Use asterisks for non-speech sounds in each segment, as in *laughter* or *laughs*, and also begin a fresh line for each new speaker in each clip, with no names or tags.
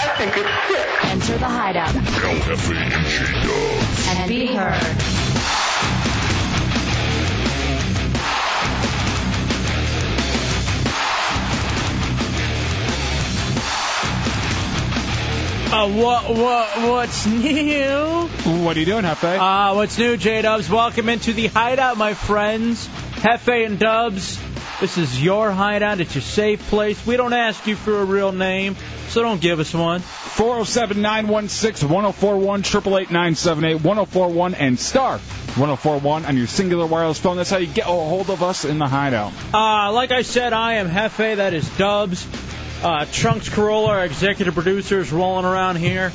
Enter the hideout
El Jefe and J-Dub.
and be heard.
Uh, what, what, what's new?
What are you doing, Hefe?
Uh, what's new, J Dubs? Welcome into the hideout, my friends. Hefe and Dubs, this is your hideout. It's your safe place. We don't ask you for a real name, so don't give us one.
407 916 1041 888 978 1041 and star 1041 on your singular wireless phone. That's how you get a hold of us in the hideout.
Uh, like I said, I am Hefe. That is Dubs. Uh, Trunks Corolla, our executive producer, is rolling around here.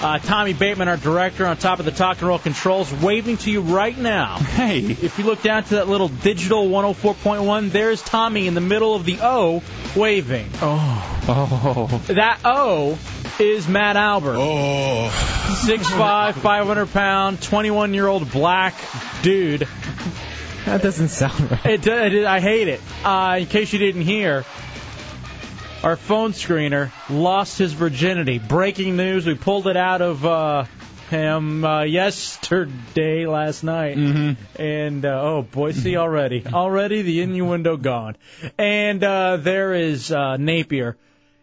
Uh, Tommy Bateman, our director, on top of the Talk and Roll controls, waving to you right now.
Hey. If
you look down to that little digital 104.1, there's Tommy in the middle of the O waving.
Oh. Oh.
That O is Matt Albert.
Oh.
6'5, 500 pound, 21 year old black dude.
That doesn't sound right.
It, do- it, I hate it. Uh, in case you didn't hear, our phone screener lost his virginity. Breaking news. We pulled it out of uh, him uh, yesterday, last night.
Mm-hmm.
And, uh, oh, boy, see already. Already the innuendo gone. And uh, there is uh, Napier.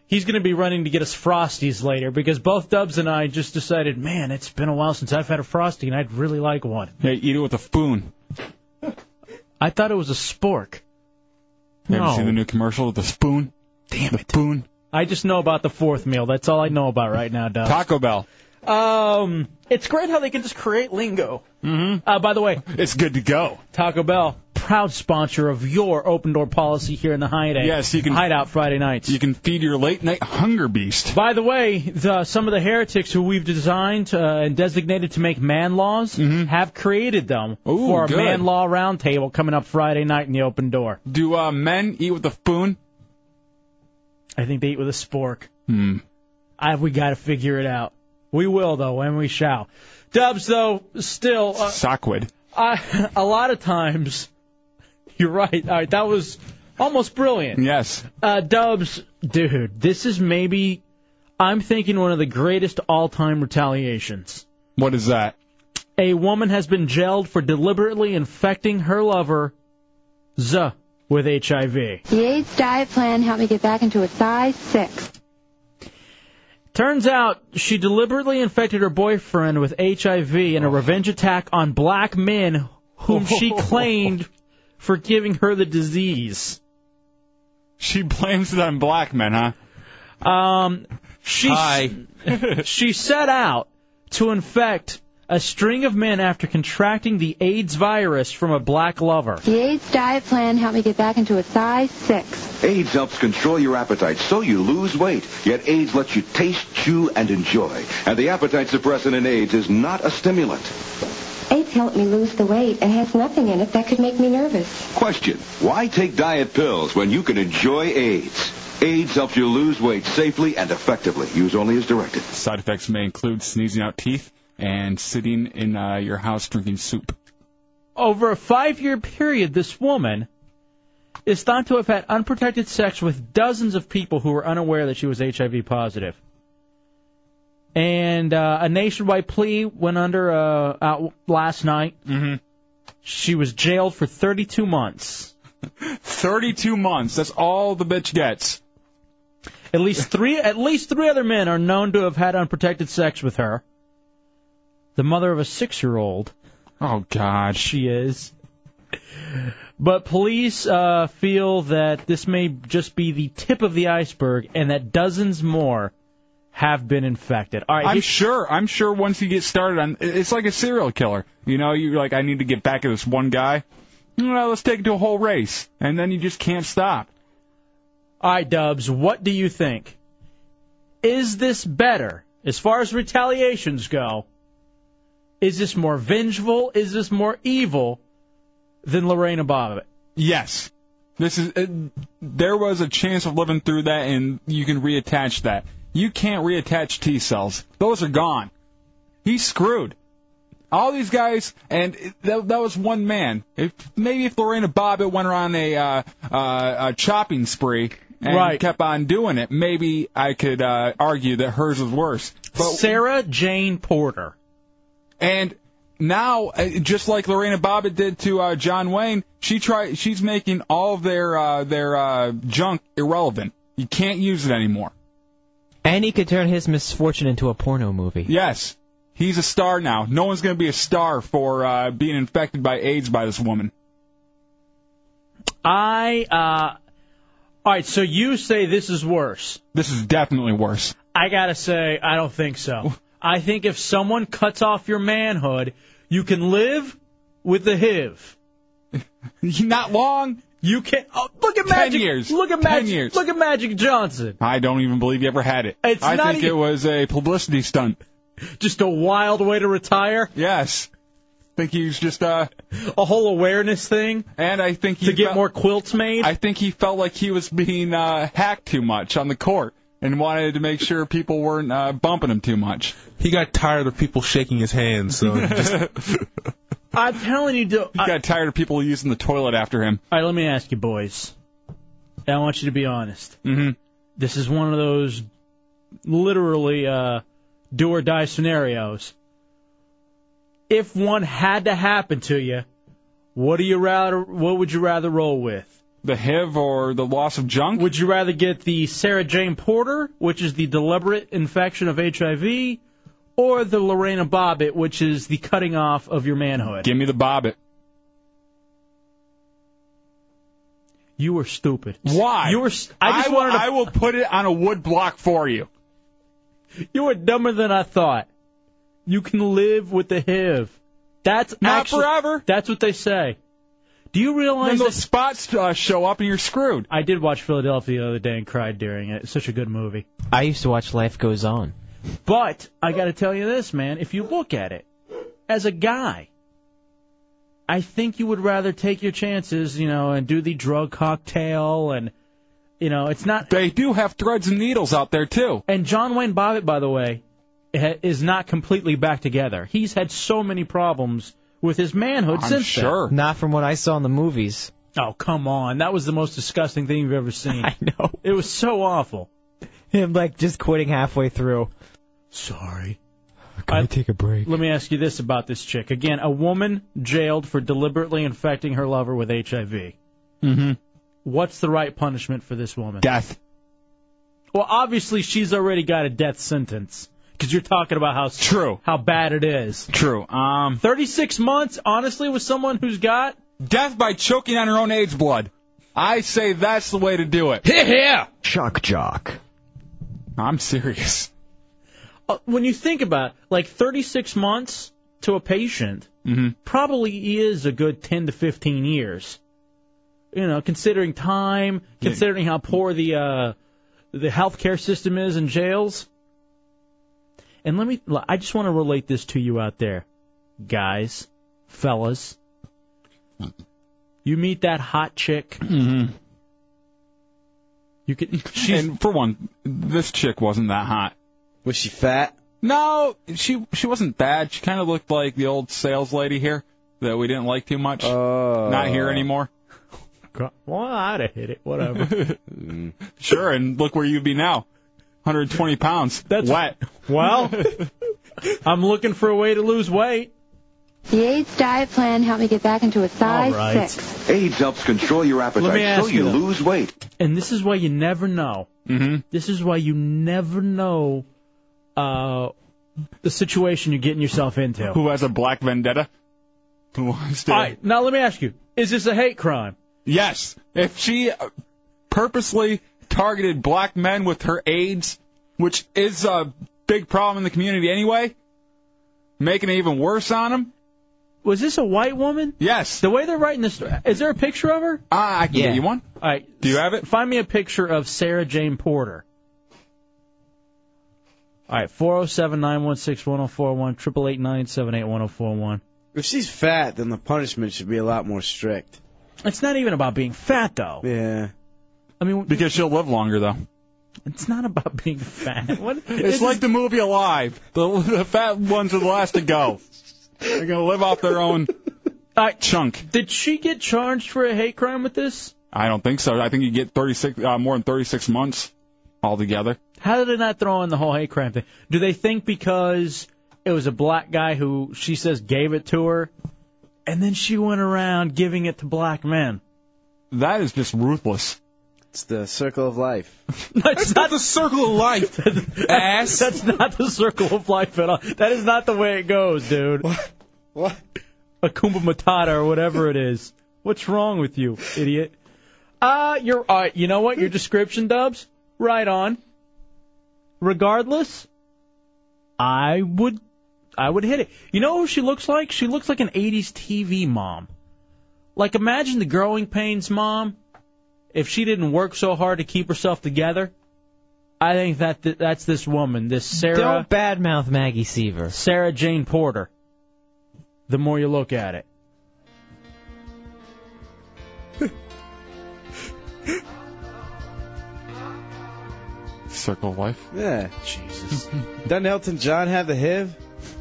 He's going to be running to get us Frosties later because both Dubs and I just decided, man, it's been a while since I've had a Frosty and I'd really like one.
Yeah, eat it with a spoon.
I thought it was a spork.
Have
No.
you seen the new commercial with the spoon? Damn it. The spoon.
I just know about the fourth meal. That's all I know about right now, Dubs.
Taco Bell.
Um, it's great how they can just create lingo. Mm-hmm. Uh, by the way,
it's good to go.
Taco Bell, proud sponsor of your open door policy here in the hideout.
Yes, you can-
hideout Friday nights.
You can feed your late night hunger beast.
By the way, the, some of the heretics who we've designed uh, and designated to make man laws have created them
Mm-hmm. Ooh,
for our
good.
man law roundtable coming up Friday night in the open door.
Do uh, men eat with a spoon?
I think they eat with a spork.
Hmm.
I, we got to figure it out. We will though, and we shall. Dubs though, still. Uh,
Sockwood.
I, *laughs* a lot of times, *laughs* you're right. All right, that was almost brilliant.
Yes.
Uh, Dubs, dude, this is maybe, I'm thinking one of the greatest all time retaliations.
What is that?
A woman has been jailed for deliberately infecting her lover, Z, with HIV.
The AIDS diet plan helped me get back into a size six.
Turns out she deliberately infected her boyfriend with HIV in a revenge attack on black men whom she claimed for giving her the disease.
She blames it on black men, huh?
Um, she
Hi.
*laughs* she set out to infect a string of men after contracting the AIDS virus from a black lover.
The AIDS diet plan helped me get back into a size six.
AIDS helps control your appetite so you lose weight. Yet AIDS lets you taste, chew, and enjoy. And the appetite suppressant in AIDS is not a stimulant.
AIDS helped me lose the weight and has nothing in it that could make me nervous.
Question. Why take diet pills when you can enjoy AIDS? AIDS helps you lose weight safely and effectively. Use only as directed.
Side effects may include sneezing out teeth and sitting in uh, your house drinking soup.
Over a five-year period, this woman is thought to have had unprotected sex with dozens of people who were unaware that she was HIV positive. And uh, a nationwide plea went under uh, out last night.
Mm-hmm.
She was jailed for 32 months.
32 months. That's all the bitch gets.
At least three at least three other men are known to have had unprotected sex with her. The mother of a six year old
Oh, God.
she is. But police uh, feel that this may just be the tip of the iceberg and that dozens more have been infected. All right,
I'm
he-
sure. I'm sure once you get started on, it's like a serial killer. You know, you're like, I need to get back at this one guy. Well, let's take it to a whole race, and then you just can't stop.
all right, Dubs, what do you think? Is this better as far as retaliations go? Is this more vengeful? Is this more evil than Lorena Bobbitt?
Yes. This is. Uh, there was a chance of living through that, and you can reattach that. You can't reattach T cells; those are gone. He's screwed. All these guys, and that, that was one man. If maybe if Lorena Bobbitt went on a, uh, uh, a chopping spree and
Right.
kept on doing it, maybe I could uh, argue that hers was worse. But
Sarah Jane Porter.
And now, uh, just like Lorena Bobbitt did to uh, John Wayne, she try she's making all of their uh, their uh, junk irrelevant. You can't use it anymore.
And he could turn his misfortune into a porno movie.
Yes, he's a star now. No one's going to be a star for uh, being infected by AIDS by this woman.
I uh all right, so you say this is worse.
This is definitely worse. *laughs*
I gotta say, I don't think so. I think if someone cuts off your manhood, you can live with the HIV.
Not long.
You can oh, look at
Ten
Magic.
years.
Look at
Ten
Magic.
years.
Look at Magic Johnson.
I don't even believe you ever had it.
It's
I
not
e-
think
even-
it was a publicity stunt.
Just a wild way to retire.
Yes, think he was just uh,
A whole awareness thing
and I think he
to get
felt-
more quilts made.
*laughs* I think he felt like he was being uh, hacked too much on the court and wanted to make sure people weren't uh, bumping him too much.
He got tired of people shaking his hand, so he just
I'm telling you, do-
He got tired of people using the toilet after him.
All right, let me ask you, boys. And I want you to be honest.
Mhm.
This is one of those literally uh, do or die scenarios. If one had to happen to you, what do you rather? What would you rather roll with?
The HIV or the loss of junk?
Would you rather get the Sarah Jane Porter, which is the deliberate infection of HIV, or the Lorena Bobbitt, which is the cutting off of your manhood?
Give me the bobbit.
You are stupid.
Why?
You were. s- I just
will,
wanted. To
I will put it on a wood block for you.
You were dumber than I thought. You can live with the HIV. That's
Not
actually-
forever.
That's what they say. Do you
Then
realize
those
that-
spots uh, show up and you're screwed.
I did watch Philadelphia the other day and cried during it. It's such a good movie.
I used to watch Life Goes On.
But I got to tell you this, man. If you look at it as a guy, I think you would rather take your chances, you know, and do the drug cocktail and, you know, it's not
They do have threads and needles out there too.
And John Wayne Bobbitt, by the way, ha- is not completely back together. He's had so many problems with his manhood
I'm
since
sure.
Not from what I saw in the movies.
then. Oh, come on. That was the most disgusting thing you've ever seen.
I know.
it was so awful.
Him like just quitting halfway through.
Sorry.
Gotta
I-
take a break.
Let me ask you this about this chick. Again, a woman jailed for deliberately infecting her lover with HIV.
Mm-hmm.
What's the right punishment for this woman?
Death.
Well, obviously she's already got a death sentence because you're talking about how
True.
how bad it is.
True.
Uh,
Um,
36 months, honestly, with someone who's got
death by choking on her own AIDS blood. I say that's the way to do
*laughs*
it.
Shock Jock.
I'm serious.
Uh, when you think about it, like 36 months to a patient
Mhm.
probably is a good 10 to 15 years. You know, considering time, considering how poor the uh, the healthcare system is in jails. And let me, I just want to relate this to you out there, guys, fellas. You meet that hot chick. You could, she's
and for one, this chick wasn't that hot.
Was she fat?
No, she she wasn't bad. She kind of looked like the old sales lady here that we didn't like too much.
Uh,
Not here anymore.
*clears throat* well, I'd have hit it, whatever.
Sure, and look where you'd be now. 120
*laughs*
pounds.
That's-
wet.
*laughs* Well, I'm looking for a way to lose weight.
The AIDS diet plan helped me get back into a size
All right.
six.
AIDS helps control your
Let me
appetite so
ask you
you
though.
lose weight.
And this is why you never know.
Mm-hmm.
This is why you never know uh, the situation you're getting yourself into. All
Who has a black vendetta? Who wants to?
right, now let me ask you: Is this a hate crime?
Yes, if she uh, purposely targeted black men with her AIDS, which is a big problem in the community anyway, making it even worse on them.
Was this a white woman?
Yes,
The way they're writing this, is there a picture of her?
Ah, I can
Yeah.
get you one.
All right,
Do you have it?
Find me a picture of Sarah Jane Porter. All right, 407 916 1041, 888 978 1041.
If she's fat, then the punishment should be a lot more strict.
It's not even about being fat, though.
Yeah.
I mean,
because she'll live longer though.
It's not about being fat. *laughs* What?
It's
This
like
is-
the movie Alive. The, the fat ones are the last to go. They're gonna live off their own chunk.
Did she get charged for a hate crime with this?
I don't think so. I think you get 36 uh, more than 36 months altogether.
How did they not throw in the whole hate crime thing? Do they think because it was a black guy who she says gave it to her, and then she went around giving it to black men?
That is just ruthless.
It's the circle of life.
That's not
the circle of life, ass.
That's not the circle of life at all. That is not the way it goes, dude. What?
What?
A kumba matata or whatever it is. What's wrong with you, idiot? Uh, you're, uh, you know what? Your description, Dubs? Right on. Regardless, I would, I would hit it. You know who she looks like? She looks like an 80s TV mom. Like, imagine the growing pains mom if she didn't work so hard to keep herself together. I think that th- that's this woman, this Sarah
Don't badmouth Maggie Seaver.
Sarah Jane Porter. The more you look at it,
*laughs* Circle of life.
Yeah. Jesus. *laughs* Doesn't Elton John have the HIV?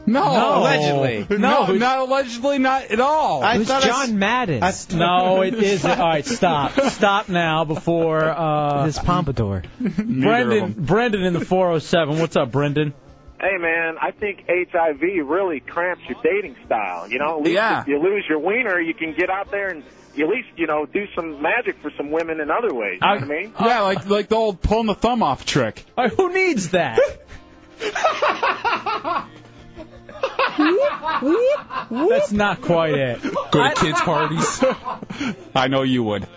No.
Allegedly.
*laughs* No, not allegedly, not at all.
I It was thought I John s-
Madden.
I-
*laughs* no, it isn't. All right, stop, stop now before uh,
This pompadour.
Brendan, Brendan in the 407. What's up, Brendan?
Hey man, I think HIV really cramps your dating style. You know, at least
Yeah.
if you lose your wiener, you can get out there and at least you know do some magic for some women in other
Uh,
ways. You know what I mean?
yeah, like like the old pulling the thumb off trick.
who needs that? That's not quite it.
Go to kids' parties. *laughs* I know you would.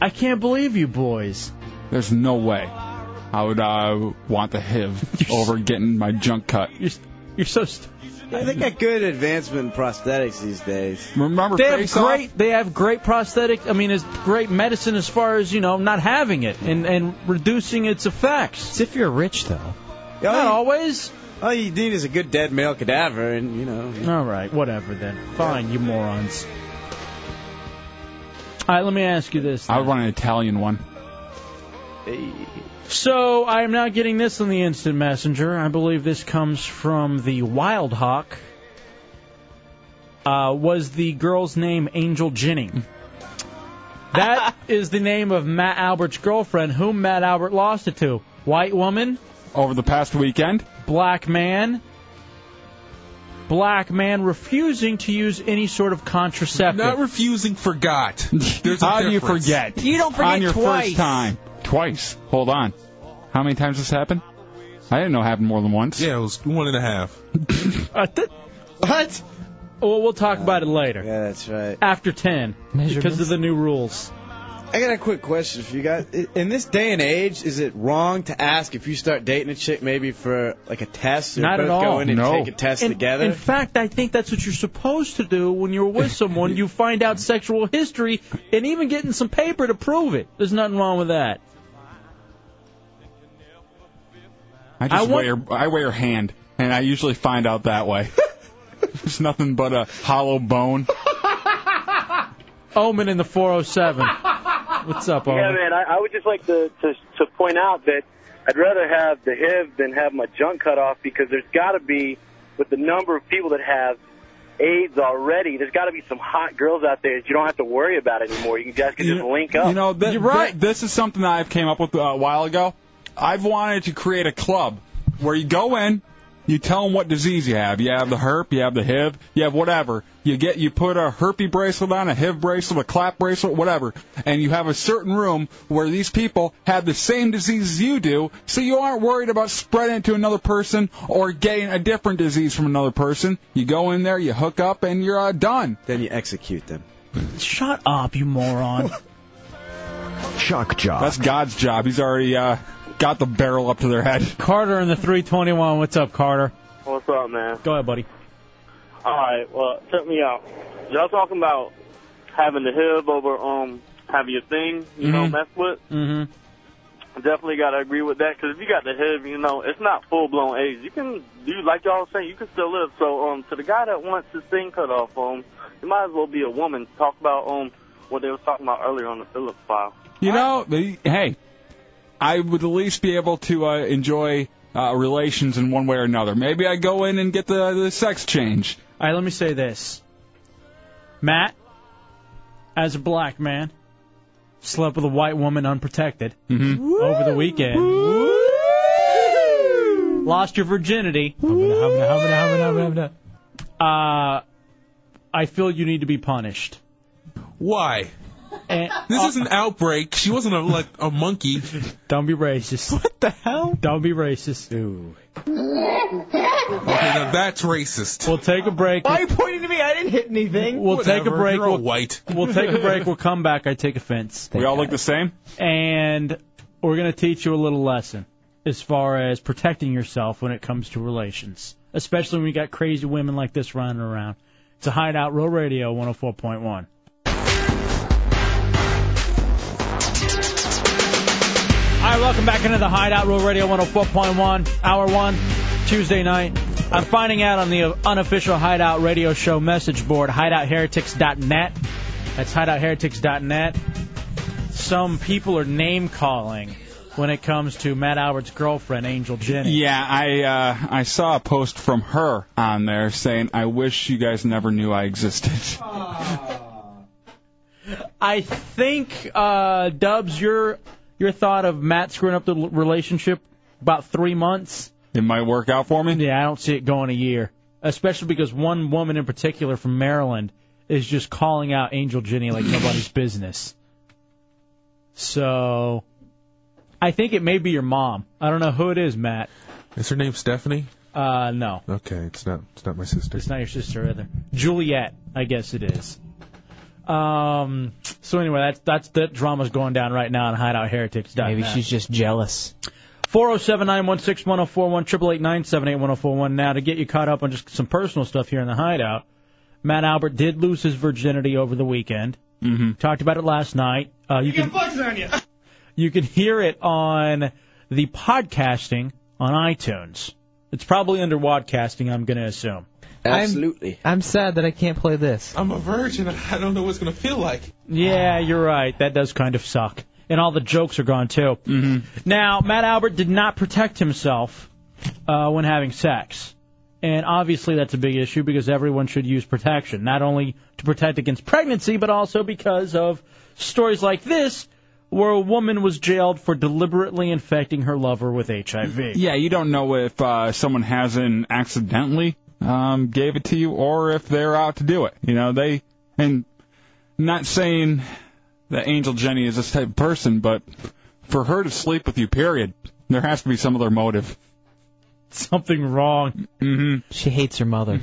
I can't believe you boys.
There's no way I would uh, want the HIV over getting my junk cut.
You're, you're so. St-
I think a good advancement in prosthetics these days.
Remember,
They have
Face Off?
great, they have great prosthetic. I mean, is great medicine as far as you know, not having it and and reducing its effects.
It's if you're rich, though.
Oh,
Not always.
All you need is a good dead male cadaver, and you know.
All right, whatever then. Fine, you morons. All right, let me ask you this.
I would want an Italian one.
So I am now getting this on the instant messenger. I believe this comes from the Wild Hawk. Uh, was the girl's name Angel Ginning? That is the name of Matt Albert's girlfriend, whom Matt Albert lost it to. White woman,
Over the past weekend,
black man, black man refusing to use any sort of contraceptive.
Not refusing,
*laughs*
forgot. There's a
how do you
difference.
forget?
You don't forget
On your
twice.
first time, twice. Hold on. How many times this happened? I didn't know it happened more than once.
Yeah, it was one and a half.
Uh, th-
What?
well, we'll talk about it later.
Yeah, that's right.
After 10, because of the new rules.
I got a quick question for you guys. I- In this day and age, is it wrong to ask if you start dating a chick maybe for like a test? Or
Not
both
at all.
Go in and
No.
take a test
In,
together.
in fact, I think that's what you're supposed to do when you're
*laughs*
with someone. you find out sexual history and even getting some paper to prove it. There's nothing wrong with that.
I just
I want-
weigh her, I weigh her hand, and I usually find out that way. *laughs* There's nothing but a hollow bone.
Omen in the
*laughs*
407. What's up, Omen?
Yeah, man. I, I would just like to, to to point out that I'd rather have the HIV than have my junk cut off because there's got to be, with the number of people that have AIDS already, there's got to be some hot girls out there that you don't have to worry about anymore. You guys can just link up.
You know, th-
You're right.
th- this is something that I've came up with uh, a while ago. I've wanted to create a club where you go in, you tell them what disease you have. You have the herp, you have the HIV, you have whatever. You get, you put a herpy bracelet on, a HIV bracelet, a clap bracelet, whatever, and you have a certain room where these people have the same disease as you do, so you aren't worried about spreading it to another person or getting a different disease from another person. You go in there, you hook up, and you're uh, done.
then you execute them.
Shut up, you moron.
Shock Jock.
That's God's job. He's already uh, got the barrel up to their head.
Carter in the 321. What's up, Carter?
What's up, man?
Go ahead, buddy.
All right, well, check me out. Y'all talking about having the hip over um having your thing, you know,
Mhm.
mess with.
Mm-hmm.
definitely got to agree with that because if you got the HIV, you know, it's not full blown AIDS. You can, you like y'all was saying, you can still live. So, um, to the guy that wants his thing cut off, um, you might as well be a woman. Talk about um what they was talking about earlier on the Phillips file.
You know, the, hey, I would at least be able to uh, enjoy uh, relations in one way or another. Maybe I go in and get the, the sex change.
All right, let me say this. Matt, as a black man, slept with a white woman unprotected
Mm-hmm.
over the weekend. Lost your virginity. Uh, I feel you need to be punished.
Why? Eh.
And,
Uh,
This is an outbreak. She wasn't a, like a
*laughs*
monkey.
Don't be racist.
What the hell?
Don't be racist.
Okay, now that's racist.
We'll take a break.
Why are you pointing to me? I didn't hit anything.
We'll take a break.
You're all
we'll,
white.
we'll
*laughs*
take a break. We'll come back. I take offense.
we all look the same?
and we're going to teach you a little lesson as far as protecting yourself when it comes to relations, especially when you got crazy women like this running around. It's a Hideout Row Radio 104.1. All right, welcome back into the Hideout Row Radio 104.1, Hour 1, Tuesday night. I'm finding out on the unofficial Hideout Radio Show message board, hideoutheretics.net. That's hideoutheretics.net. Some people are name calling when it comes to Matt Albert's girlfriend, Angel Jenny.
Yeah, I uh, I saw a post from her on there saying, "I wish you guys never knew I existed."
I think, uh, Dubs, your, your thought of Matt screwing up the l- relationship about three months.
It might work out for me.
Yeah, I don't see it going a year, especially because one woman in particular from Maryland is just calling out Angel Jenny like *laughs* nobody's business. So, I think it may be your mom. I don't know who it is, Matt.
Is her name Stephanie?
Uh, no,
Okay, it's not. It's not my sister.
it's not your sister either. Juliet, I guess it is. Um. So anyway, that's that's that drama's going down right now on HideoutHeretics.net.
Maybe she's just jealous.
407 916 1041, 888 978 1041. Now, to get you caught up on just some personal stuff here in the hideout, Matt Albert did lose his virginity over the weekend. Mm-hmm. Talked about it last night. Uh, you, can,
on you.
you can hear it on the podcasting on iTunes. It's probably under Wadcasting, I'm going to assume.
Absolutely.
I'm, sad that I can't play this.
I'm a virgin. I don't know what it's gonna feel like.
Yeah, you're right. That does kind of suck. And all the jokes are gone, too. Mm-hmm. Now, Matt Albert did not protect himself uh, when having sex. And obviously, that's a big issue because everyone should use protection, not only to protect against pregnancy, but also because of stories like this where a woman was jailed for deliberately infecting her lover with HIV.
Yeah, you don't know if uh, someone hasn't accidentally um, gave it to you or if they're out to do it. You know, they and not saying that Angel Jenny is this type of person, but for her to sleep with you, period, there has to be some other motive.
Something wrong.
hmm
She hates her mother.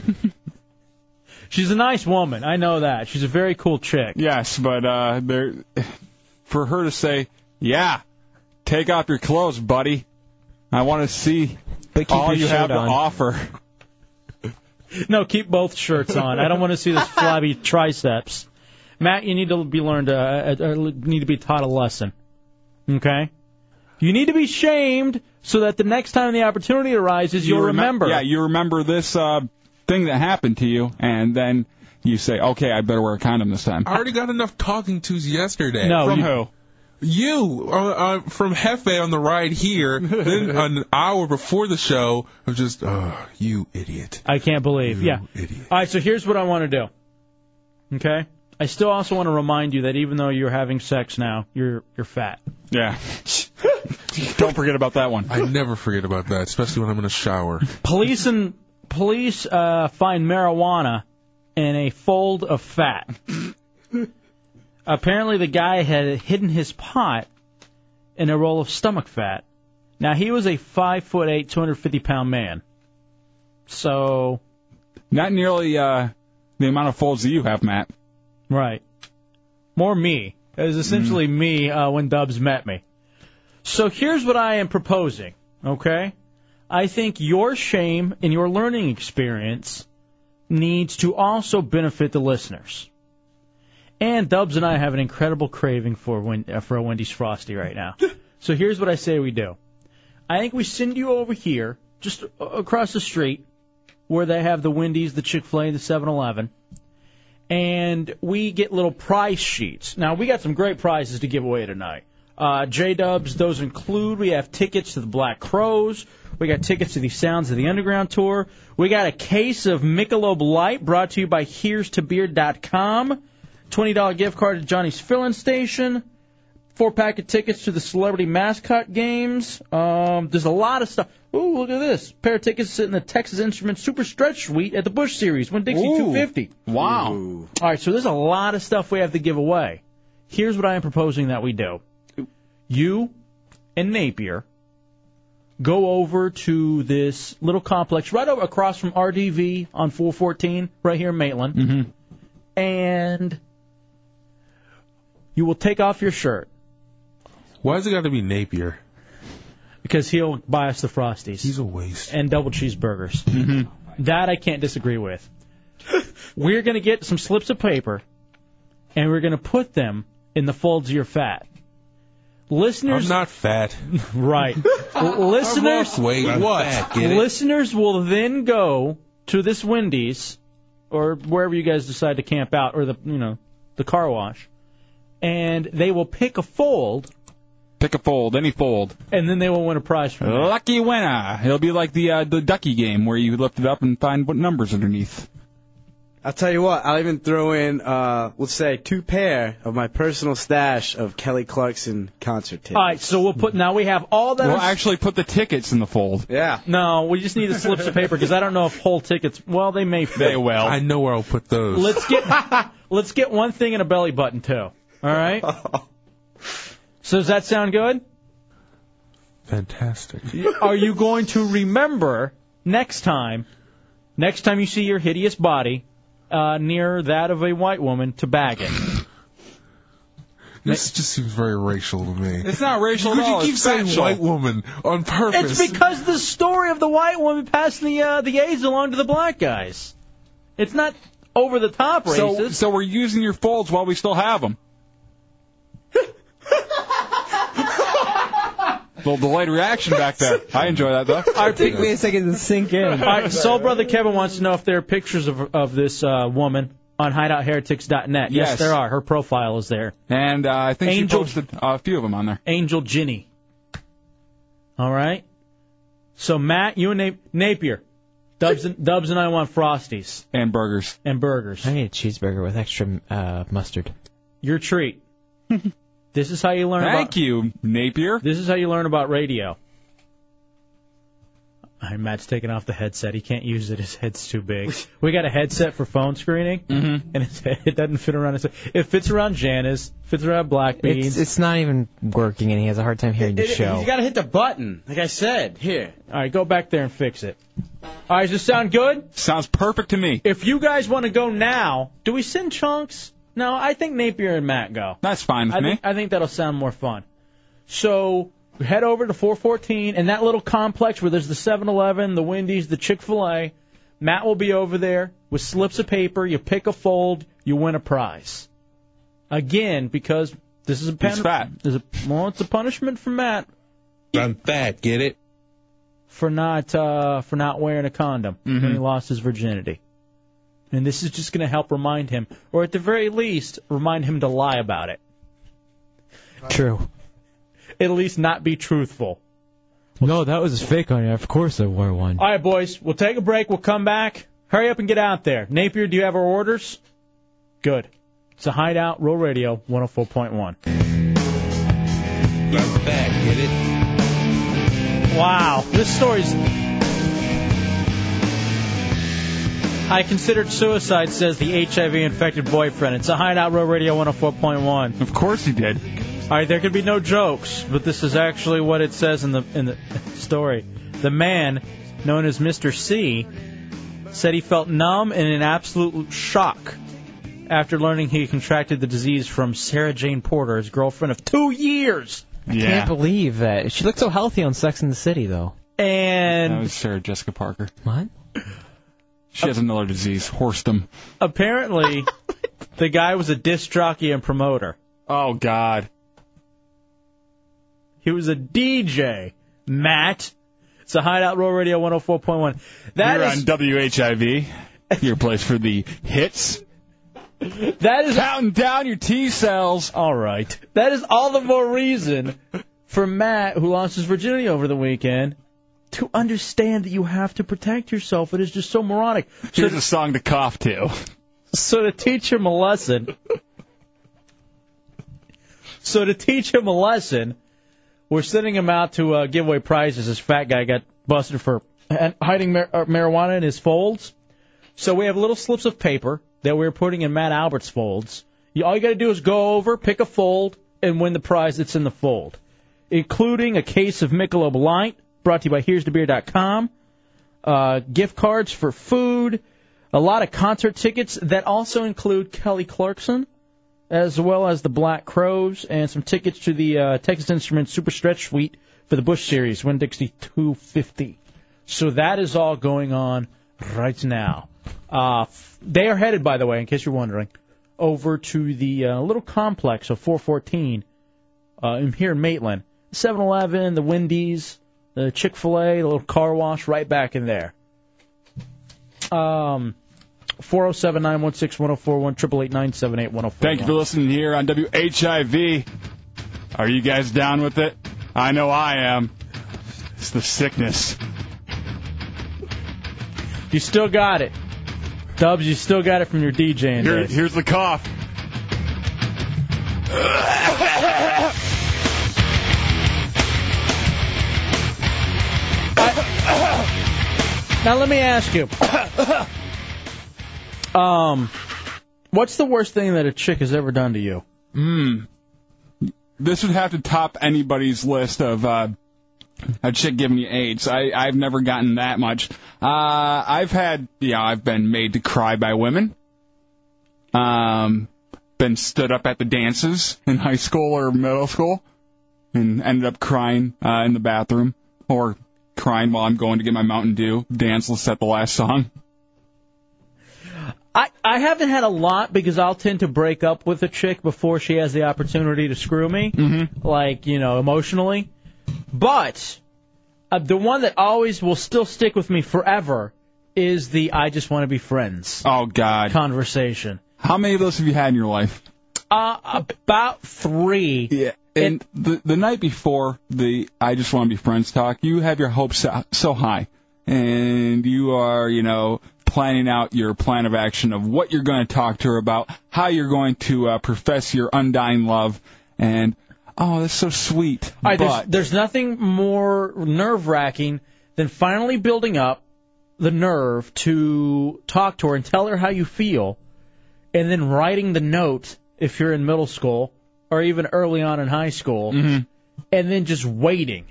She's a nice woman. I know that. She's a very cool chick.
Yes, but uh, there, for her to say, "Yeah, take off your clothes, buddy. I want to see
But keep
all
your
you
shirt
have
on.
to offer."
No, keep both shirts on. I don't want to see this flabby triceps. Matt, you need to be learned, uh, uh, uh, need to be taught a lesson. Okay? You need to be shamed so that the next time the opportunity arises, you'll
You remem-
remember.
Yeah, you remember this uh, thing that happened to you, and then you say, "Okay, I better wear a condom this time."
I already got enough talking to's yesterday.
no,
From
you-
who?
You uh, uh, from Hefe on the ride
*laughs*
here, then an hour before the show, I'm just, oh, you idiot.
I can't believe.
You
Yeah.
idiot.
All right, so here's what I want to do. Okay? I still also want to remind you that even though you're having sex now, you're you're fat.
*laughs*
Yeah. Don't forget about that one.
I never forget about that, especially when I'm in a shower.
Police and police uh, find marijuana in a fold of fat. Apparently, the guy had hidden his pot in a roll of stomach fat. Now he was a five foot eight, two hundred fifty pound man. So
Not nearly uh, the amount of folds that you have, Matt.
right, more me. It was essentially me uh, when Dubs met me. So here's what I am proposing. Okay, I think your shame and your learning experience needs to also benefit the listeners. And Dubs and I have an incredible craving for win- uh, for a Wendy's Frosty right now. So here's what I say we do. I think we send you over here, just a- across the street, where they have the Wendy's, the Chick Fil A, the 7-Eleven, and we get little prize sheets. Now we got some great prizes to give away tonight. Uh, J Dubs, those include we have tickets to the Black Crows, we got tickets to the Sounds of the Underground tour, we got a case of Michelob Light brought to you by Here's to Beer.com, twenty dollar gift card to Johnny's Filling Station four pack of tickets to the celebrity mascot games. Um, there's a lot of stuff. Ooh, look at this. Pair of tickets sitting in the Texas Instruments Super Stretch Suite at the Bush Series, Win Dixie
Ooh.
250.
Wow.
All right, so there's a lot of stuff we have to give away. Here's what I am proposing that we do. You and Napier go over to this little complex right over across from RDV on 414, right here in Maitland, and you will take off your shirt.
Why does it got to be Napier?
Because he'll buy us the Frosties. He's
a waste.
And double cheeseburgers.
Mm-hmm.
That I can't disagree with. we're going to get some slips of paper, and we're going to put them in the folds of your fat. Listeners,
I'm not
*laughs*
fat. *laughs*
right? L- listeners,
lost weight. I'm What? fat, get it?
Listeners will then go to this Wendy's or wherever you guys decide to camp out, or the you know the car wash, and they will pick a fold,
Pick a fold, any fold.
and then they will win a prize
Oh.
from it.
Lucky winner. It'll be like the uh, the ducky game where you lift it up and find what numbers underneath.
I'll tell you what, I'll even throw in, uh, let's say, two pair of my personal stash of Kelly Clarkson concert tickets.
All right, so we'll put now we have all that.
We'll actually put the tickets in the fold.
Yeah.
No, we just need the slips of paper because I don't know if whole tickets. Well, they may fit.
They will. I know where I'll put those.
Let's
*laughs*
get let's get one thing in a belly button too. All
*laughs*
right. So does that sound good?
Fantastic.
Are you going to remember next time? Next time you see your hideous body uh, near that of a white woman, to bag it.
This just seems very racial to me.
It's not racial
Could
at all.
you keep
It's
saying
factual.
white woman on purpose?
It's because the story of the white woman passing the uh, the AIDS along to the black guys. It's not over the top racist.
So, so we're using your folds while we still have them. Little delayed reaction back there. I enjoy that though.
I think we-
Wait a second to sink
All *laughs*
in.
right, Soul Brother Kevin wants to know if there are pictures of, of this uh, woman on hideoutheretics.net. Yes,
Yes.
there are. Her profile is there.
And uh, I think
Angel-
she posted uh, a few of them on there.
Angel Ginny. All right. So Matt, you and Nap- Napier, Dubs and, Dubs and I want Frosties
and burgers
and burgers.
I need a cheeseburger with extra uh, mustard.
Your *laughs* treat. this is how you learn.
Thank
about,
you, Napier.
This is how you learn about radio. All right, Matt's taking off the headset. He can't use it. His head's too
*laughs*
big. We got a headset for phone screening,
Mm-hmm.
and it's, it doesn't fit around his. It fits around Janice. Fits around Black
It's,
Beans.
it's not even working, and he has a hard time hearing the
It- it-
show.
he's got-
gotta hit the button, like I said. Here.
All right, go back there and fix it. All right, does this sound good?
Sounds perfect to me.
If you guys want to go now, do we send chunks? No, I think Napier and Matt go.
That's fine with
I
me.
think, I think that'll sound more fun. So head over to 414 and that little complex where there's the 7-Eleven, the Wendy's, the Chick-fil-A. Matt will be over there with slips of paper. You pick a fold, you win a prize. Again, because this is a pen-
He's fat.
Is a, well, it's a punishment for Matt
I'm fat. Get it?
for not uh, for not wearing a condom
Mm-hmm.
when he lost his virginity. And this is just going to help remind him, or at the very least, remind him to lie about it.
True.
At least not be truthful.
No, that was fake on you. Of course I wore one.
All right, boys, we'll take a break. We'll come back. Hurry up and get out there. Napier, do you have our orders? Good. It's a hideout, Roll Radio 104.1.
I'm fat. Get it?
Wow, this story's. I considered suicide, says the HIV infected boyfriend. It's a hideout, Row Radio 104.1.
Of course he did.
All right, there could be no jokes, but this is actually what it says in the in the *laughs* story. The man, known as Mr. C, said he felt numb and in absolute shock after learning he contracted the disease from Sarah Jane Porter, his girlfriend of two years.
I can't believe that. She looked so healthy on Sex in the City, though.
That
And
was Sarah Jessica Parker.
What?
She has another disease, horsedom. *laughs*
apparently, the guy was a disc jockey and promoter.
Oh God.
He was a DJ. Matt. It's a Hideout Roll Radio 104.1. That
You're
is-
on WHIV, your place for the hits.
That is counting down your T cells. All right. That is all the more reason for Matt, who lost his virginity over the weekend, to understand that you have to protect yourself. It is just so moronic.
Here's a song to cough to.
So to teach him a lesson. so to teach him a lesson, we're sending him out to uh, give away prizes. This fat guy got busted for ha- hiding mar- uh, marijuana in his folds. So we have little slips of paper that we're putting in Matt Albert's folds. You, all you got to do is go over, pick a fold, and win the prize that's in the fold, including a case of Michelob Light, brought to you by Here'sToBeer.com, uh, gift cards for food, a lot of concert tickets that also include Kelly Clarkson, as well as the Black Crows, and some tickets to the uh, Texas Instruments Super Stretch Suite for the Bush Series, Win Dixie 250. So that is all going on right now. Uh, f- they are headed, by the way, in case you're wondering, over to the uh, little complex of 414 uh, in- here in Maitland. 7 Eleven, the Wendy's, the Chick fil A, the little car wash, right back in there. Um, 407 916 1041, 888 978
Thank you for listening here on WHIV. Are you guys down with it? I know I am. It's the sickness.
You still got it. Dubs, you still got it from your DJing
Here-
days.
here's the cough.
Now let me ask you. *coughs* um, what's the worst thing that a chick has ever done to you?
Hmm. This would have to top anybody's list of uh, a chick giving me AIDS. I, I've never gotten that much. Uh, I've had, yeah, I've been made to cry by women. Um, been stood up at the dances in high school or middle school, and ended up crying uh, in the bathroom or crying while I'm going to get my Mountain Dew. Dance. Let's set the last song.
I, I haven't had a lot because I'll tend to break up with a chick before she has the opportunity to screw me,
Mm-hmm.
like, you know, emotionally. But uh, the one that always will still stick with me forever is the I just want to be friends.
Oh God.
Conversation.
How many of those have you had in your life?
Uh, about three.
Yeah. And the the night before the I just want to be friends talk, you have your hopes so- so high, and you are you know planning out your plan of action of what you're going to talk to her about, how you're going to uh, profess your undying love, and oh, that's so sweet.
All right,
but
there's, there's nothing more nerve wracking than finally building up the nerve to talk to her and tell her how you feel, and then writing the note if you're in middle school or even early on in high school,
Mm-hmm.
and then just waiting,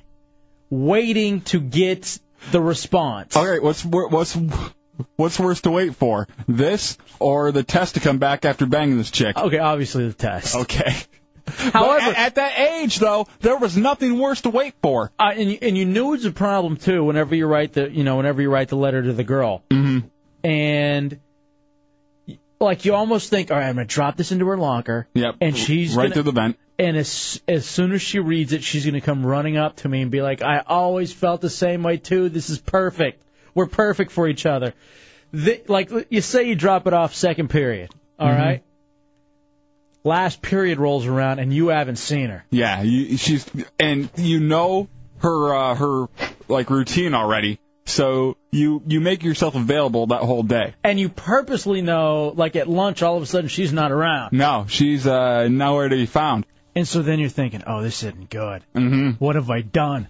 waiting to get the response.
all right, what's wor- what's what's worse to wait for, this or the test to come back after banging this chick?
Okay, obviously the test.
Okay.
Oh. However,
at, at that age though, there was nothing worse to wait for.
Uh, and you, and you knew it was a problem too. Whenever you write the you know whenever you write the letter to the girl, mm-hmm. and y- like you almost think, all right, I'm gonna drop this into her locker.
Yep.
And she's
right
gonna-
through the vent.
And as as soon as she reads it, she's gonna come running up to me and be like, I always felt the same way too. This is perfect. We're perfect for each other. Th like you say, you drop it off second period. all right.
Mhm.
Last period rolls around and you haven't seen her.
Yeah, you, she's and you know her uh, her like routine already, so you you make yourself available that whole day.
and you purposely know, like at lunch, all of a sudden she's not around.
No, she's uh, nowhere to be found.
And so then you're thinking, oh, this isn't good.
Mm-hmm.
What have I done?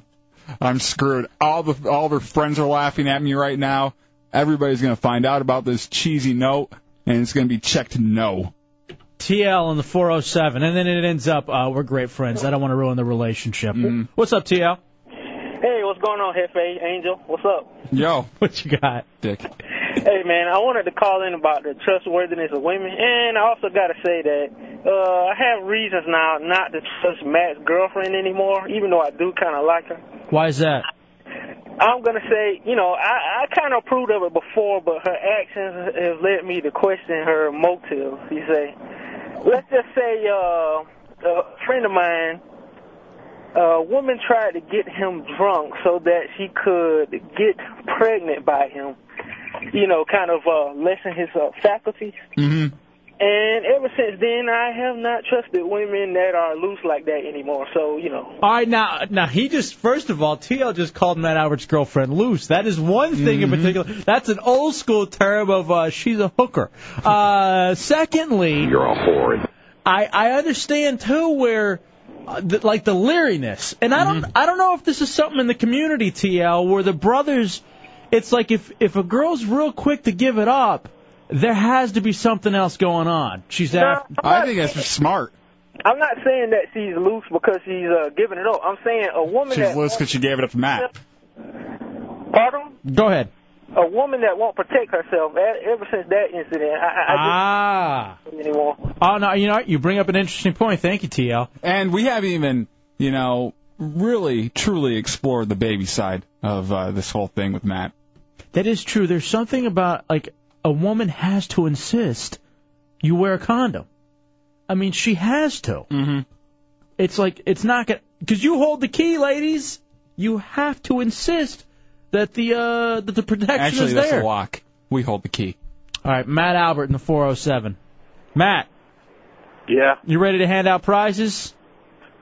I'm screwed. All the all of her friends are laughing at me right now. Everybody's gonna find out about this cheesy note, and it's gonna be checked no.
TL in the 407, and then it ends up, uh, we're great friends. I don't want to ruin the relationship. What's up, TL?
Hey, what's going on, Hefe? Angel, what's up?
Yo,
what you got,
Dick?
Hey, man, I wanted to call in about the trustworthiness of women, and I also got to say that uh, I have reasons now not to trust Matt's girlfriend anymore, even though I do kind of like her.
Why is that?
I'm gonna say, you know, I, I kind of approved of it before, but her actions have led me to question her motives. You say, let's just say uh, a friend of mine a woman tried to get him drunk so that she could get pregnant by him, you know, kind of uh, lessen his uh, faculties.
Mm-hmm.
And ever since then, I have not trusted women that are loose like that anymore. So, you know,
All right, now, now he just first of all, TL just called Matt Albert's girlfriend loose. That is one thing in particular. That's an old school term of uh, she's a hooker. Uh, secondly, you're a whore. I I understand too where. Uh, th- like the leeriness, and I don't,
Mm-hmm.
I don't know if this is something in the community TL where the brothers, it's like if if a girl's real quick to give it up, there has to be something else going on. She's
No,
after.
I'm I not- think
that's smart.
I'm not saying that she's loose because she's uh, giving it up. I'm saying a woman
She's
that
loose because she gave it up to Matt.
Pardon?
Go ahead.
a woman that won't protect herself. e- Ever since that incident, I, I, I
Ah.
just anymore.
Oh no, you know what? you bring up an interesting point. Thank you, TL.
And we haven't even, you know, really, truly explored the baby side of uh, this whole thing with Matt.
That is true. There's something about like a woman has to insist you wear a condom. I mean, she has to. Mm-hmm. It's like it's not gonna because you hold the key, ladies. You have to insist that the uh that the protection
Actually,
is
that's
there.
a lock. We hold the key.
All right, Matt Albert in the 407. Matt.
Yeah.
You ready to hand out prizes?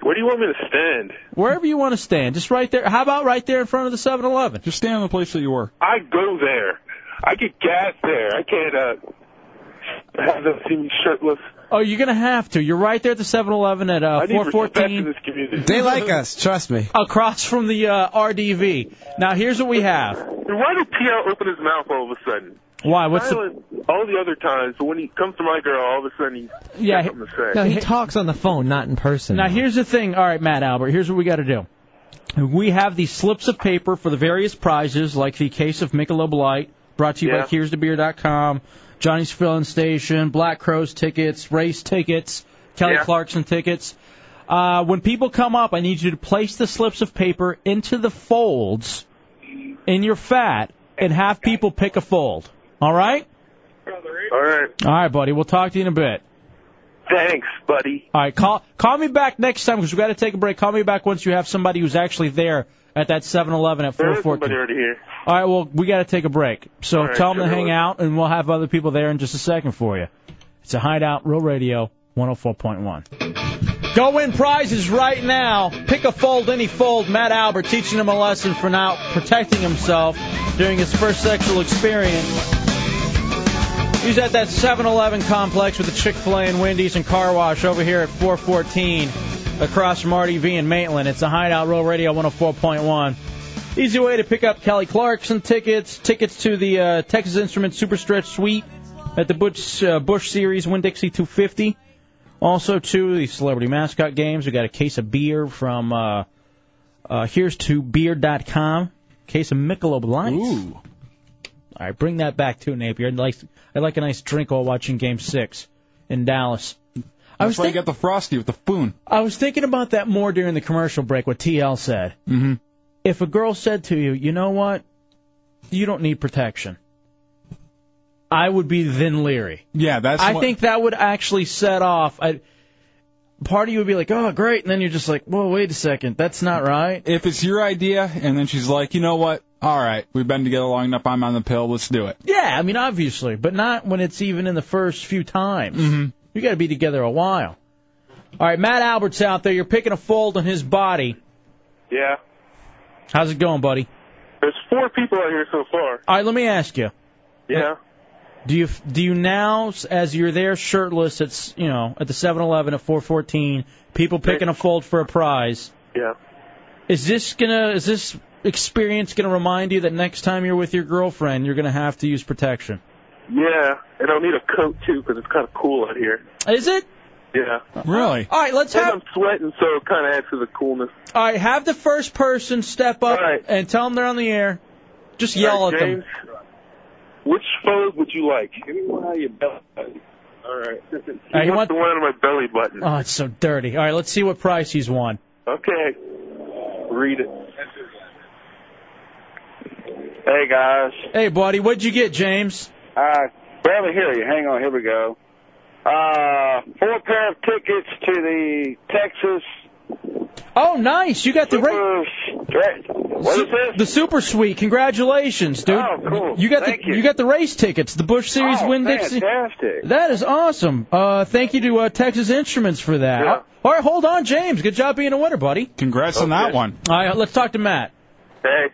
Where do you want me to stand?
Wherever you want to stand, just right there. How about right there in front of the 7-Eleven?
Just stand in the place that you were.
I go there. I get gas there. I can't uh, have them see me shirtless.
Oh, you're gonna have to. You're right there at the 7-Eleven at uh,
I need respect
414.
in this community.
They like
us, trust me.
across from the uh, RDV. Now here's what we have.
Why did TL open his mouth all of a sudden?
Why? What's the
Silent all the other times, but when he comes to my girl, all of a sudden he's
yeah?
got something to say.
No, he talks on the phone, not in person.
Now here's the thing. All right, Matt Albert. Here's what we got to do. We have these slips of paper for the various prizes, like the case of Michelob Light, brought to you
Yeah.
by Here'sTheBeer.com, Johnny's Filling Station, Black Crowes tickets, race tickets, Kelly
Yeah.
Clarkson tickets. Uh, when people come up, I need you to place the slips of paper into the folds in your fat and have people pick a fold. All right?
All right.
All right, buddy. We'll talk to you in a bit.
Thanks, buddy.
All right, call call me back next time because we got to take a break. Call me back once you have somebody who's actually there at that 7-Eleven at
There
414.
is somebody already here.
All right, well we got to take a break, so
All right,
tell them to
sure
hang
will.
out, and we'll have other people there in just a second for you. It's a hideout, Real Radio 104.1. Go win prizes right now. Pick a fold, any fold. Matt Albert teaching him a lesson for now protecting himself during his first sexual experience. He's at that 7-Eleven complex with the Chick-fil-A and Wendy's and car wash over here at 414 across from RDV in Maitland. It's a Hideout Row Radio 104.1. Easy way to pick up Kelly Clarkson tickets, tickets to the uh, Texas Instruments Super Stretch Suite at the Bush, uh, Bush Series Winn-Dixie 250. Also, to the celebrity mascot games. We got a case of beer from uh, uh, here's to beer.com. Case of Michelob Lights. Ooh. All right, bring that back too, Napier. I'd like I'd like a nice drink while watching Game Six in Dallas. I was
That's why you
think,
got the frosty with the spoon.
I was thinking about that more during the commercial break. What TL said.
Mm-hmm.
If a girl said to you, you know what, you don't need protection. I would be then leery.
Yeah, that's.
I
what-
think that would actually set off. I, part of you would be like, oh, great. And then you're just like, whoa, wait a second. That's not right.
If it's your idea, and then she's like, you know what? All right, we've been together long enough. I'm on the pill. Let's do it.
Yeah, I mean, obviously, but not when it's even in the first few times. Mm-hmm. You got to be together a while. All right, Matt Albert's out there. You're picking a fold on his body.
Yeah.
How's it going, buddy?
There's four people out here so far.
All right, let me ask you.
Yeah.
Do you do you now, as you're there shirtless, it's you know at the 7-Eleven at 4:14, people picking a fold for a prize.
Yeah.
Is this gonna is this experience gonna remind you that next time you're with your girlfriend, you're gonna have to use protection?
Yeah. And I'll need a coat too because it's kind of cool out here.
Is it?
Yeah.
Really?
All right, let's
and
have-
I'm sweating, so it kind of adds to the coolness.
All right, have the first person step up and tell them they're on the air. Just yell
All right,
at
James,
them.
Which fold would you like? Give me one out of your belly button. All right.
All right,
he
you want-
wants the one out of my belly button. *laughs*
Oh, it's so dirty. All right, let's see what price he's won.
Okay. Read it. Hey guys.
Hey, buddy, what'd you get, James?
I barely hear you. Hang on. Here we go. Uh, four pair of tickets to the Texas
Oh, nice! You got the ra-
What is this?
the Super Suite. Congratulations, dude!
Oh, cool.
You got
Thank
the
you.
got the race tickets, the Bush Series
Oh,
Win Dixie.
fantastic.
That is awesome. Uh, thank you to uh, Texas Instruments for that.
Yeah.
All right, hold on, James. Good job being a winner, buddy.
Congrats on that Okay. one.
All right, let's talk to Matt.
Hey.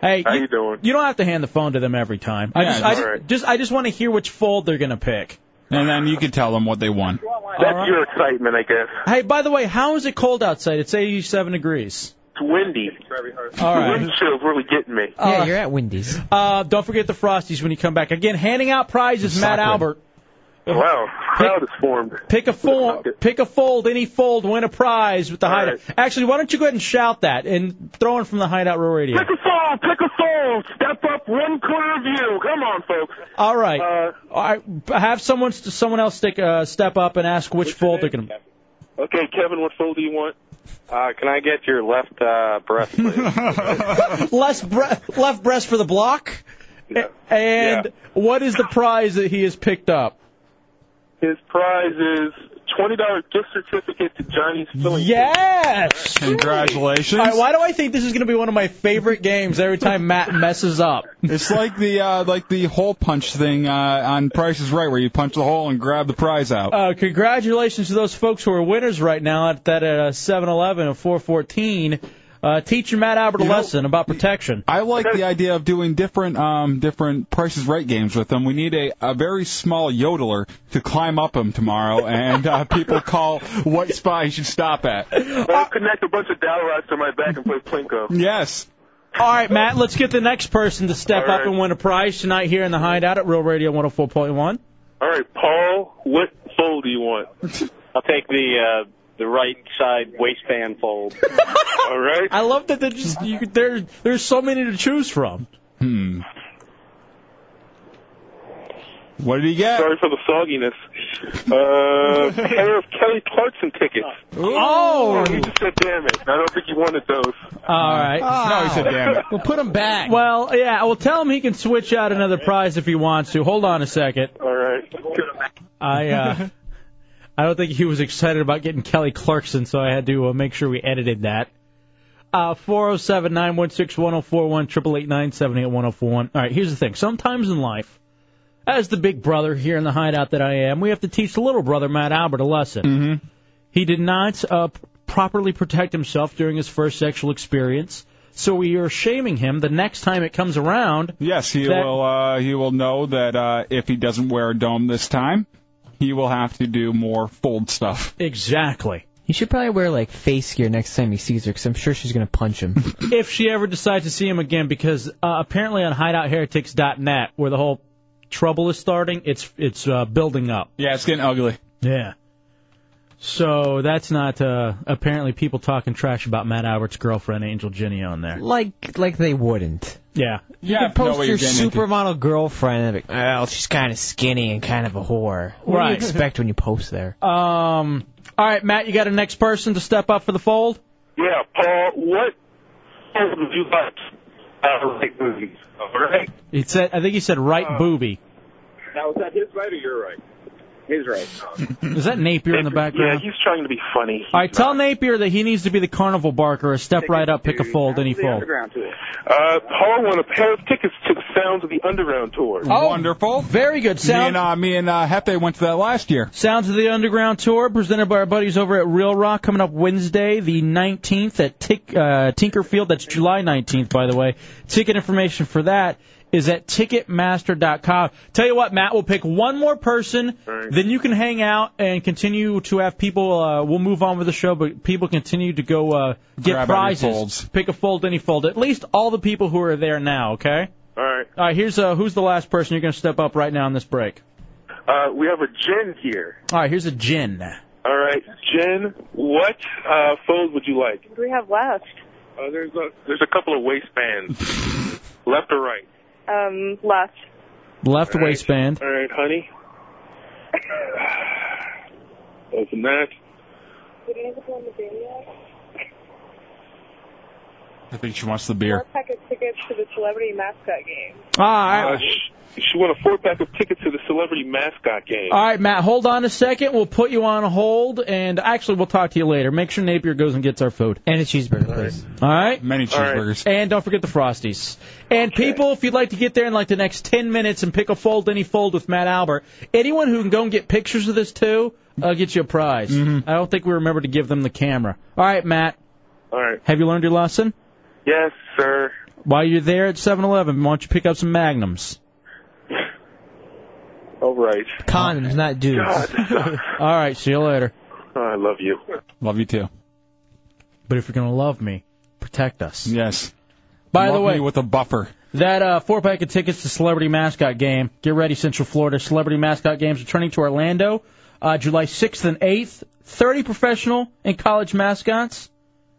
Hey,
How
you,
you doing?
You don't have to hand the phone to them every time. I
Yeah,
just, I
all
just,
right.
just, I just want to hear which fold they're gonna pick.
And then you could tell them what they won.
That's right. your
excitement, I guess.
Hey, by the way, how is it cold outside? It's 87 degrees.
It's windy. *laughs*
All right.
Wind chill's really getting me.
Oh.
Yeah,
you're at Wendy's.
Uh, don't forget the Frosties when you come back. Again, handing out prizes, Matt
Exactly.
Albert.
Wow, crowd is formed.
Pick a fold, pick a fold, any fold, win a prize with the hideout. Actually, why don't you go ahead and shout that and throw in from the hideout Row radio.
Pick a fold, pick a fold, step up one clear view. Come on, folks.
All right,
Uh,
all right. b- Have someone someone else stick, uh, step up and ask which fold they're gonna.
Okay, Kevin, what fold do you want? Uh, can I get your left uh, breast, please?
Less bre- left breast for the block. A- And what is the prize that he has picked up?
His prize is twenty dollar gift certificate to Johnny's Filling.
Yes.
Congratulations.
All right, why do I think this is going to be one of my favorite games every time Matt messes up?
It's like the uh, like the hole punch thing uh, on Price is Right, where you punch the hole and grab the prize out.
Uh, congratulations to those folks who are winners right now at that uh, 7-Eleven and 414. Uh, teaching Matt Albert a
You know-
lesson about protection.
I like the idea of doing different um, different Price is Right games with them. We need a, a very small yodeler to climb up them tomorrow,
*laughs*
and uh, people call what spot he should stop at.
I'll connect a bunch of dowel rods to my back and play plinko.
Yes.
All right, Matt, let's get the next person to step
All
up
right.
and win a prize tonight here in the Hideout at Real Radio 104.1.
All right, Paul, what fold do
*laughs*
you want? I'll take the uh, the right side waistband fold. All right.
I love that they're just, you, could- there, there's so many to choose from.
Hmm. What did he get?
Sorry for the sogginess. Uh, pair of Kelly Clarkson tickets.
Oh!
You just said damn it. I don't think you wanted those.
All right.
No, he said damn it.
We'll put him back. Well, yeah, well, tell him he can switch out another prize if he wants to. Hold on a second.
All right.
I uh, *laughs* I don't think he was excited about getting Kelly Clarkson, so I had to uh, make sure we edited that. Uh, 407 916 1041 All right, here's the thing. Sometimes in life, as the big brother here in the hideout that I am, we have to teach the little brother, Matt Albert, a lesson. Mm-hmm. He did not uh, p- properly protect himself during his first sexual experience, so we are shaming him the next time it comes around.
Yes, he
That-
will. Uh, he will know that uh, if he doesn't wear a dome this time, he will have to do more fold stuff.
Exactly.
You should probably wear like face gear next time he sees her, 'cause I'm sure she's gonna punch him.
if she ever decides to see him again, because uh, apparently on hideoutheretics.net, where the whole trouble is starting, it's it's uh, building up.
Yeah, it's getting ugly.
Yeah. So that's not uh, apparently people talking trash about Matt Albert's girlfriend Angel Jenny on
*laughs*
there.
like like they wouldn't.
Yeah.
You could post your supermodel girlfriend and be like, well, she's kind of skinny and kind of a whore. What do
Right.
you expect when you post there?
Uh,
Um. All right, Matt, you got a next person to step up for the fold.
Yeah, Paul, what fold would you like? Uh, like movies. All right.
He said, I think he said right booby.
Uh, Now, is that his right or your right? His right.
Is that Napier in the
Yeah,
background?
he's trying to be funny.
All right, tell Napier that he needs to be the carnival barker, or step right up, pick a fold, any fold.
Uh, Paul won a pair of tickets to the Sounds of the Underground tour.
Wonderful.
Very good.
Me
Oh. Sound-
and, uh, me and uh, Hefe went to that last year.
Sounds of the Underground Tour, presented by our buddies over at Real Rock, coming up Wednesday, the 19th at Tick, uh, Tinkerfield. That's July 19th, by the way. Ticket information for that is at Ticketmaster.com. Tell you what, Matt, we'll pick one more person, then you can hang out and continue to have people. Uh, we'll move on with the show, but people continue to go uh, get
Grab any
prizes,
folds.
pick a fold, any fold. At least all the people who are there now, okay?
All right.
All right, here's uh, who's the last person you're going to step up right now on this break.
Uh, we have a Jen here.
All right, here's a gin.
All right, Jen, what uh, fold would you like?
do we have left?
Uh, there's a there's a couple of waistbands, left or right.
Um, left.
Left waistband.
All right, honey. Open that.
I think she wants the beer.
Pack of tickets to the celebrity mascot game.
All
Uh,
right.
Oh,
she, she won a four pack of tickets to the celebrity mascot game.
All right, Matt, hold on a second. We'll put you on hold, and actually, we'll talk to you later. Make sure Napier goes and gets our food. And a cheeseburger, please. All right?
Many cheeseburgers.
And don't forget the Frosties. And people, if you'd like to get there in like the next 10 minutes and pick a fold, any fold with Matt Albert, anyone who can go and get pictures of this, too, I'll get you a prize. I don't think we remember to give them the camera. All right, Matt.
All right.
Have you learned your lesson?
Yes, sir.
While you're there at 7-Eleven, why don't you pick up some Magnums?
All right.
Condoms, not dudes. All right, see you later.
Oh,
I love you.
Love you too.
But if you're gonna love me, protect us.
Yes.
By
Love
the way,
me with a buffer.
that uh, four pack of tickets to Celebrity Mascot Game. Get ready, Central Florida. Celebrity Mascot Games returning to Orlando uh, July 6th and 8th. 30 professional and college mascots.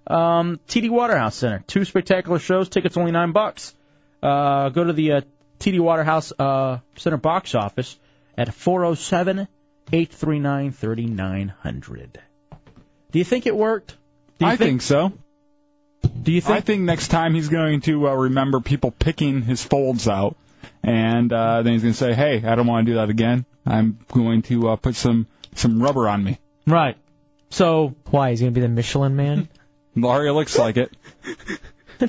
Um, TD Waterhouse Center. Two spectacular shows. Tickets only nine bucks. Uh, go to the uh, TD Waterhouse uh, Center box office at 407 839 3900. Do you think it worked? Do you
I think so.
Do you think?
I think next time he's going to uh, remember people picking his folds out, and uh, then he's going to say, "Hey, I don't want to do that again. I'm going to uh, put some some rubber on me."
Right. So
why he's gonna be the Michelin
*laughs*
Man?
Laria looks like it.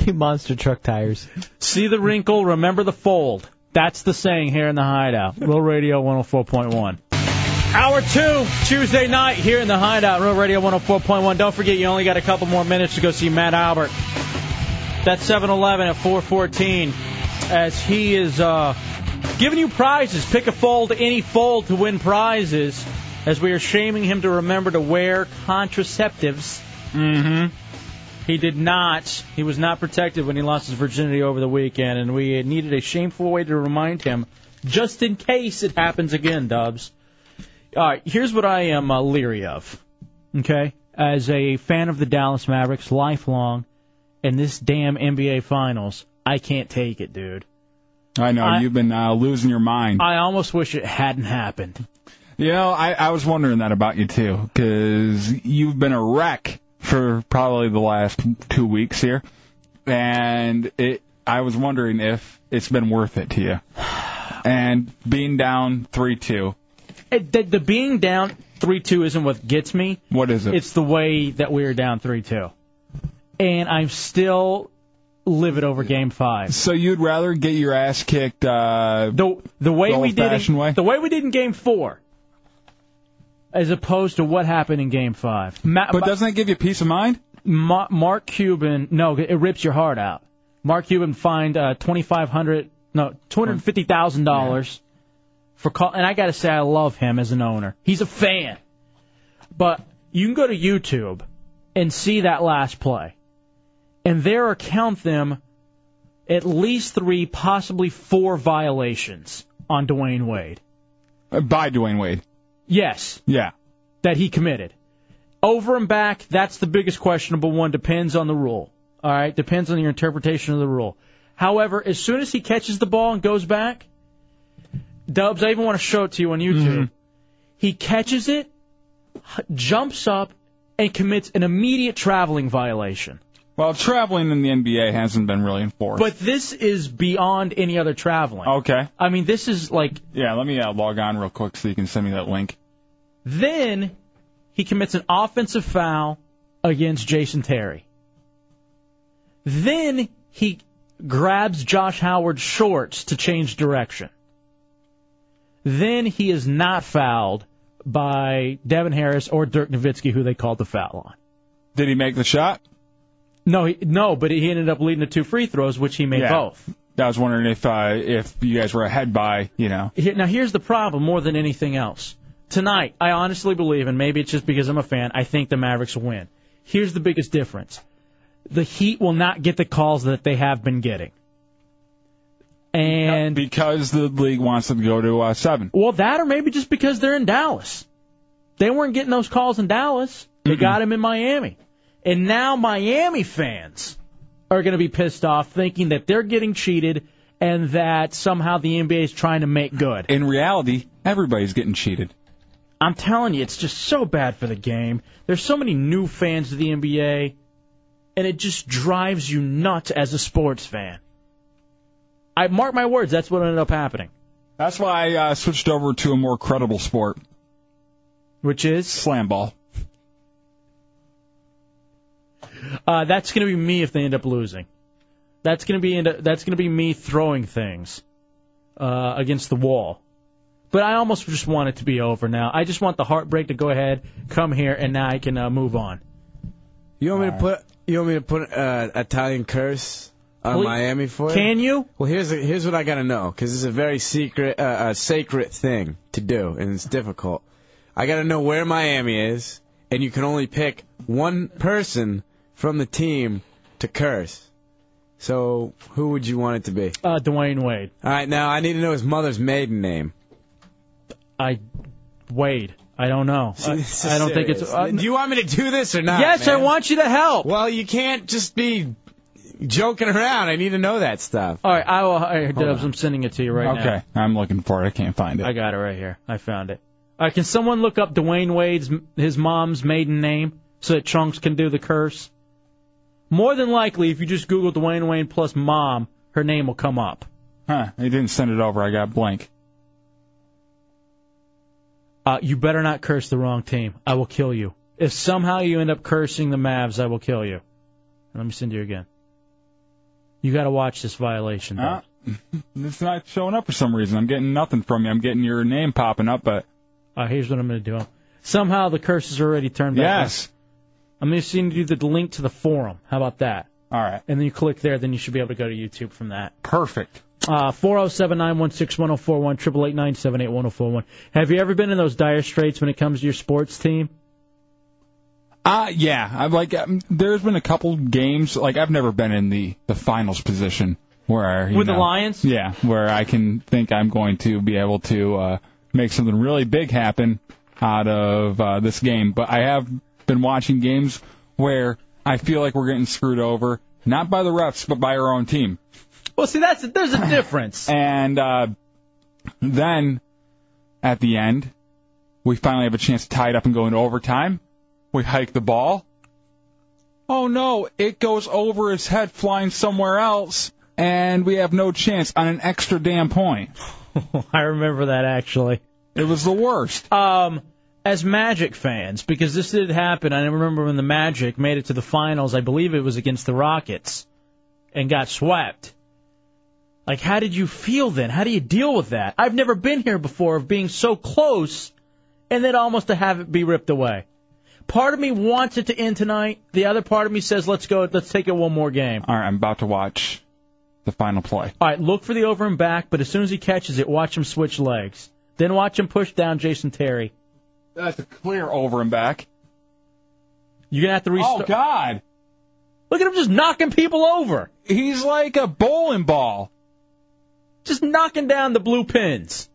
New monster truck tires.
See the wrinkle, remember the fold. That's the saying here in the hideout. Real Radio 104.1. Hour two, Tuesday night here in the hideout. Real Radio 104.1. Don't forget, you only got a couple more minutes to go see Matt Albert. That's 7 Eleven at 414 as he is uh, giving you prizes. Pick a fold, any fold to win prizes as we are shaming him to remember to wear contraceptives. Mm hmm. He did not. He was not protected when he lost his virginity over the weekend, and we needed a shameful way to remind him, just in case it happens again, Dubs. All right, here's what I am uh, leery of. Okay? As a fan of the Dallas Mavericks, lifelong, and this damn NBA Finals, I can't take it, dude.
I know
I-
you've been uh, losing your mind.
I almost wish it hadn't happened.
You know, I, I was wondering that about you too, 'cause you've been a wreck for probably the last two weeks here, and it. I was wondering if it's been worth it to you, *sighs* and being down three two.
It, the, the being down 3 2 isn't what gets me.
What is it?
It's the way that we are down 3 2. And I'm still livid over game five.
So you'd rather get your ass kicked uh,
the the way we did
old-fashioned
in,
way?
the way we did in game four, as opposed to what happened in game five. Ma-
But doesn't that give you peace of mind?
Ma- Mark Cuban, no, it rips your heart out. Mark Cuban fined uh, twenty five hundred, no, two hundred fifty thousand dollars for call. And I gotta say, I love him as an owner. He's a fan. But you can go to YouTube and see that last play, and there are count them at least three, possibly four violations on Dwayne Wade.
Uh, by Dwayne Wade.
Yes,
Yeah.
that he committed. Over and back, that's the biggest questionable one. Depends on the rule. All right, depends on your interpretation of the rule. However, as soon as he catches the ball and goes back, Dubs, I even want to show it to you on YouTube. He catches it, h- jumps up, and commits an immediate traveling violation.
Well, traveling in the NBA hasn't been really enforced.
But this is beyond any other traveling.
okay.
I mean, this is like
Yeah, let me uh, log on real quick so you can send me that link.
Then he commits an offensive foul against Jason Terry. Then he grabs Josh Howard's shorts to change direction. Then he is not fouled by Devin Harris or Dirk Nowitzki, who they called the foul on.
Did he make the shot?
No, he, no, but he ended up leading to two free throws, which he made
yeah.
both.
I was wondering if uh, if you guys were ahead by, you know.
Here, now, here's the problem more than anything else. Tonight, I honestly believe, and maybe it's just because I'm a fan, I think the Mavericks will win. Here's the biggest difference the Heat will not get the calls that they have been getting. And
because the league wants them to go to uh, seven.
Well, that or maybe just because they're in Dallas. They weren't getting those calls in Dallas, they got them in Miami. And now Miami fans are going to be pissed off thinking that they're getting cheated and that somehow the NBA is trying to make good.
In reality, everybody's getting cheated.
I'm telling you, it's just so bad for the game. There's so many new fans of the NBA. and it just drives you nuts as a sports fan. I mark my words, that's what ended up happening.
That's why I uh, switched over to a more credible sport.
Which is?
Slam ball.
Uh, that's going to be me if they end up losing. That's going to be into, that's going to be me throwing things uh, against the wall. But I almost just want it to be over now. I just want the heartbreak to go ahead, come here, and now I can uh, move on.
You want me to put you want me to put uh, Italian curse on
Please-
Miami for you?
Can you?
Well, here's a, here's what I gotta know because it's a very secret, uh, a sacred thing to do, and it's difficult. I gotta know where Miami is, and you can only pick one person from the team to curse. So who would you want it to be?
Uh, Dwayne Wade.
All right, now I need to know his mother's maiden name.
I Wade. I don't
*laughs*
know. I,
This
*laughs*
is
I don't think
serious.
it's. Uh,
do you want me to do this or not?
Yes, I
man?
want you to help.
Well, you can't just be joking around. I need to know that stuff.
All right, I will. all right,
Hold
Dubs,
on.
I'm sending it to you right now.
okay, I'm looking for it. I can't find it.
I got it right here. I found it. All right, can someone look up Dwayne Wade's his mom's maiden name so that Trunks can do the curse? More than likely, if you just Google Dwayne Wade plus mom, her name will come up.
Huh? He didn't send it over. I got blank.
Uh, you better not curse the wrong team. I will kill you. If somehow you end up cursing the Mavs, I will kill you. Let me send you again. You got to watch this violation. Though.
Huh? it's not showing up for some reason. I'm getting nothing from you. I'm getting your name popping up, but
Uh, here's what I'm going to do. Somehow the curse is already turned back.
Yes.
on. I'm going to send you the link to the forum. How about that?
All right.
And then you click there, then you should be able to go to YouTube from that.
perfect.
Uh, 407-916-1041, 888 oh Have you ever been in those dire straits when it comes to your sports team?
Uh yeah. I've like um, there's been a couple games like I've never been in the the finals position where you
With the
know,
Lions?
Yeah, where I can think I'm going to be able to uh make something really big happen out of uh this game, but I have been watching games where I feel like we're getting screwed over not by the refs but by our own team.
Well, see, that's there's a difference.
and uh, then at the end, we finally have a chance to tie it up and go into overtime. We hike the ball. Oh no, it goes over his head, flying somewhere else, and we have no chance on an extra damn point.
*laughs* I remember that actually.
It was the worst.
Um, as Magic fans, because this did happen, I remember when the Magic made it to the finals. I believe it was against the Rockets, and got swept. Like, how did you feel then? How do you deal with that? I've never been here before of being so close, and then almost to have it be ripped away. Part of me wants it to end tonight. The other part of me says, let's go, let's take it one more game.
All right, I'm about to watch the final play.
All right, look for the over and back, but as soon as he catches it, watch him switch legs. Then watch him push down Jason Terry.
That's a clear over and back.
You're gonna have to restart.
Oh God!
Look at him just knocking people over.
He's like a bowling ball.
Just knocking down the blue pins.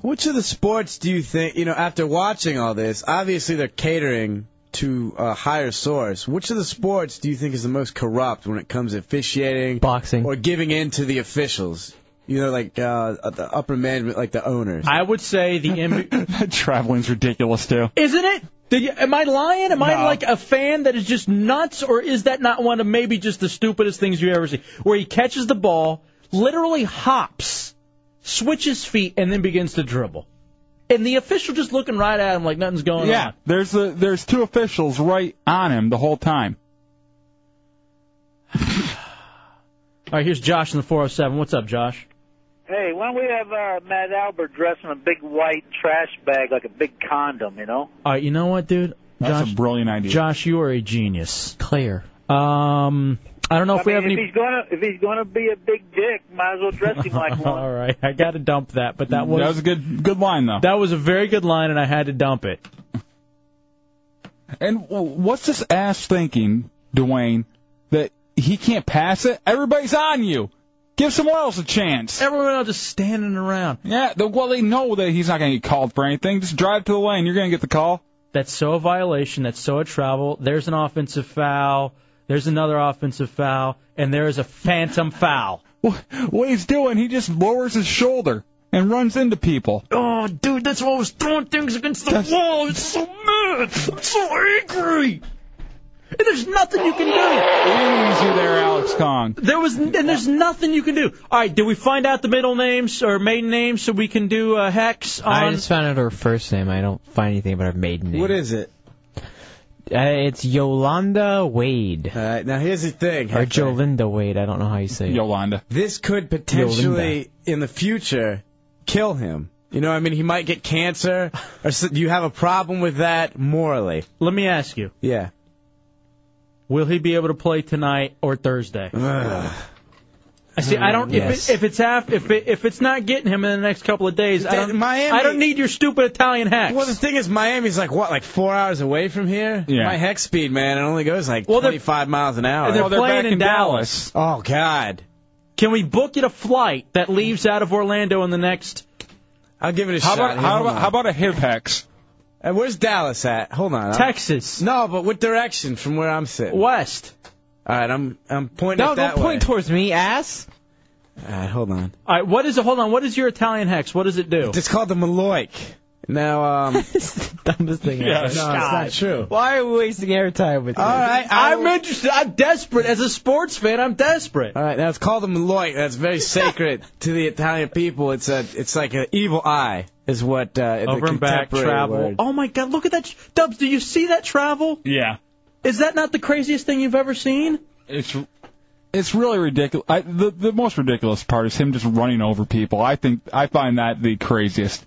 Which of the sports do you think, you know, after watching all this, obviously they're catering to a higher source. Which of the sports do you think is the most corrupt when it comes to officiating,
boxing,
or giving in to the officials? You know, like uh, the upper management, like the owners.
I would say the
*laughs*
NBA.
That *laughs* traveling's ridiculous too.
Isn't it? Did you, am I lying? Am I
No.
like a fan that is just nuts, or is that not one of maybe just the stupidest things you ever see? Where he catches the ball, literally hops, switches feet, and then begins to dribble. And the official just looking right at him like nothing's going
yeah,
on.
there's the there's two officials right on him the whole time.
All right, here's Josh in the 407. What's up, Josh?
Hey, why don't we have uh, Matt Albert dressed in a big white trash bag like a big condom, you know?
All right, you know what, dude?
That's
Josh,
a brilliant idea.
Josh, you are a genius.
Clear.
Um, I don't know if
I
we
mean,
have any.
If he's gonna if he's gonna be a big dick, might as well dress him
*laughs*
like one.
All right, I got to dump that, but that
That
was
was a good good line though.
that was a very good line, and I had to dump it.
And w- what's this ass thinking, Dwayne, that he can't pass it? Everybody's on you. Give someone else a chance.
Everyone else just standing around.
Yeah, the, well they know that he's not going to get called for anything. Just drive to the lane. You're going to get the call.
That's so a violation. That's so a travel. There's an offensive foul. There's another offensive foul, and there is a phantom foul.
What he's doing, he just lowers his shoulder and runs into people.
Oh, dude, that's why I was throwing things against the wall. It's so mad. I'm so angry. There's nothing you can do.
Easy there, Alex Kong.
There was, and there's nothing you can do. All right, did we find out the middle names or maiden names so we can do a hex
I
on?
just found out her first name. I don't find anything about her maiden name. What
is it?
Uh, it's Yolanda Wade.
Uh, now here's the thing.
Or
Hefe.
Jolinda Wade. I don't know how you say it.
Yolanda.
This could potentially, in the future, kill him. You know, what I mean, he might
*laughs*
get cancer. Or s do you have a problem with that morally?
Let me ask you.
Yeah.
Will he be able to play tonight or Thursday? I see. I don't.
Yes.
If, it, if it's half, if it, if it's not getting him in the next couple of days, I don't.
Miami-
I don't need your stupid Italian hex.
Well, the thing is, Miami's like what, like four hours away from here.
Yeah.
My hex speed, man, it only goes like
Well, they're-
25 miles an hour.
And they're playing in Dallas.
Oh God!
Can we book you a flight that leaves out of Orlando in the next?
I'll give it a
How
shot.
about-
here,
how
hold
about-
on.
how about a hip hex?
And where's Dallas at? Hold
Uh,
on. I'm-
Texas.
No, but what direction from where I'm sitting?
West.
All right, I'm I'm pointing
No,
at that
don't point
way.
towards me, ass.
All right, hold on.
All right. What is it? Hold on. What is your Italian hex? What does it do?
It's called the Maloik. Now, um,
*laughs*
dumbest thing ever.
Yeah, no, it's not true.
Why are we wasting airtime with this?
I'm interested. I'm desperate as a sports fan. I'm desperate.
All right, now it's called the Malloy. That's very sacred *laughs* to the Italian people. It's a, it's like an evil eye, is what uh,
Over
the
and back
contemporary
travel.
word.
Oh my God! Look at that, Dubs. Do you see that travel?
Yeah.
Is that not the craziest thing you've ever seen?
It's it's really ridiculous. I, the the most ridiculous part is him just running over people. I think I find that the craziest.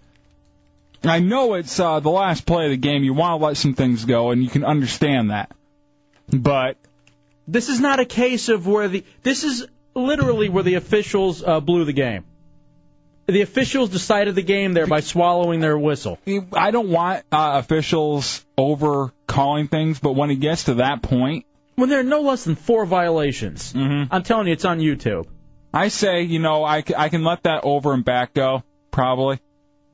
I know it's uh, the last play of the game. You want to let some things go, and you can understand that. But
This is not a case of where the. This is literally where the officials uh, blew the game. The officials decided the game there by swallowing their whistle.
I don't want uh, officials over calling things. But when it gets to that point,
when there are no less than four violations, I'm telling you, it's on YouTube.
I say, you know, I, c- I can let that over and back go, probably.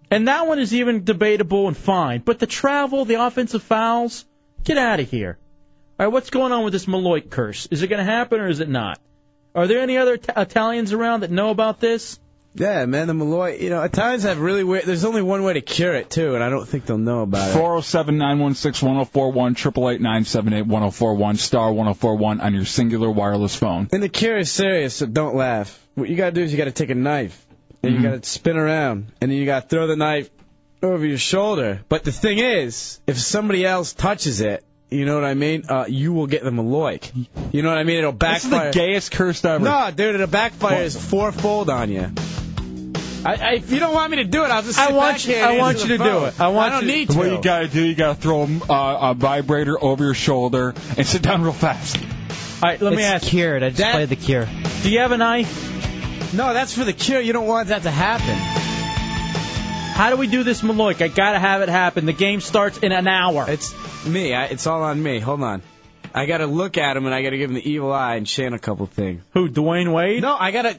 And that one is even debatable and fine. But the travel, the offensive fouls, get out of here. All right, what's going on with this Malloy curse? Is it going to happen or is it not? Are there any other Ita- Italians around that know about this?
Yeah, man, the Malloy. You know, Italians have really weird. There's only one way to cure it too, and I don't think they'll know about it.
Four zero seven nine one six one zero four one triple eight nine seven eight one zero four one star one zero four one on your singular wireless phone.
And the cure is serious, so don't laugh. What you gotta do is you gotta take a knife, and
Mm-hmm.
you gotta spin around, and then you gotta throw the knife over your shoulder. But the thing is, if somebody else touches it, you know what I mean? Uh, you will get the Malloy. You know what I mean? It'll
This is the
backfire.
gayest curse ever.
No, dude, it'll backfire is fourfold on you. I, I, if you don't want me to do it, I'll just. Sit
I want
back
you-
here and
I want
answer
you
the
to do
phone.
it. I want
don't
you-
need to.
What you gotta do, you gotta throw uh, a vibrator over your shoulder and sit down real fast.
All right, let me
It's
ask.
cured. I just
That-
played the cure.
Do you have a knife?
No, that's for the cure. You don't want that to happen.
How do we do this Malloy? I gotta have it happen. The game starts in an hour.
It's me. I, it's all on me. Hold on. I gotta look at him and I gotta give him the evil eye and chant a couple things.
Who? Dwayne Wade?
No, I gotta.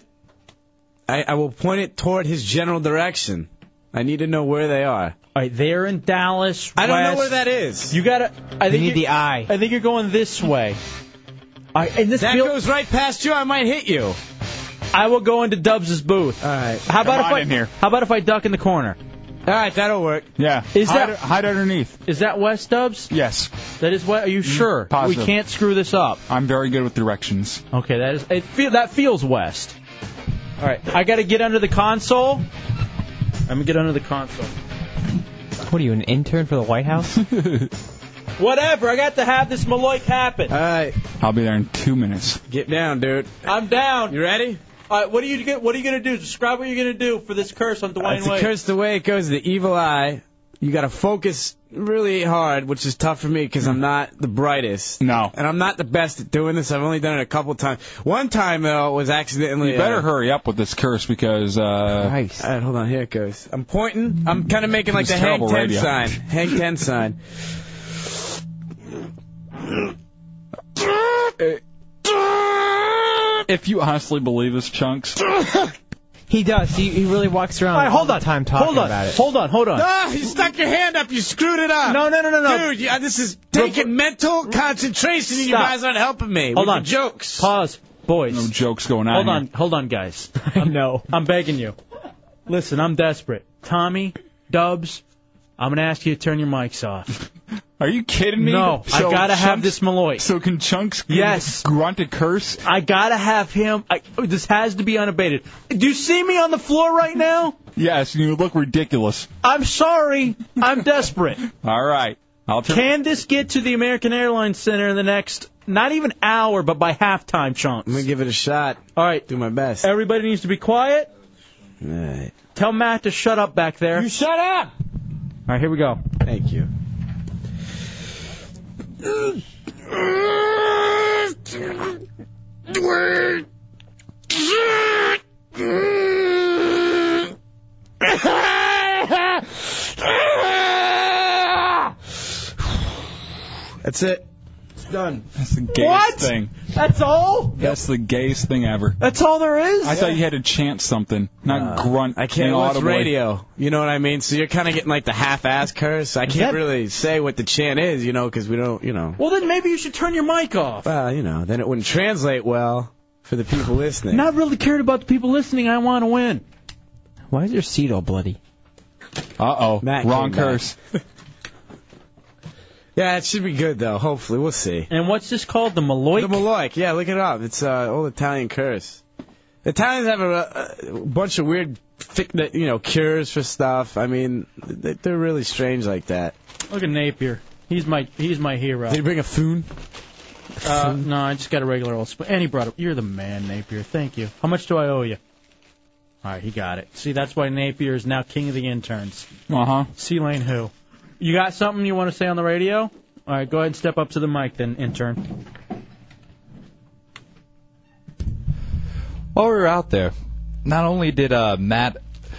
I, I will point it toward his general direction. I need to know where they are.
All right, they're in Dallas.
I don't know
West.
where that is.
You gotta. I think
need
you-
the eye.
I think you're going this way. I, and this
That
feel-
goes right past you. I might hit you.
I will go into Dubs' booth.
All right.
How about if
Come on
I
in here.
How about if I duck in the corner?
All right, that'll work.
Yeah.
Is
hide,
that-
hide underneath?
Is that West Dubs?
Yes.
That is what? Are you sure?
positive.
We can't screw this up.
I'm very good
*laughs*
with directions.
Okay, that is. It feel, that feels West. All right, I got to get under the console. I'm gonna get under the console.
What are you, an intern for the White House?
Whatever. I got to have this Malloy happen.
All right,
I'll be there in two minutes.
get down, dude.
I'm down.
You ready?
All right, what are you get? What are you gonna do? Describe what you're gonna do for this curse on Dwayne
It's a
Wade.
curse the way it goes. The evil eye. You got to focus really hard, which is tough for me because I'm not the brightest.
No.
And I'm not the best at doing this. I've only done it a couple times. One time though was accidentally.
You better
uh,
hurry up with this curse because uh,
Christ.
All right, hold on. Here it goes. I'm pointing. I'm kind of making like
This
the
is
Hank
terrible
Ten
radio.
sign. *laughs* Hank Ten sign.
if you honestly believe us, chunks.
He does. He, he really walks around
All right, hold
all
on.
the time talking
hold on.
about it.
Hold on. Hold on.
Ah, you stuck your hand up. You screwed it up.
No, no, no, no, no.
Dude, you, this is taking mental concentration. and You
Stop.
guys aren't helping me.
Hold
with
on.
your Jokes.
Pause, boys.
No Oh, jokes going on.
Hold
here.
on, hold on, guys.
I know.
I'm begging you. Listen, I'm desperate. Tommy, Dubs, I'm gonna ask you to turn your mics off.
Are you kidding me?
No, I gotta have
this
Malloy.
So can Chunks
Yes.
grunt a curse?
I gotta have him. I, this has to be unabated. Do you see me on the floor right now?
Yes, you look ridiculous.
I'm sorry. I'm desperate.
All right. I'll turn.
Can this get to the American Airlines Center in the next, not even hour, but by halftime, Chunks? I'm
gonna give it a shot.
All right.
Do my best.
Everybody needs to be quiet.
Alright.
Tell Matt to shut up back there. You
shut up! All
right, here we go.
Thank you. That's it. It's done.
That's the gayest
What?
thing.
That's all?
That's the gayest thing ever.
That's all there is?
I thought you had to chant something, not grunt.
I can't watch
inaudibly.
radio. You know what I mean? So you're kind of getting like the half-ass curse. I can't really say what the chant is, you know, because we don't, you know.
Well, then maybe you should turn your mic off.
Well, you know, then it wouldn't translate well for the people listening.
Not really cared about the people listening. I want to win.
Why is your seat all bloody?
Uh oh. Wrong
came back.
curse.
*laughs* Yeah, it should be good though. Hopefully, we'll see.
And what's this called? The Maloik?
The Maloik. Yeah, look it up. It's uh, old Italian curse. The Italians have a, a bunch of weird, thick, you know, cures for stuff. I mean, they- they're really strange like that.
Look at Napier. He's my he's my hero.
Did you bring a foon?
Uh, no, I just got a regular old spoon. And he brought it. You're the man, Napier. Thank you. How much do I owe you? All right, he got it. See, that's why Napier is now king of the interns.
Uh huh.
C Lane who? You got something you want to say on the radio? All right, go ahead and step up to the mic then, intern.
While we were out there, not only did uh, Matt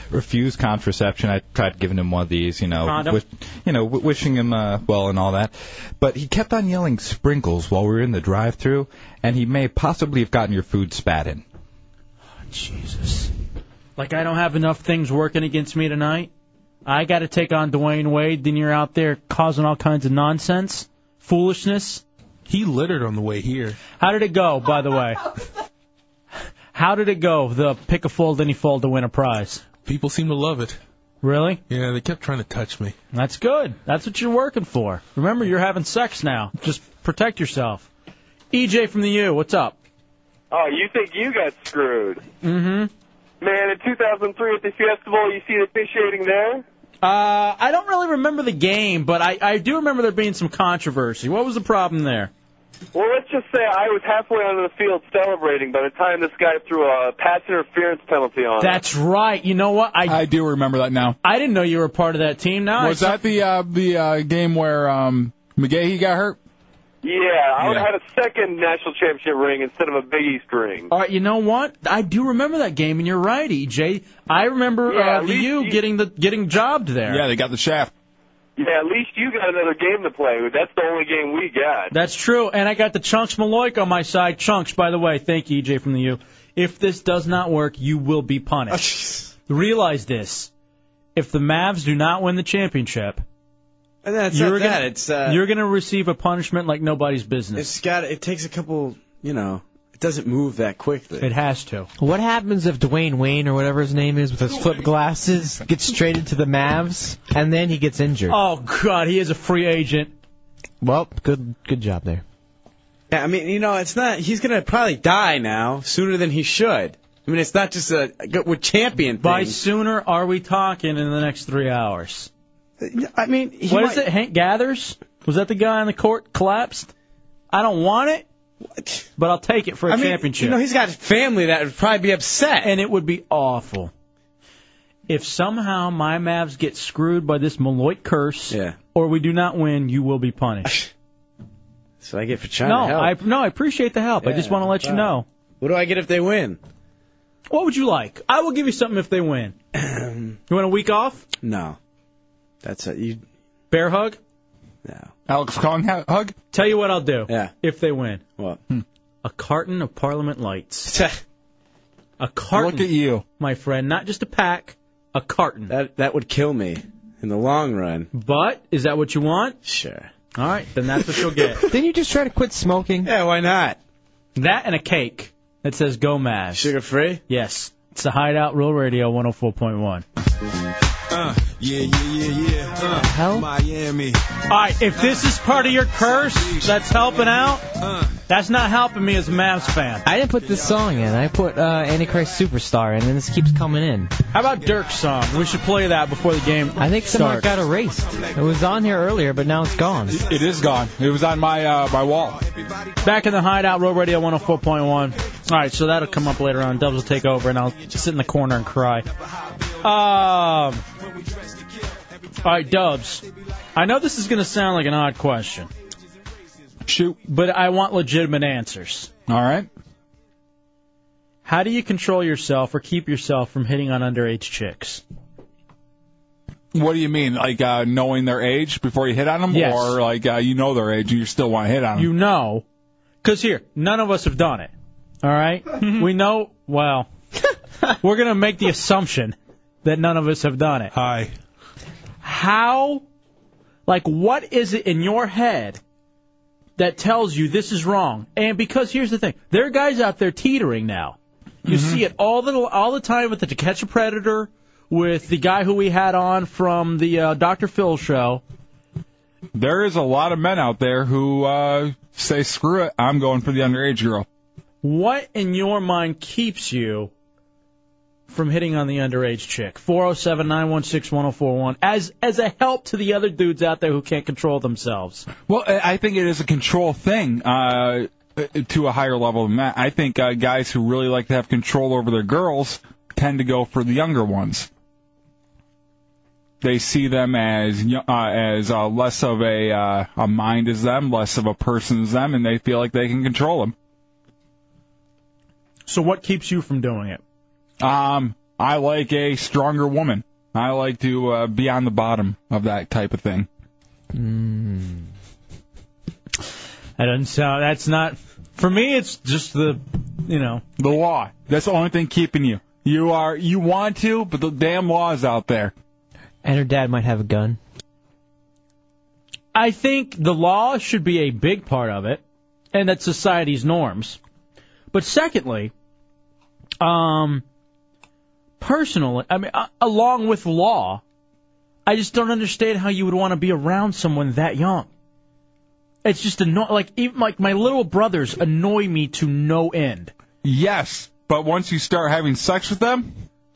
refuse contraception, I tried giving him one of these, you know,
Condom.
you know, w- wishing him uh, well and all that, but he kept on yelling sprinkles while we were in the drive-through, and he may possibly have gotten your food spat in.
Jesus. Like I don't have enough things working against me tonight. I got to take on Dwayne Wade. Then you're out there causing all kinds of nonsense, foolishness.
He littered on the way here.
How did it go, by the way? How did it go? The pick a fold, any fold to win a prize.
People seem to love it.
Really?
Yeah, they kept trying to touch me.
That's good. That's what you're working for. Remember, you're having sex now. Just protect yourself. EJ from the U, what's up?
Oh, you think you got screwed?
Mm-hmm.
Man, in 2003 at the festival, you see the officiating there?
Uh, I don't really remember the game, but I, I do remember there being some controversy. What was the problem there?
Well, let's just say I was halfway onto the field celebrating by the time this guy threw a pass interference penalty on. us.
That's right. You know what? I
I do remember that now.
I didn't know you were part of that team. Now I
Was
saw-
that the uh, the uh, game where um, McGahee got hurt?
Yeah, I would
Yeah.
have had a second national championship ring instead of a Big East ring.
All right, you know what? I do remember that game, and you're right, EJ. I remember
Yeah, at
uh, the
least
U
you-
getting the getting jobbed there.
Yeah, they got the shaft.
Yeah, at least you got another game to play. That's the only game we got.
That's true. And I got the Chunks Maloik on my side. Chunks, by the way, thank you, EJ from the U. If this does not work, you will be punished. Realize this. If the Mavs do not win the championship,
And that's
you're
not
gonna,
that. It's uh,
you're gonna receive a punishment like nobody's business.
it's got. It takes a couple. You know, it doesn't move that quickly.
It has to.
What happens if Dwayne Wayne or whatever his name is with his flip glasses gets traded to the Mavs and then he gets injured?
Oh God, he is a free agent.
Well, good good job there.
Yeah, I mean, you know, it's not. He's gonna probably die now sooner than he should. I mean, it's not just a with champion thing.
By sooner are we talking in the next three hours?
I mean, he
what is it?
might-
Hank Gathers? Was that the guy on the court collapsed? I don't want it, but I'll take it for a
I mean,
championship.
you know, he's got family that would probably be upset,
and it would be awful. If somehow my Mavs get screwed by this Malloy curse, or we do not win, you will be
*laughs*
punished.
So I get for trying
no,
to help.
I no, I appreciate the help. I just
Yeah,
want to let you
wow.
know.
What do I get if they win?
What would you like? I will give you something if they
*clears throat*
win. you want a week off?
No, that's a, you.
Bear hug?
Alex Kong hu- hug?
Tell you what I'll do.
Yeah.
If they win.
What?
A carton of Parliament lights. a carton.
Look at you.
My friend, not just a pack, a carton.
*laughs* That that would kill me in the long run.
But is that what you want?
Sure.
All right, then that's what you'll get.
Didn't you just try to quit smoking?
Yeah, why not?
*laughs* That and a cake that says "Go Mavs."
Sugar free?
oh Yes. It's the Hideout Real Radio 104.1.
Uh, yeah, yeah, yeah, yeah. Uh, Miami.
All right, if this is part of your curse that's helping out,
Uh.
that's not helping me as a Mavs fan.
I didn't put this song in. I put uh, Antichrist Superstar in, and this keeps coming in.
How about Dirk's song? We should play that before the game.
I think somehow it
starts.
got erased. It was on here earlier, but now it's gone.
It is gone. It was on my uh, my wall.
Back in the hideout, Road Radio 104.1. All right, so that'll come up later on. Dubs will take over, and I'll sit in the corner and cry. Um, all right, Dubs. I know this is going to sound like an odd question.
Shoot.
But I want legitimate answers.
All right.
How do you control yourself or keep yourself from hitting on underage chicks?
What do you mean? Like uh, knowing their age before you hit on them,
Yes.
or like uh, you know their age and you still want to hit on them?
You know, because here, none of us have done it. All right? we know, well, we're going to make the assumption that none of us have done it.
Hi.
How, like, what is it in your head that tells you this is wrong? And because here's the thing there are guys out there teetering now. You see it all the all the time with the To Catch a Predator, with the guy who we had on from the uh, Dr. Phil show.
There is a lot of men out there who uh, say, "Screw it, I'm going for the underage girl."
What in your mind keeps you from hitting on the underage chick? 407 916 1041. As, as a help to the other dudes out there who can't control themselves.
Well, I I think it is a control thing uh, to a higher level than that. I think uh, guys who really like to have control over their girls tend to go for the younger ones. They see them as yo- uh, as uh, less of a uh, a mind as them, less of a person as them, and they feel like they can control them.
So, what keeps you from doing it?
Um, I like a stronger woman. I like to uh, be on the bottom of that type of thing.
That doesn't sound, uh, that's not, for me, it's just the, you know.
The law. That's the only thing keeping you. You are you want to, but the damn law is out there.
And her dad might have a gun.
I think the law should be a big part of it, and that's society's norms. But secondly, um, personally, I mean, a along with law, I just don't understand how you would want to be around someone that young. It's just anno- like even like my little brothers annoy me to no end.
Yes, but once you start having sex with them,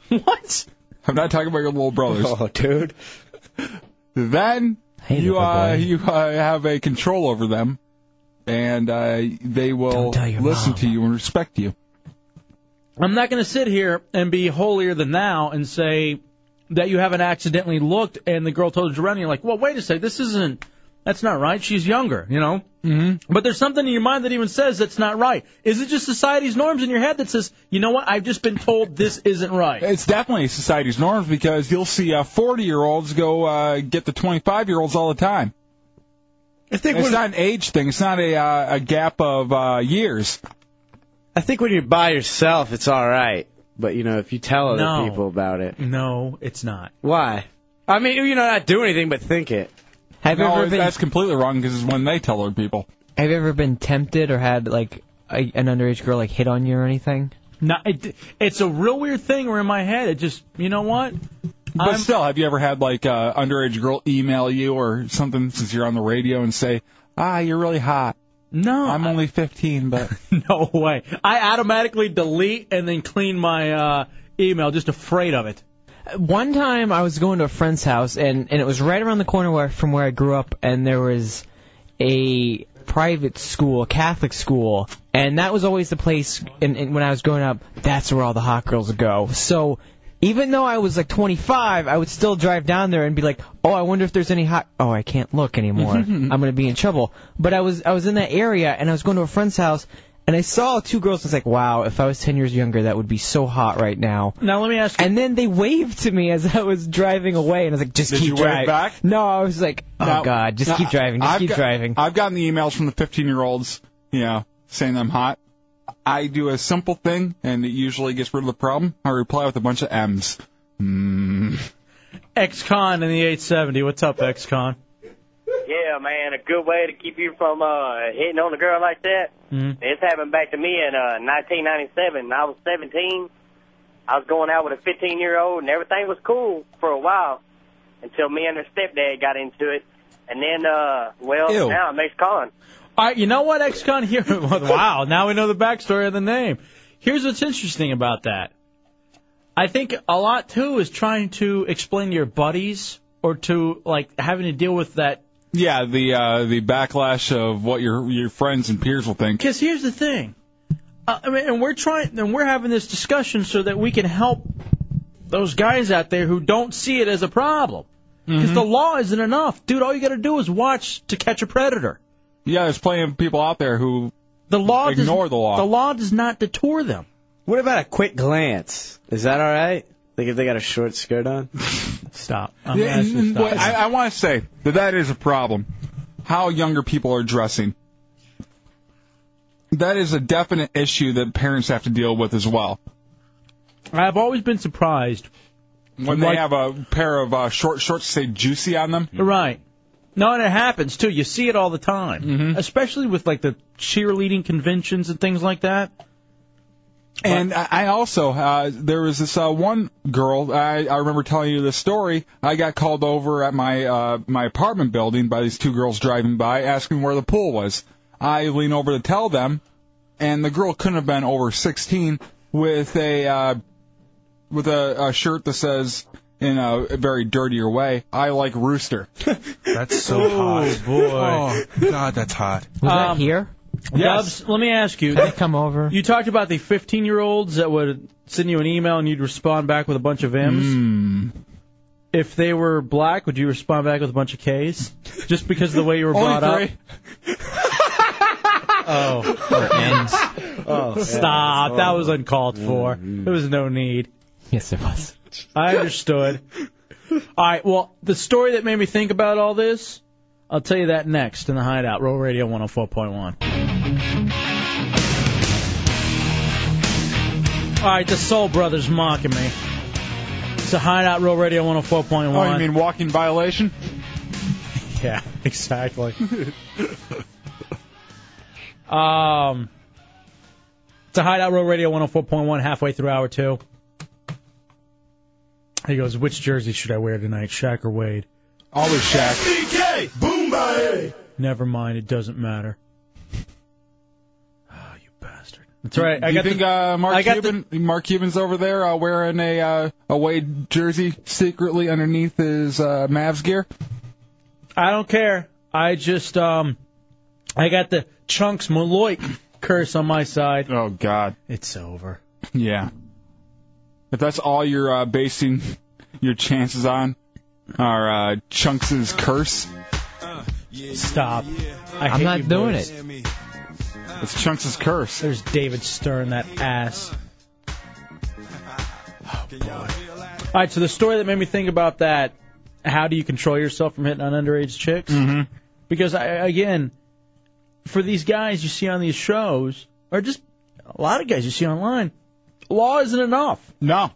what?
I'm not talking about your little
*laughs*
brothers.
Oh, dude.
Then you
little
uh,
boy.
you uh, have a control over them, and uh, they will listen to you and respect you.
I'm not going to sit here and be holier than thou and say that you haven't accidentally looked and the girl told you around and you're like, well, wait a second, this isn't, that's not right. She's younger, you know? Mm-hmm. But there's something in your mind that even says that's not right. Is it just society's norms in your head that says, you know what, I've just been told this isn't right?
It's definitely society's norms because you'll see uh, 40 year olds go uh, get the 25 year olds all the time.
I think
it's
when-
not an age thing. It's not a uh, a gap of uh, years.
I think when you're by yourself, it's all right. But you know, if you tell other
No.
people about it,
No, it's not.
why? I mean, you know, not do anything but think it.
Have you
no,
ever been-
that's completely wrong because it's when they tell other people.
Have you ever been tempted or had like a, an underage girl like hit on you or anything?
No, it, it's a real weird thing where in my head it just, you know what?
But
I'm-
still, have you ever had like uh, underage girl email you or something since you're on the radio and say, "Ah, you're really hot."
No,
I'm only 15, but
*laughs* no way. I automatically delete and then clean my uh, email, just afraid of it.
One time I was going to a friend's house and and it was right around the corner where from where I grew up and there was a private school, a Catholic school, and that was always the place and, and when I was growing up, that's where all the hot girls would go. So even though I was like 25, I would still drive down there and be like, "Oh, I wonder if there's any hot. Oh, I can't look anymore. I'm gonna be in trouble." But I was I was in that area and I was going to a friend's house and I saw two girls. and I was like, "Wow, if I was 10 years younger, that would be so hot right now."
Now let me ask.
And then they waved to me as I was driving away, and I was like, "Just
Did
keep
you wave
driving."
back?
No, I was like, *laughs* "Oh
Now-
God, just
now,
keep driving, just
I've
keep
got-
driving."
I've gotten the emails from the 15 year olds, you know, saying I'm hot. I do a simple thing, and it usually gets rid of the problem. I reply with a bunch of M's. Mm.
Ex-con in the 870. What's up, ex-con?
Yeah, man, a good way to keep you from uh hitting on a girl like that.
Mhm.
This happened back to me in uh 1997. I was 17. I was going out with a 15 year old, and everything was cool for a while.
until me and her stepdad got into it. And then, uh, well,
Ew.
now it makes con.
All right, you know what, ex-con here? *laughs* wow, now we know the backstory of the name. Here's what's interesting about that. I think a lot too is trying to explain to your buddies or to like having to deal with that.
Yeah, the uh, the backlash of what your your friends and peers will think.
Because here's the thing, uh, I mean, and we're trying, and we're having this discussion so that we can help those guys out there who don't see it as a problem. Because the law isn't enough, dude. All you got to do is watch to catch a predator.
Yeah, there's plenty of people out there who
the law
ignore
does-
the law.
The law does not deter them.
What about a quick glance? Is that all right? Like if they got a short skirt on?
stop.
Yeah,
mm,
and what- I, I want to say that that is a problem. How younger people are dressing. That is a definite issue that parents have to deal with as well.
I've always been surprised
Mm-hmm. when they
Like-
have a pair of uh, short shorts that say "juicy" on them.
Right. No, and it happens too. You see it all the time,
Mm-hmm.
especially with like the cheerleading conventions and things like that.
And I I also uh, there was this uh, one girl I, I remember telling you this story. I got called over at my uh, my apartment building by these two girls driving by asking where the pool was. I lean over to tell them, and the girl couldn't have been over 16 with a uh, with a, a shirt that says in a very dirtier way, "I like rooster."
That's so
Oh,
hot.
boy.
Oh, God, that's hot.
Um, Dubs, let me ask you.
come over.
You talked about the 15-year-olds that would send you an email and you'd respond back with a bunch of M's.
Hmm.
If they were black, would you respond back with a bunch of K's? Just because of the way you were
*laughs* Only
brought up.
three.
Oh,
Oh, yeah, Mm-hmm.
stop!
that's
that was uncalled for. There was no need.
Yes, it was.
I understood. all right. Well, the story that made me think about all this, I'll tell you that next in the Hideout. Roll Radio 104.1. All right, the Soul Brothers mocking me. It's a Hideout Roll Radio 104.1.
Oh, you mean walking violation?
Yeah, *laughs* exactly. um, it's a Hideout Road Radio 104.1, halfway through hour two. He goes, which jersey should I wear tonight, Shaq or Wade?
Always Shaq.
DK, boom, baby.
Never mind, it doesn't matter. Ah, That's right. I
Do you
got
think
the-
uh, Mark
I got
Cuban, Mark Cuban's over there uh, wearing a uh, a Wade jersey secretly underneath his uh, Mavs gear?
I don't care. I just um, I got the chunks Maloik curse on my side.
Oh God,
it's over.
Yeah. If that's all you're uh, basing your chances on, are uh, Chunks' curse?
Stop. I
I'm
hate
not
you
doing
boys.
it. It's Chunks' curse.
There's David Stern, that ass. All right, so the story that made me think about that, how do you control yourself from hitting on underage chicks? Mm-hmm. Because I, again, for these guys you see on these shows, or just a lot of guys you see online, law isn't enough.
No.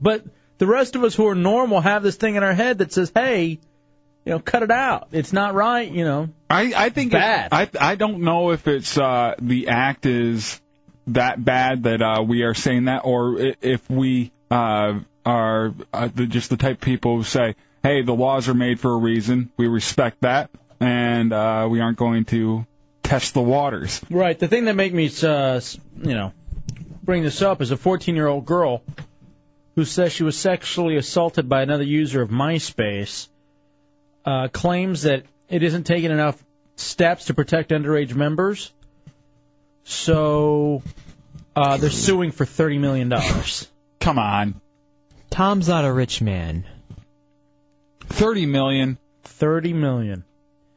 But the rest of us who are normal have this thing in our head that says, "Hey, you know, cut it out. It's not right." You know.
I I think it-
Bad.
I I don't know if it's uh, the act is that bad that uh, we are saying that, or i- if we uh, are uh, the, just the type of people who say, "Hey, the laws are made for a reason. We respect that, and uh, we aren't going to test the waters."
Right. The thing that made me, uh, you know, bring this up is a 14-year-old girl who says she was sexually assaulted by another user of MySpace. Uh, claims that it isn't taking enough steps to protect underage members, so uh, they're suing for 30 million dollars.
Come on.
Tom's not a rich man.
Thirty million. Eh,
Thirty million.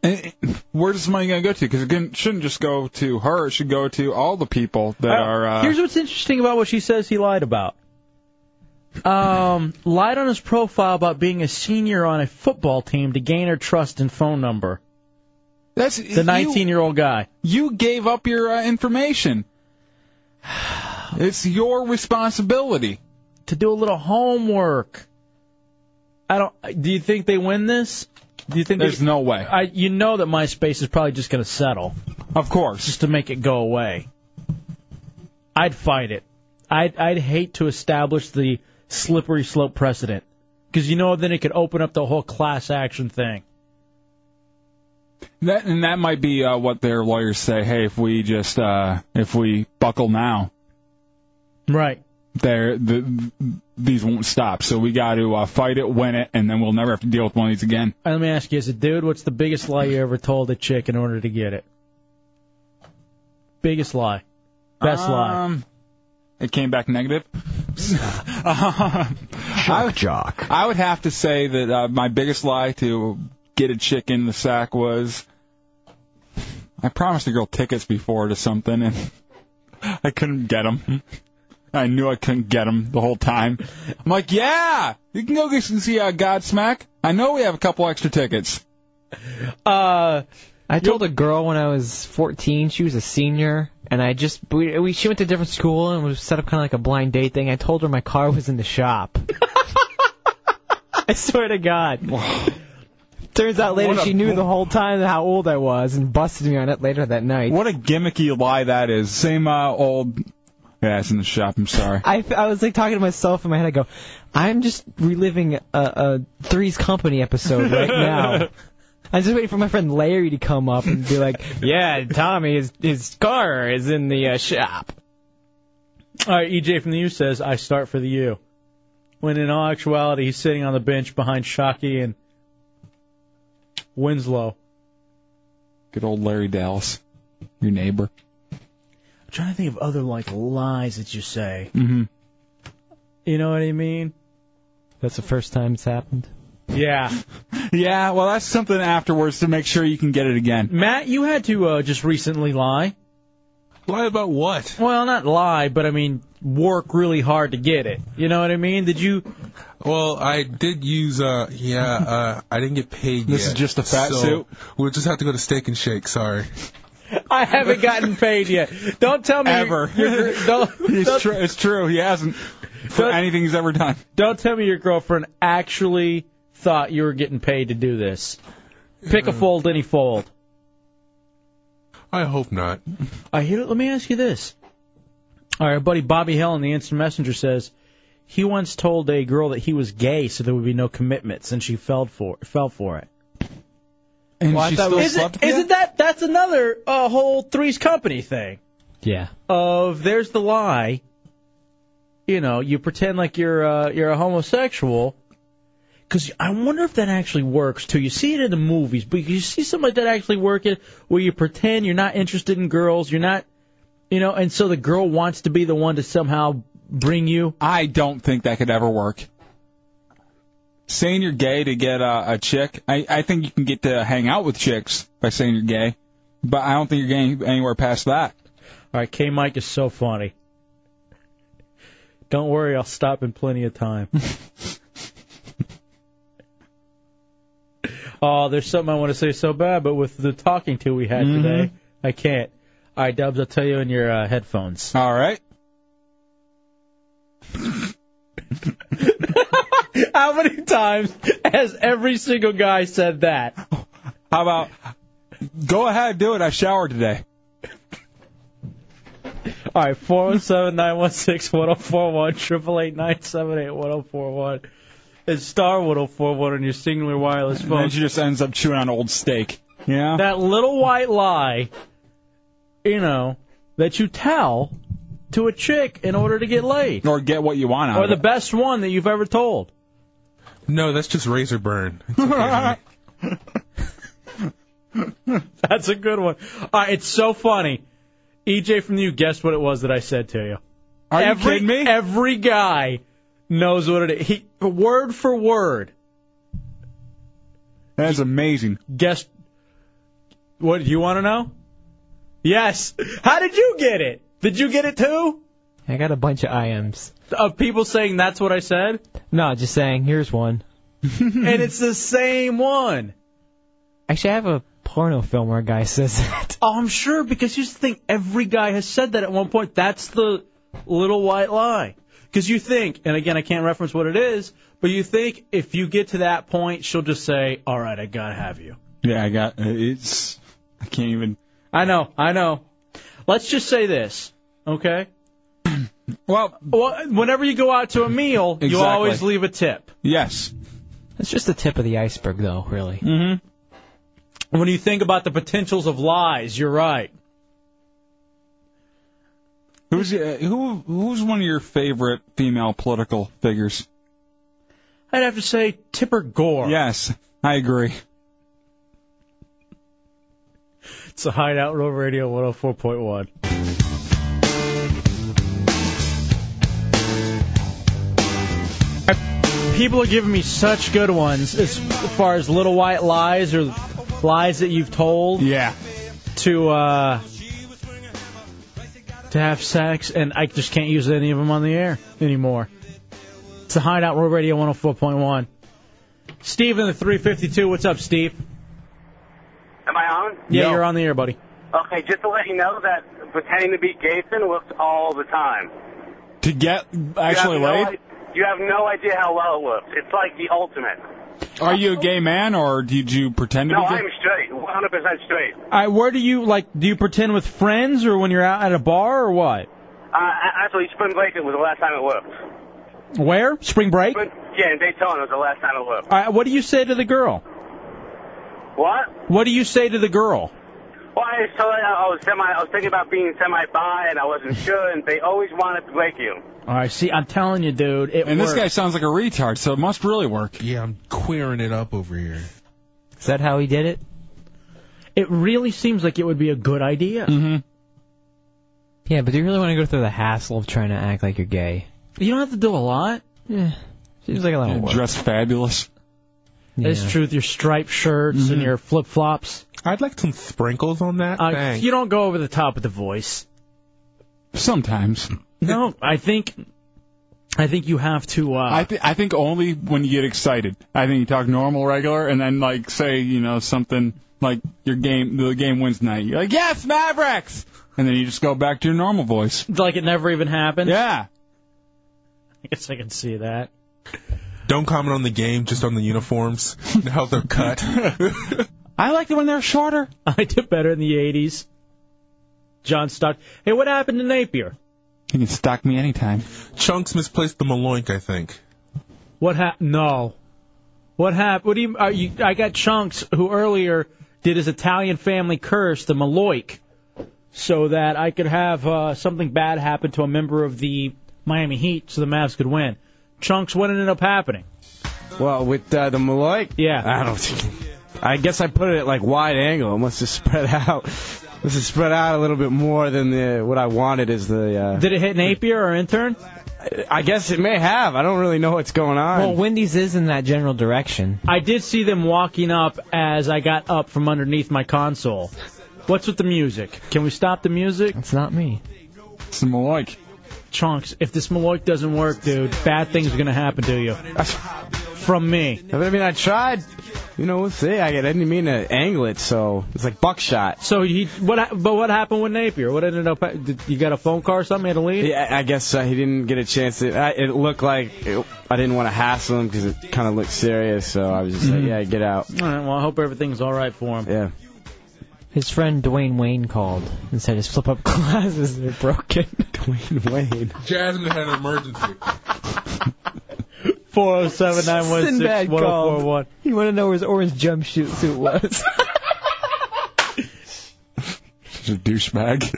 And where's this money going to go to? Because it shouldn't just go to her. It should go to all the people that are. Uh,
Here's what's interesting about what she says he lied about. Um, lied on his profile about being a senior on a football team to gain her trust and phone number.
That's
the 19 year old guy.
You gave up your uh, information. It's your responsibility
to do a little homework. I don't. Do you think they win this? Do you think
There's
they-
no way.
I, you know that MySpace is probably just going to settle.
Of course,
just to make it go away. I'd fight it. I'd I'd hate to establish the slippery slope precedent because you know then it could open up the whole class action thing.
That and that might be uh, what their lawyers say. Hey, if we just uh, if we buckle now,
right?
There, the, these won't stop. So we got to uh, fight it, win it, and then we'll never have to deal with one of these again.
And let me ask you, as a dude, what's the biggest lie you ever told a chick in order to get it? Biggest lie, best lie.
Um, It came back negative. *laughs* Shock
jock.
I would have to say that uh, my biggest lie to get a chick in the sack was I promised a girl tickets before to something and *laughs* I couldn't get 'em. I knew I couldn't get 'em the whole time. I'm like, yeah, you can go get and see uh, Godsmack. I know we have a couple extra tickets.
Uh,
I told a girl when I was 14, she was a senior, and I just we, we she went to a different school and was set up kind of like a blind date thing. I told her my car was in the shop. *laughs* I swear to God. Turns out later
What a-
she knew the whole time how old I was and busted me on it later that night.
What a gimmicky lie that is. Same uh, old. Yeah, it's in the shop. I'm sorry.
I, I was like talking to myself in my head. I go, I'm just reliving a, a Three's Company episode *laughs* right now. I'm just waiting for my friend Larry to come up and be like, "Yeah, Tommy, his his car is in the uh, shop."
All right, EJ from the U says, I start for the U. When in all actuality, he's sitting on the bench behind Shockey and Winslow.
Good old Larry Dallas, your neighbor.
I'm trying to think of other, like, lies that you say.
Mm-hmm.
You know what I mean?
That's the first time it's happened.
Yeah.
yeah, well, that's something afterwards to make sure you can get it again.
Matt, you had to uh, just recently lie.
Lie about what?
Well, not lie, but I mean, work really hard to get it. You know what I mean? Did you?
Well, I did use uh yeah, uh I didn't get paid
This
yet.
is just a fat
so
suit?
We'll just have to go to Steak and Shake, sorry.
I haven't gotten paid yet. Don't tell me.
Ever.
Your, your,
*laughs*
don't,
It's, tr- it's true. He hasn't for anything he's ever done.
Don't tell me your girlfriend actually thought you were getting paid to do this. Pick a fold, any fold.
I hope not.
I hear. Let me ask you this. All right, our buddy Bobby Hill in the Instant Messenger says he once told a girl that he was gay, so there would be no commitments, and she fell for fell for it.
And
Well, I
she
thought-
still
isn't,
slept with
isn't that that's another uh, whole Three's Company thing?
Yeah.
Of there's the lie. You know, you pretend like you're uh, you're a homosexual. Because I wonder if that actually works too. You see it in the movies, but you see something like that actually working, where you pretend you're not interested in girls, you're not, you know, and so the girl wants to be the one to somehow bring you.
I don't think that could ever work. Saying you're gay to get a, a chick, I, I think you can get to hang out with chicks by saying you're gay, but I don't think you're getting anywhere past that.
All right, K Mike is so funny. Don't worry, I'll stop in plenty of *laughs* time. oh, there's something I want to say so bad, but with the talking to we had
Mhm.
today, I can't. All right, Dubs, I'll tell you in your uh, headphones.
All right.
*laughs* How many times has every single guy said that?
How about go ahead, do it? I showered today.
All right, four one seven nine one six one zero four one triple eight nine seven eight one zero four one. It's star one zero four one on your singular wireless
And then
phone.
she just ends up chewing on old steak. Yeah.
That little white lie, you know, that you tell to a chick in order to get laid,
or get what you want out
or
of
the best one that you've ever told. *laughs*
No, that's just razor burn.
*laughs*
That's a good one. All right, it's so funny. EJ from you guessed what it was that I said to you.
Are you
every,
kidding
me? Every guy knows what it is. He, word for word,
That's amazing.
guessed. What you want to know? Yes. How did you get it? Did you get it too?
I got a bunch of IMs.
Of people saying that's what I said,
No, just saying. Here's one.
Hmm.
and it's the same one.
Actually, I have a porno film where a guy *laughs* says that.
Oh, I'm sure because here's the thing: every guy has said that at one point. That's the little white lie. Because you think, and again, I can't reference what it is, but you think if you get to that point, she'll just say, "All right, I gotta have you."
Yeah, I got uh, it's. I can't even.
I know, I know. Let's just say this, okay? Well, well, whenever you go out to a meal, you
Exactly.
always leave a tip.
Yes.
That's just the tip of the iceberg, though, really.
Mm-hmm. When you think about the potentials of lies, you're right.
Who's uh, who? Who's one of your favorite female political figures?
I'd have to say Tipper Gore.
Yes, I agree.
It's a hideout, Road Radio 104.1. People are giving me such good ones as far as little white lies or lies that you've told.
Yeah.
To uh, to have sex, and I just can't use any of them on the air anymore. It's a hideout, Road Radio 104.1. Steve in the 352. What's up, Steve?
Am I on?
Yeah, you're on the air, buddy.
Okay, just to let you know that pretending to be Jason works all the time.
To get actually
you have no
laid?
i- you have no idea how well it works. It's like the ultimate.
Are you a gay man or did you pretend to
No,
be gay?
I'm straight, 100% straight.
I, where do you like? Do you pretend with friends or when you're out at a bar or what?
Uh, a- actually, spring break it was the last time it worked.
Where? Spring break.
Spring, yeah, in Daytona was the last time it worked.
Uh, what do you say to the girl?
What?
What do you say to the girl?
Well, I was told I was semi. I was thinking about being semi-bi, and I wasn't sure. And they always wanted to break you.
All right, see, I'm telling you, dude, it
And this
works.
guy sounds like a retard, so it must really work.
Yeah, I'm queering it up over here.
Is that how he did it? It really seems like it would be a good idea. Mm-hmm.
Yeah, but do you really want to go through the hassle of trying to act like you're gay?
You don't have to do a lot.
Yeah. Seems like a lot of work.
Dress fabulous.
It's true with your striped shirts
Mm-hmm.
and your flip flops.
I'd like some sprinkles on that.
Uh,
Thanks.
you don't go over the top of the voice.
Sometimes.
No, I think, I think you have to. Uh,
I, th- I think only when you get excited. I think you talk normal, regular, and then like say you know something like your game, the game wins night. You're like yes, Mavericks, and then you just go back to your normal voice.
like it never even happened.
Yeah.
I guess I can see that.
Don't comment on the game, just on the uniforms. Now they're cut.
I liked it when they were shorter.
*laughs* I did better in the '80s. John Stock. Hey, what happened to Napier?
You can stock me anytime.
Chunks misplaced the Maloink, I think.
What happened? No. What happened? What do you, are you? I got chunks who earlier did his Italian family curse, the Maloik, so that I could have uh, something bad happen to a member of the Miami Heat, so the Mavs could win. Chunks, what ended up happening?
Well, with uh, the Malloy?
Yeah.
I don't think. I guess I put it at like wide angle. It must have spread out. Must have spread out a little bit more than the what I wanted is the. Uh,
*laughs* Did it hit Napier or intern?
I guess it may have. I don't really know what's going on.
Well, Wendy's is in that general direction.
I did see them walking up as I got up from underneath my console. What's with the music? Can we stop the music?
It's not me.
It's Maloik.
Chunks, if this Maloik doesn't work, dude, bad things are going to happen to you. From me.
I mean, I tried. You know, we'll see. I didn't mean to angle it, so Oh, it's like buckshot.
So he, what? hap- But what happened with Napier? What ended up? Did you got a phone call or something? Had to leave?
Yeah, I I guess uh, he didn't get a chance. To, I, it looked like it, I didn't want to hassle him because it kind of looked serious. So I was just like, yeah, get out.
All right. Well, I hope everything's all right for him.
Yeah.
His friend Dwayne Wayne called and said his flip up *laughs* glasses are broken.
Dwayne Wayne.
Jasmine had an emergency.
Four zero seven nine one six
Sinbad
one zero four one.
called. He wanted to know where his orange jumpsuit *laughs* suit was.
Such a
*laughs*
douchebag.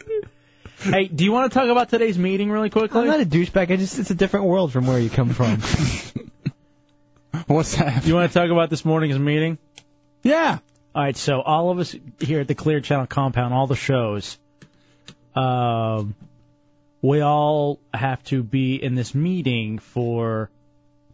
Hey, do you want to talk about today's meeting really quickly?
I'm not a douchebag. I just it's a different world from where you come from.
What's that?
You want to talk about this morning's meeting?
Yeah.
All right. So all of us here at the Clear Channel compound, all the shows, um, we all have to be in this meeting for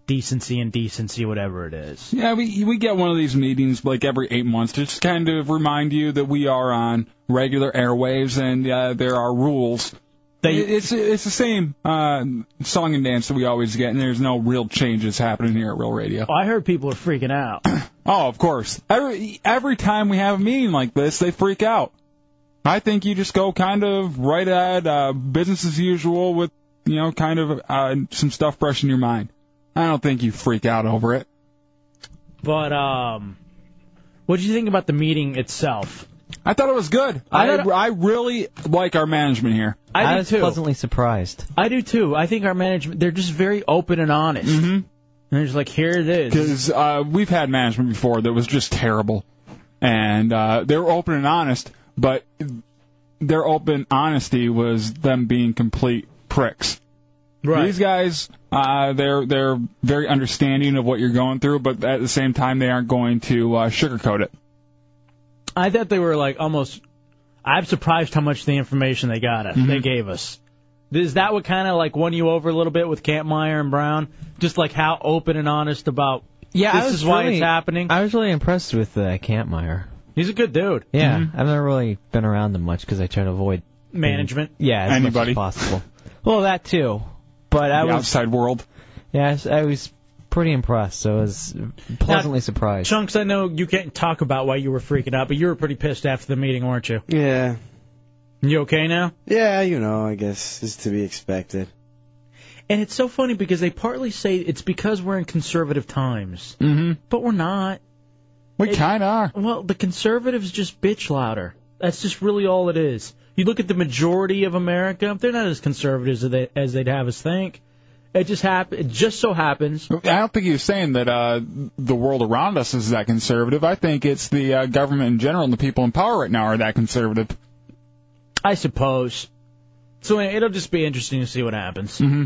decency and decency, whatever it is.
Yeah, we we get one of these meetings like every eight months to just kind of remind you that we are on regular airwaves and uh, there are rules.
They-
It- it's it's the same uh, song and dance that we always get, and there's no real changes happening here at Real Radio.
I heard people are freaking out.
Oh, of course. Every every time we have a meeting like this, they freak out. I think you just go kind of right at uh, business as usual with you know kind of uh, some stuff fresh in your mind. I don't think you freak out over it.
But um, what did you think about the meeting itself?
I thought it was good. I I, really like our management here.
*laughs* I was pleasantly surprised.
I do too. I think our management, they're just very open and honest. Mm-hmm. And they're just like, here it is.
Because uh, we've had management before that was just terrible, and uh, they were open and honest, but their open honesty was them being complete pricks.
Right.
These guys, uh, they're they're very understanding of what you're going through, but at the same time, they aren't going to uh, sugarcoat it.
I thought they were like almost. I'm surprised how much the information they got us.
Mm-hmm.
They gave us. Is that what kind of like won you over a little bit with Campmeyer and Brown? Just like how open and honest about.
Yeah,
this
I was
is why
really,
it's happening.
I was really impressed with uh, Campmeyer.
He's a good dude.
Yeah, I've never really been around him much because I try to avoid
Management?
Yeah, as
Anybody?
much as possible. Well, that too, but I
The
was
outside
world.
Yeah, I was- I was pretty impressed. So I was pleasantly surprised.
Chunks, I know you can't talk about why you were freaking out, but you were pretty pissed after the meeting, weren't you?
Yeah.
You okay now?
Yeah, you know, I guess is to be expected.
And it's so funny because they partly say it's because we're in conservative times,
mm-hmm.
but we're not.
We kind of are.
Well, the conservatives just bitch louder. That's just really all it is. You look at the majority of America; they're not as conservative as, they, as they'd have us think. It just hap- It just so happens.
I don't think he was saying that uh, the world around us is that conservative. I think it's the uh, government in general and the people in power right now are that conservative.
I suppose. So it'll just be interesting to see what happens.
Mm-hmm.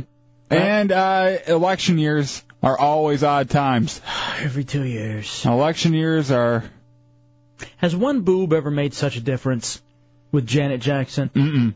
And uh, election years are always odd times.
Every two years.
Election years are.
Has one boob ever made such a difference with Janet Jackson? Mm-mm.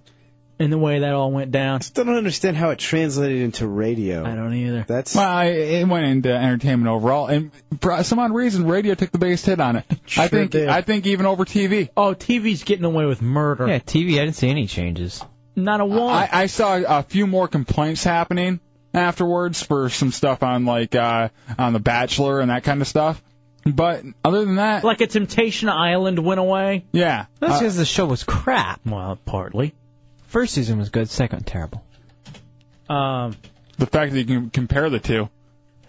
In the way that all went down.
Still don't understand how it translated into radio. I
don't either.
That's
Well, I, it went into entertainment overall, and for some odd reason, radio took the biggest hit on it. I think I think even over TV.
Oh, TV's getting away with murder.
Yeah, TV. I didn't see any changes.
Not a one.
I, I saw a few more complaints happening afterwards for some stuff on like uh, on The Bachelor and that kind of stuff. But other than that,
like a Temptation Island went away.
Yeah,
That's
Uh,
because the show was crap.
Well, partly.
First season was good. Second, terrible.
Um,
the fact that you can compare the two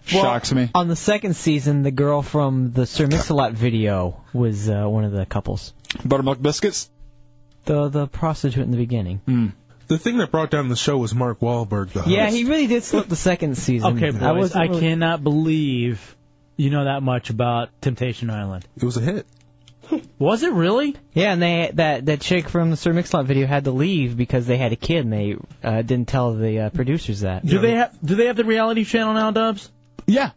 shocks me.
On the second season, the girl from the Sir Mix-a-Lot video was uh, one of the couples.
Buttermilk biscuits.
The the prostitute in the beginning.
The thing that brought down the show was Mark Wahlberg, though.
Yeah, he really did slip the *laughs* second season.
Okay, boys,
I
I,
was
cannot believe you know that much about Temptation Island.
It was a hit.
*laughs* Was it really?
Yeah, and they that that chick from the Sir Mix-a-Lot video had to leave because they had a kid and they uh, didn't tell the uh, producers that.
Do they have Do they have the reality channel now, Dubs?
Yeah.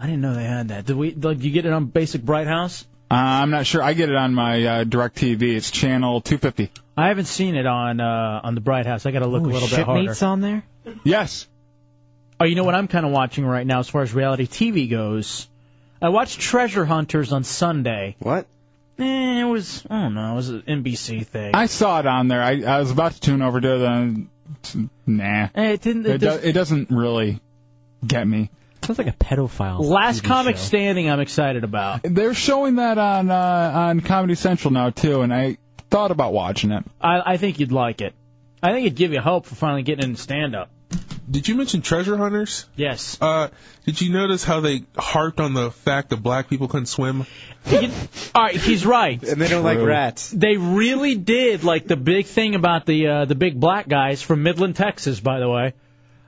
I didn't know they had that. Did we? Like, you get it on Basic Bright House?
Uh, I'm not sure. I get it on my uh, Direct TV. It's channel 250.
I haven't seen it on uh, on the Bright House. I got to look
Ooh,
a little bit harder.
shipmates on there?
Yes.
Oh, you know what I'm kind of watching right now as far as reality TV goes? I watched Treasure Hunters on Sunday.
What?
Eh, it was, I don't know, it was an NBC thing.
I saw it on there. I, I was about to tune over to it, then nah.
Eh, it didn't.
It,
It
do,
does,
it doesn't really get me.
Sounds like a pedophile.
Last
TV
Comic
show.
Standing, I'm excited about.
They're showing that on uh, on Comedy Central now too, and I thought about watching it.
I, I think you'd like it. I think it'd give you hope for finally getting into stand up.
Did you mention treasure hunters?
Yes.
Uh, did you notice how they harped on the fact that black people couldn't swim?
All right, he's right.
And they don't like True. rats.
They really did like the big thing about the uh, the big black guys from Midland, Texas. By the way,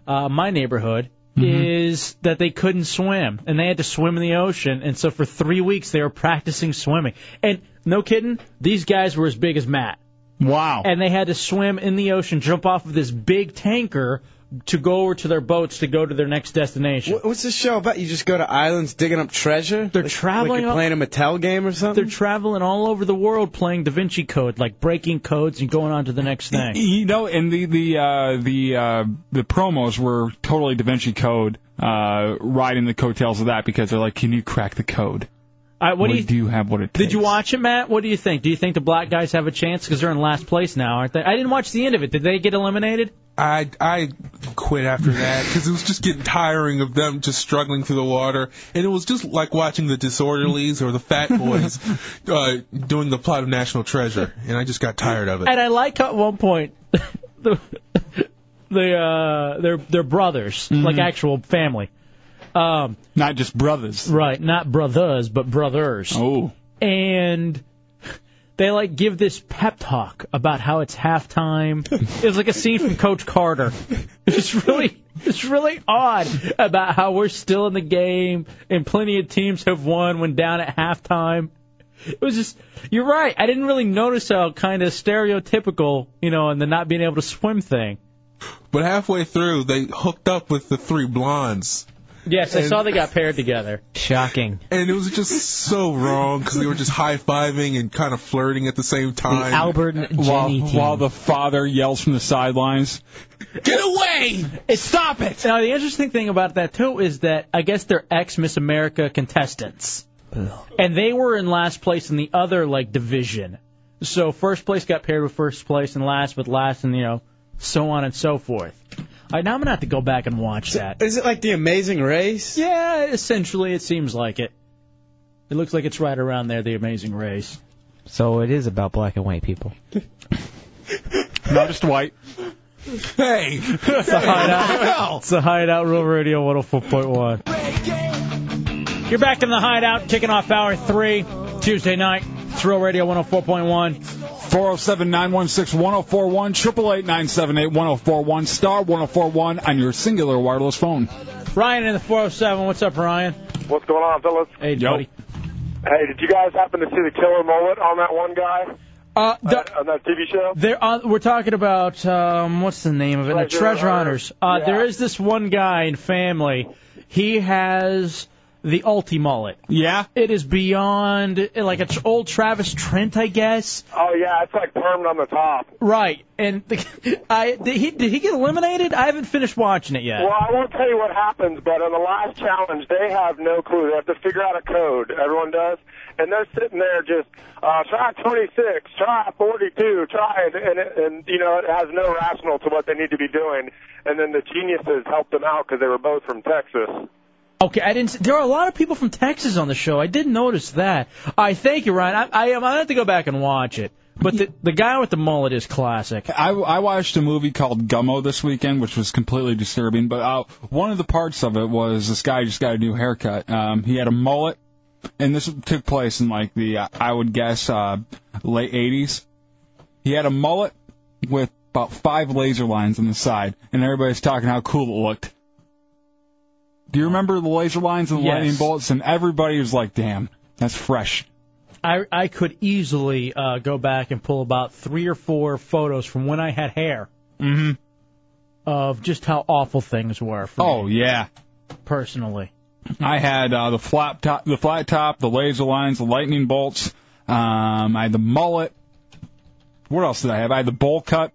uh, my neighborhood is that they couldn't swim and they had to swim in the ocean. And so for three weeks they were practicing swimming. And no kidding, these guys were as big as Matt.
Wow.
And they had to swim in the ocean, jump off of this big tanker to go over to their boats to go to their next destination.
What's this show about? You just go to islands digging up treasure? They're
traveling
Like you're
up-
playing a Mattel game or something?
They're traveling all over the world playing Da Vinci Code, like breaking codes and going on to the next thing.
You know, and the the uh, the uh, the promos were totally Da Vinci Code, uh, riding the coattails of that because they're like, can you crack the code?
All right, what do
we
you,
do have what it takes.
did you watch it, Matt? What do you think? Do you think the black guys have a chance because they're in last place now, aren't they? I didn't watch the end of it. Did they get eliminated?
I I quit after that because it was just getting tiring of them just struggling through the water, and it was just like watching the Disorderlies or the Fat Boys uh, doing the plot of National Treasure, and I just got tired of it.
And I like how at one point *laughs* the the uh they're they're brothers, like actual family. Um
not just brothers.
Oh, Right, not brothers, but brothers.
Oh.
And They like give this pep talk about how it's halftime. it's like a scene from Coach Carter. It's really, it's really odd about how we're still in the game and plenty of teams have won when down at halftime. It was just, you're right. I didn't really notice how kind of stereotypical, you know, and the not being able to swim thing.
But halfway through, they hooked up with the three blondes.
Yes, I
And-
saw they got paired together.
Shocking.
And it was just so wrong because they were just high fiving and kind of flirting at the same time.
Albert and
While, while the father yells from the sidelines.
Get away! Stop it! Now, the interesting thing about that, too, is that I guess they're ex Miss America contestants. And they were in last place in the other, like, division. So first place got paired with first place and last with last and, you know, so on and so forth. All right, now I'm going to have to go back and watch that.
Is it like the Amazing Race?
Yeah, essentially, it seems like it. It looks like it's right around there, the amazing race.
So it is about black and white people.
Not just white.
Hey!
It's a hideout. It's a hideout. Real Radio 104.1. You're back in the hideout, kicking off hour three, Tuesday night. It's Real Radio 104.1.
407 916 1041, 888 978 1041, star 1041 on your singular wireless phone.
Ryan in the 407. What's up, Ryan?
What's going on, fellas?
Hey, buddy.
Hey, did you guys happen to see the killer mullet on that one guy?
Uh, the-
Uh, on that TV show?
There, uh, we're talking about um, what's the name of it? The
Treasure
Treasure Hunters. Uh,
Hunters. Yeah.
There is this one guy in Family. He has the ulti mullet.
Yeah.
It is beyond like it's old Travis Trent, I guess.
Oh yeah, it's like permed on the top.
Right. And the, *laughs* I did he did he get eliminated? I haven't finished watching it yet.
Well, I won't tell you what happens, but on the last challenge, they have no clue. They have to figure out a code. Everyone does, and they're sitting there just uh, try 26, try 42, try, and, and and you know it has no rational to what they need to be doing. And then the geniuses helped them out because they were both from Texas.
Okay, I didn't. s- There are a lot of people from Texas on the show. I did notice that. I thank you, Ryan. I, I am. I have to go back and watch it. But the the guy with the mullet is classic.
I, I watched a movie called Gummo this weekend, which was completely disturbing. But uh, one of the parts of it was this guy just got a new haircut. Um, he had a mullet, and this took place in like the uh, I would guess uh, late '80s. He had a mullet with about five laser lines on the side, and everybody's talking how cool it looked. Do you remember the laser lines and the
Yes.
lightning bolts? And everybody was like, "Damn, that's fresh."
I I could easily uh, go back and pull about three or four photos from when I had hair
Mm-hmm.
of just how awful things were. For
Oh
me,
yeah.
personally.
I had uh, the flat top, the flat top, the laser lines, the lightning bolts. Um, I had the mullet. What else did I have? I had the bowl cut.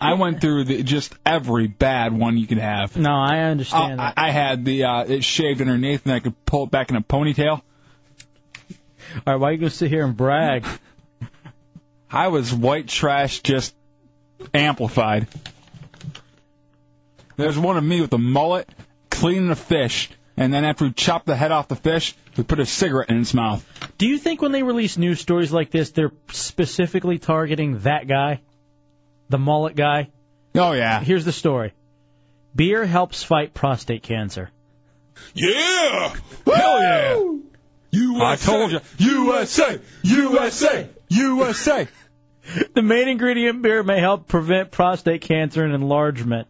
I went through the, just every bad one you could have.
No, I understand.
I, I had the uh, it shaved underneath, and I could pull it back in a ponytail.
All right, why you gonna sit here and brag?
I was white trash, just amplified. There's one of me with a mullet cleaning a fish, and then after we chopped the head off the fish, we put a cigarette in its mouth.
Do you think when they release news stories like this, they're specifically targeting that guy, the mullet guy?
Oh yeah.
Here's the story: beer helps fight prostate cancer.
Yeah! Hell yeah! USA! I told you. USA! USA!
USA!
the main ingredient in beer may help prevent prostate cancer and enlargement.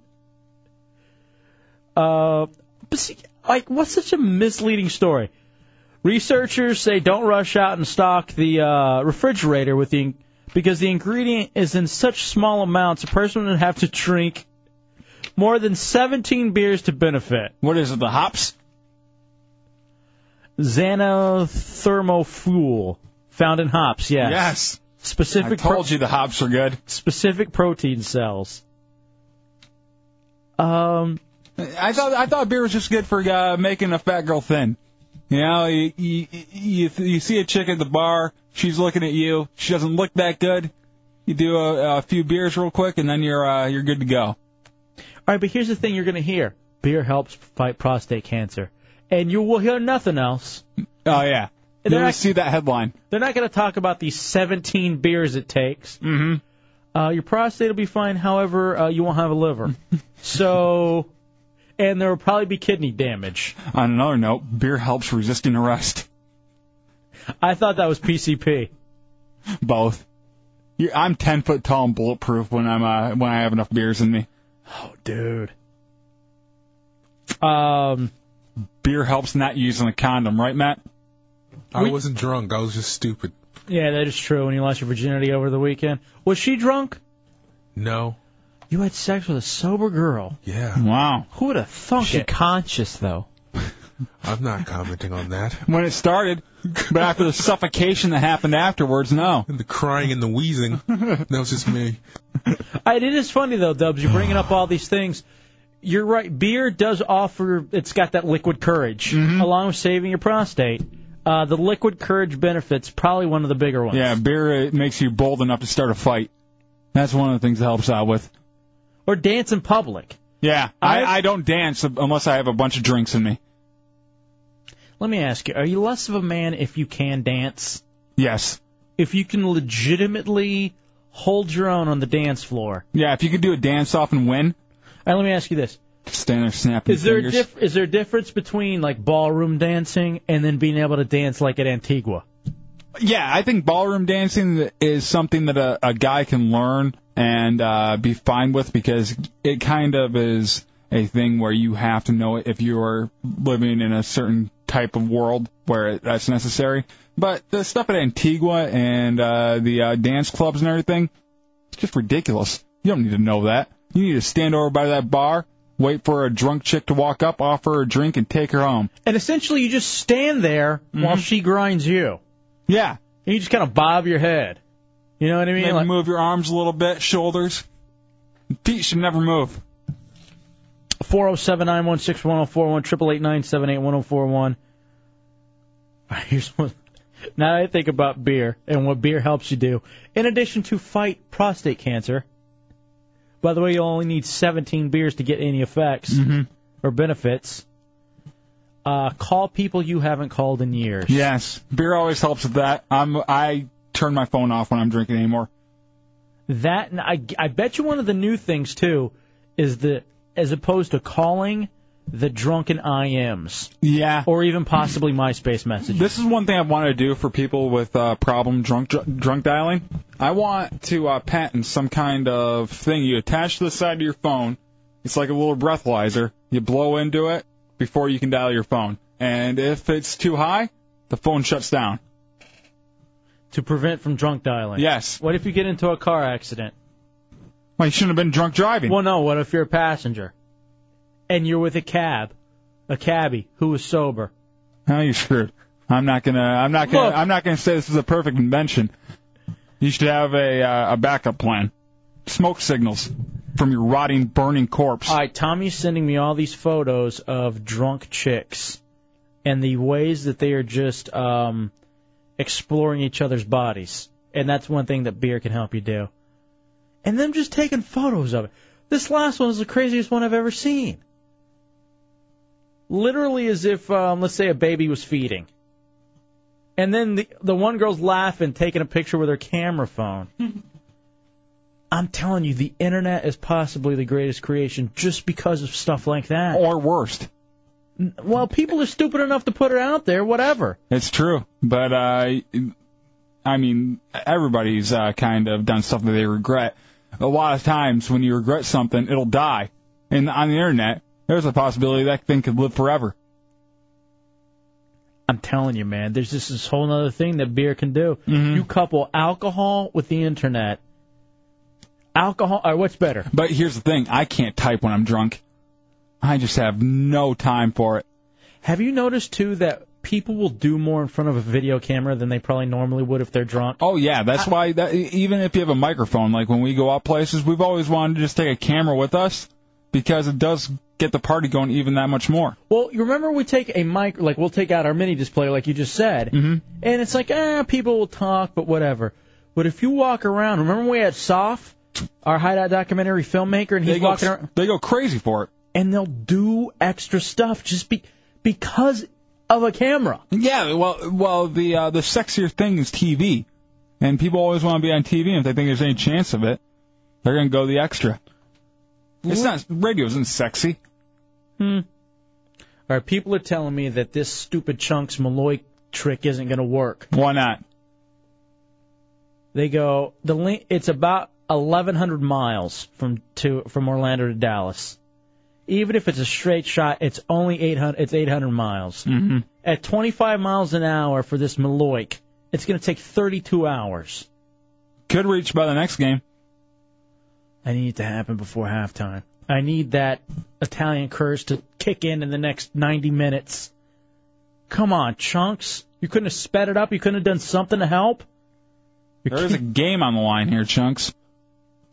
Uh, but see, like, what's such a misleading story? Researchers say don't rush out and stock the uh, refrigerator with the because the ingredient is in such small amounts, a person would have to drink more than 17 beers to benefit.
What is it? The hops?
Xanothermofuel, found in hops. Yes.
Yes.
Specific.
I told you the hops are good.
Specific protein cells. Um,
I thought I thought beer was just good for uh, making a fat girl thin. You know, you, you you you see a chick at the bar, she's looking at you, she doesn't look that good. You do a, a few beers real quick, and then you're uh, you're good to go.
All right, but here's the thing you're going to hear. Beer helps fight prostate cancer. And you will hear nothing else.
Oh yeah,
And
you
they're,
ever
not,
see that headline?
they're not going to talk about the 17 beers it takes.
Mm-hmm.
Uh, your prostate will be fine, however, uh, you won't have a liver. so, and there will probably be kidney damage.
On another note, beer helps resisting arrest.
I thought that was PCP.
Both. you I'm ten foot tall and bulletproof when I'm uh, when I have enough beers in me.
Oh, dude.
Um, beer helps not using a condom, right, Matt?
I wasn't drunk. I was just stupid.
Yeah, that is true. When you lost your virginity over the weekend, was she drunk?
No.
You had sex with a sober girl.
Yeah.
Wow.
Who would have thunk
She
it?
conscious though.
I'm not commenting on that.
When it started, but after the suffocation that happened afterwards, no.
The crying and the wheezing. *laughs* That was just me.
I- It is funny though, Dubs. You're bringing up all these things. You're right. Beer does offer. It's got that liquid courage,
Mm-hmm.
along with saving your prostate. Uh, the liquid courage benefits probably one of the bigger ones.
Yeah, beer it makes you bold enough to start a fight. That's one of the things it helps out with.
Or dance in public.
Yeah, I, I don't dance unless I have a bunch of drinks in me.
Let me ask you: Are you less of a man if you can dance?
Yes.
If you can legitimately hold your own on the dance floor.
Yeah, if you could do a dance off and win.
And let me ask you this:
Stand there snapping
Is there a
fingers.
diff- is there a difference between like ballroom dancing and then being able to dance like at Antigua?
Yeah, I think ballroom dancing is something that a, a guy can learn and uh, be fine with because it kind of is a thing where you have to know it if you're living in a certain type of world where it, that's necessary. But the stuff at Antigua and uh, the uh, dance clubs and everything, it's just ridiculous. You don't need to know that. You need to stand over by that bar, wait for a drunk chick to walk up, offer her a drink, and take her home.
And essentially, you just stand there
Mm-hmm.
while she grinds you.
Yeah.
And you just kind of bob your head. You know what I mean?
Maybe
Like-
move your arms a little bit, shoulders. Feet should never move.
Four zero seven nine one six one zero four one triple eight nine seven eight one zero four one. *laughs* Here's one. Now that I think about beer and what beer helps you do. In addition to fight prostate cancer. By the way, you only need 17 beers to get any effects
Mm-hmm.
or benefits. Uh, call people you haven't called in years.
Yes, beer always helps with that. I'm I turn my phone off when I'm drinking anymore.
That and I, I bet you one of the new things too is the as opposed to calling the drunken IMs.
Yeah.
Or even possibly MySpace messages.
This is one thing I want to do for people with uh, problem drunk dr- drunk dialing. I want to uh, patent some kind of thing you attach to the side of your phone. It's like a little breathalyzer. You blow into it before you can dial your phone, and if it's too high, the phone shuts down.
To prevent from drunk dialing.
Yes.
What if you get into a car accident?
Well, you shouldn't have been drunk driving.
Well, no. What if you're a passenger and you're with a cab, a cabbie who is sober?
Now you're screwed. I'm not gonna. I'm not gonna.
Look.
I'm not gonna say this is a perfect invention. You should have a uh, a backup plan. Smoke signals from your rotting, burning corpse.
All right, Tommy's sending me all these photos of drunk chicks and the ways that they are just um, exploring each other's bodies. And that's one thing that beer can help you do. And them just taking photos of it. This last one is the craziest one I've ever seen. Literally, as if, um, let's say, a baby was feeding. And then the, the one girl's laughing, taking a picture with her camera phone. I'm telling you, the internet is possibly the greatest creation just because of stuff like that.
Or worst.
Well, people are stupid enough to put it out there, whatever.
It's true, but uh, I mean, everybody's uh, kind of done stuff that they regret. A lot of times, when you regret something, it'll die. And on the internet, there's a possibility that thing could live forever.
I'm telling you, man, there's just this whole other thing that beer can do. You couple alcohol with the internet. Alcohol, or what's better?
But here's the thing: I can't type when I'm drunk. I just have no time for it.
Have you noticed, too, that people will do more in front of a video camera than they probably normally would if they're drunk?
Oh yeah, that's why. That, e, even if you have a microphone, like when we go out places, we've always wanted to just take a camera with us because it does get the party going even that much more.
Well, you remember we take a mic, like we'll take out our mini display, like you just said, mm-hmm. and it's like, ah, people will talk, but whatever. But if you walk around, remember we had Soph, our hideout documentary filmmaker, and he's
They go,
walking around,
they go crazy for it.
and they'll do extra stuff just be because of a camera.
Yeah, well, well, the uh, the sexier thing is TV, and people always want to be on TV. And if they think there's any chance of it, they're gonna go the extra. It's not radio isn't sexy.
Hmm. All right, people are telling me that this stupid chunks Malloy trick isn't going to work.
Why not?
They go the link. It's about 1,100 miles from to from Orlando to Dallas. Even if it's a straight shot, it's only 800. It's 800 miles.
Mm-hmm.
At 25 miles an hour for this Maloik, it's going to take 32 hours.
Could reach by the next game.
I need it to happen before halftime. I need that Italian curse to kick in in the next 90 minutes. Come on, chunks. You couldn't have sped it up. You couldn't have done something to help.
There's *laughs* a game on the line here, Chunks.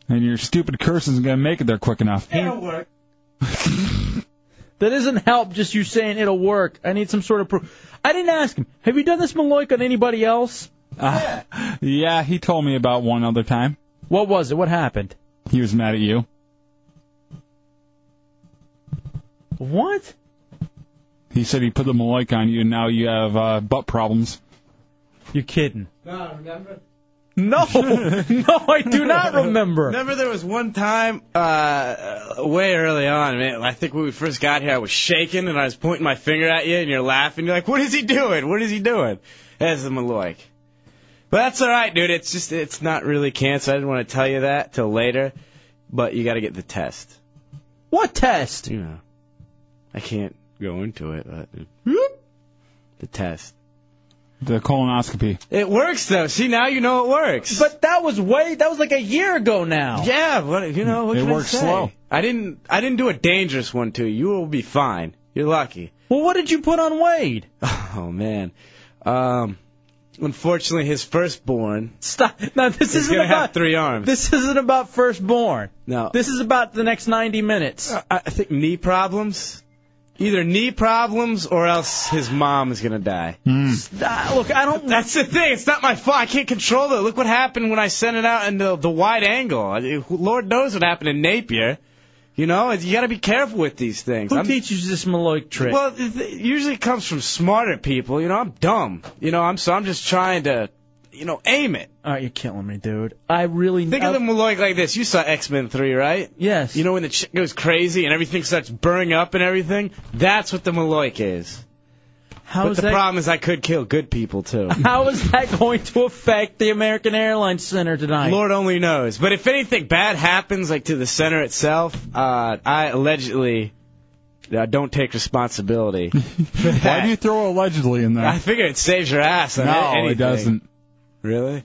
And your stupid curse isn't going to make it there quick enough.
It'll work. that doesn't help. Just you saying it'll work. I need some sort of proof. I didn't ask him. Have you done this Maloik on anybody else?
Uh, *laughs* yeah, he told me about one other time.
What was it? What happened?
He was mad at you.
What?
He said he put the Maloik on you, and now you have uh, butt problems.
You kidding?
No, remember?
No, *laughs* no, I do not
*laughs*
remember.
Remember, there was one time uh, way early on, man. I think when we first got here, I was shaking and I was pointing my finger at you, and you're laughing. You're like, "What is he doing? What is he doing?" That's the Maloik. But that's all right, dude. It's just it's not really cancer. I didn't want to tell you that till later, but you got to get the test.
What test?
You know, I can't go into it, but
Hmm?
the test.
The colonoscopy.
It works though. See now you know it works.
But that was way that was like a year ago now.
Yeah, what you know? What
It
can
works
I say?
slow.
I didn't. I didn't do a dangerous one to you. You will be fine. You're lucky.
Well, what did you put on Wade?
Oh man. Um, unfortunately, his firstborn.
Stop. Now this
He's
isn't
gonna
about
have three arms.
This isn't about firstborn.
No. Uh,
This is about the next 90 minutes.
I I think knee problems. Either knee problems or else his mom is gonna die.
Ah, look, I don't.
That's the thing. It's not my fault. I can't control it. Look what happened when I sent it out in the, the wide angle. I- Lord knows what happened in Napier. You know, you got to be careful with these things.
Who
I'm-
teaches you this Maloik trick?
well, it it usually comes from smarter people. You know, I'm dumb. You know, I'm so I'm just trying to, you know, aim it.
All right, you're killing me, dude. I really
Think
Uh,
of the Maloik like this. You saw X Men Three, right?
Yes.
You know when the chick goes crazy and everything starts burning up and everything. That's what the Maloik is.
How
but
is
the
that?
problem is I could kill good
*laughs*
people too.
*laughs* How is that going to affect the American Airlines Center tonight?
Lord only knows. But if anything bad happens, like to the center itself, uh, I allegedly uh, don't
*laughs*
take responsibility.
*laughs* Why do you throw allegedly in there?
I figure it saves your ass.
*laughs*
On
no,
anything.
it doesn't.
Really?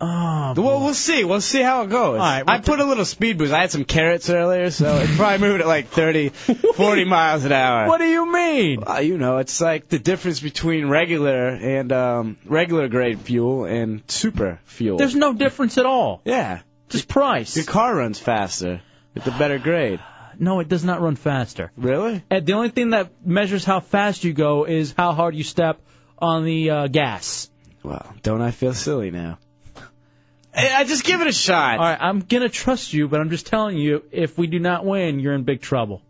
Oh,
Well, we'll see. We'll see how it goes.
right,
I put a little speed boost. I had some carrots earlier, so
*laughs*
it probably moved at like 30, 40 miles an hour.
what do you mean?
Uh, you know, it's like the difference between regular and um, regular grade fuel and super fuel.
There's no difference at all.
yeah,
Just price.
your car runs faster with the better grade.
No, it does not run faster.
Really?
And the only thing that measures how fast you go is how hard you step on the uh, gas.
Well, don't I feel silly now? Hey, I just give it a shot.
All right, I'm gonna trust you, but I'm just telling you, if we do not win, you're in big trouble.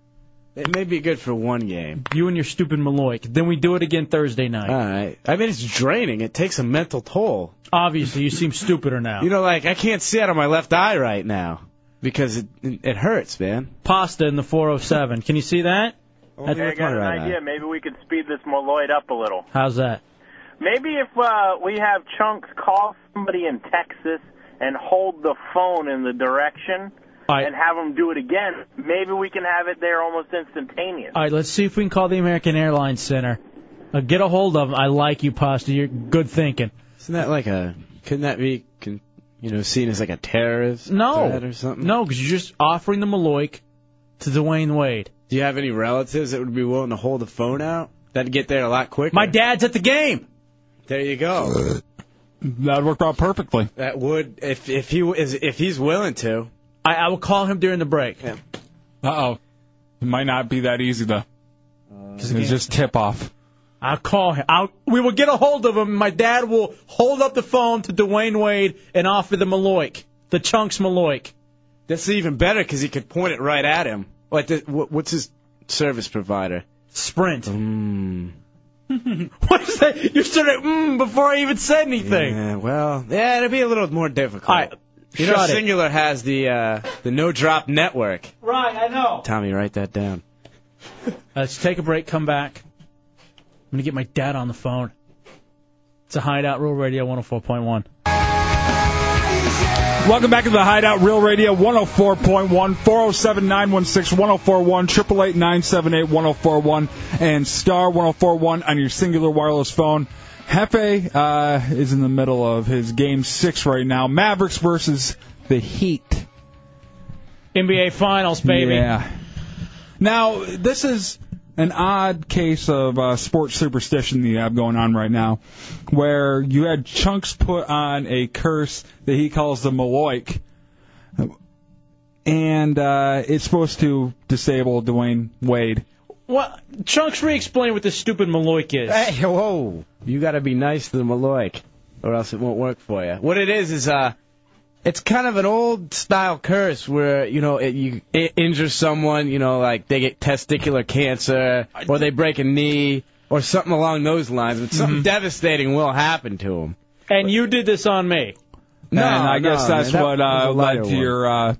It may be good for one game.
You and your stupid Maloik. Then we do it again Thursday night.
All right. I mean, it's draining. It takes a mental toll.
Obviously, you seem stupider now.
You know, like I can't see out of my left eye right now because it it hurts, man.
Pasta in the 407. Can you see that?
Only
That's-
with my right eye.
Maybe we could speed this Moloid up a little.
How's that?
Maybe if uh, we have Chunks call somebody in Texas and hold the phone in the direction
All right.
and have them do it again, maybe we can have it there almost instantaneous.
All right, let's see if we can call the American Airlines Center. Uh, get a hold of them. I like you, Pasta. You're good thinking.
Isn't that like a? Couldn't that be, con, you know, seen as like a terrorist
No.
threat or something?
No, because you're just offering the Maloik to Dwayne Wade.
Do you have any relatives that would be willing to hold the phone out? That'd get there a lot quicker.
My dad's at the game.
There you go.
That worked out perfectly.
That would if if he is if he's willing to.
I, I will call him during the break.
Yeah.
Uh oh. It might not be that easy though. It's just tip off.
I'll call him. I'll, we will get a hold of him. My dad will hold up the phone to Dwayne Wade and offer the Maloik, the Chunks Maloik.
That's even better because he could point it right at him. Like, the, what, what's his service provider?
Sprint.
Mm,
*laughs* What is that? You said it mm, before I even said anything.
yeah, well, yeah, it'd be a little more difficult.
All right.
you know,
shut it.
Singular has the uh, the no drop network.
Right, I know.
Tommy, write that down.
Uh, Let's take a break, come back. I'm going to get my oh dad on the phone. It's a Hideout Rule Radio 104.1.
Welcome back to the Hideout Real Radio 104.1, 407 916 1041, 888 978 1041, and star 1041 on your singular wireless phone. Hefe uh, is in the middle of his game six right now. Mavericks versus the Heat.
NBA Finals, baby.
Yeah. Now, this is an odd case of uh, sports superstition that you have going on right now, where you had Chunks put on a curse that he calls the Maloik, and uh, it's supposed to disable Dwayne Wade.
Well, Chunks, re-explain what this stupid Maloik is.
Hey, whoa! You got to be nice to the Maloik, or else it won't work for you. What it is is uh, it's kind of an old style curse where you know it, you it injure someone, you know, like they get testicular cancer, or they break a knee, or something along those lines. But something devastating will happen to them.
And you did this on me.
No,
and I
no,
guess that's
man, that
what
was a
uh,
lighter
led to
one.
your uh,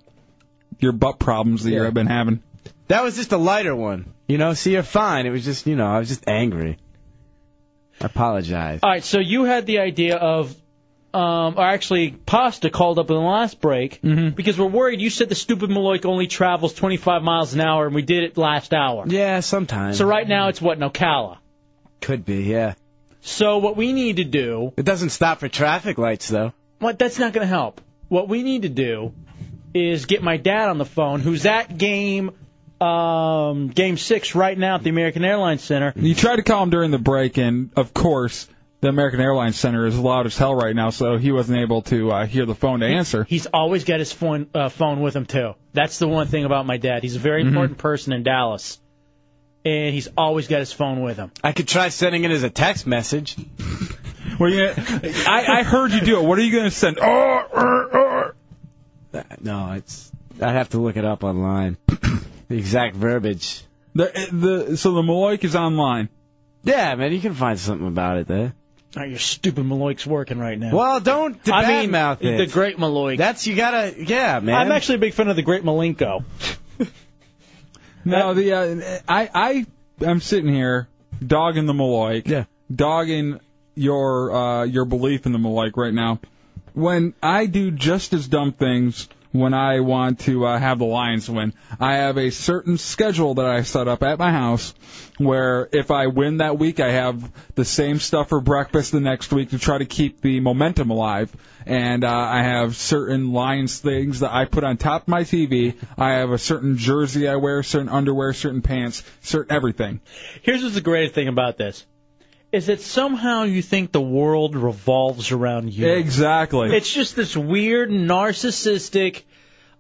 your butt problems that you've been having.
That was just a lighter one, you know. So you're fine. It was just, you know, I was just angry. I apologize.
All right, so you had the idea of, um, or actually, Pasta called up in the last break
Mm-hmm.
because we're worried. You said the stupid Maloik only travels 25 miles an hour, and we did it last hour.
Yeah, sometimes.
So right now it's what Nocala.
Could be, yeah.
So what we need to do?
It doesn't stop for traffic lights though.
What? That's not going to help. What we need to do is get my dad on the phone, who's at game, um, game six right now at the American Airlines Center.
You tried to call him during the break, and of course, the American Airlines Center is loud as hell right now, so he wasn't able to uh, hear the phone to answer.
He's always got his phone uh, phone with him too. That's the one thing about my dad. He's a very important person in Dallas, and he's always got his phone with him.
I could try sending it as a text message.
Well, yeah, I, I heard you do it. What are you going to send? Oh, er, er.
No, it's. I'd have to look it up online. *coughs* the exact verbiage.
The, the so the Maloik is online.
Yeah, man, you can find something about it there.
Oh, your stupid Maloik's working right now.
Well, don't
I
bad
mean,
mouth it.
the great Maloik.
That's you gotta. Yeah, man.
I'm actually a big fan of the great Malenko.
No, the uh, I I am sitting here dogging the Maloik, yeah, dogging your uh, your belief in the Maloik right now. When I do just as dumb things when I want to uh, have the Lions win, I have a certain schedule that I set up at my house where if I win that week, I have the same stuff for breakfast the next week to try to keep the momentum alive. And uh, I have certain Lions things that I put on top of my TV. I have a certain jersey I wear, certain underwear, certain pants, certain everything.
Here's what's the greatest thing about this. Is that somehow you think the world revolves around you?
Exactly.
It's just this weird narcissistic.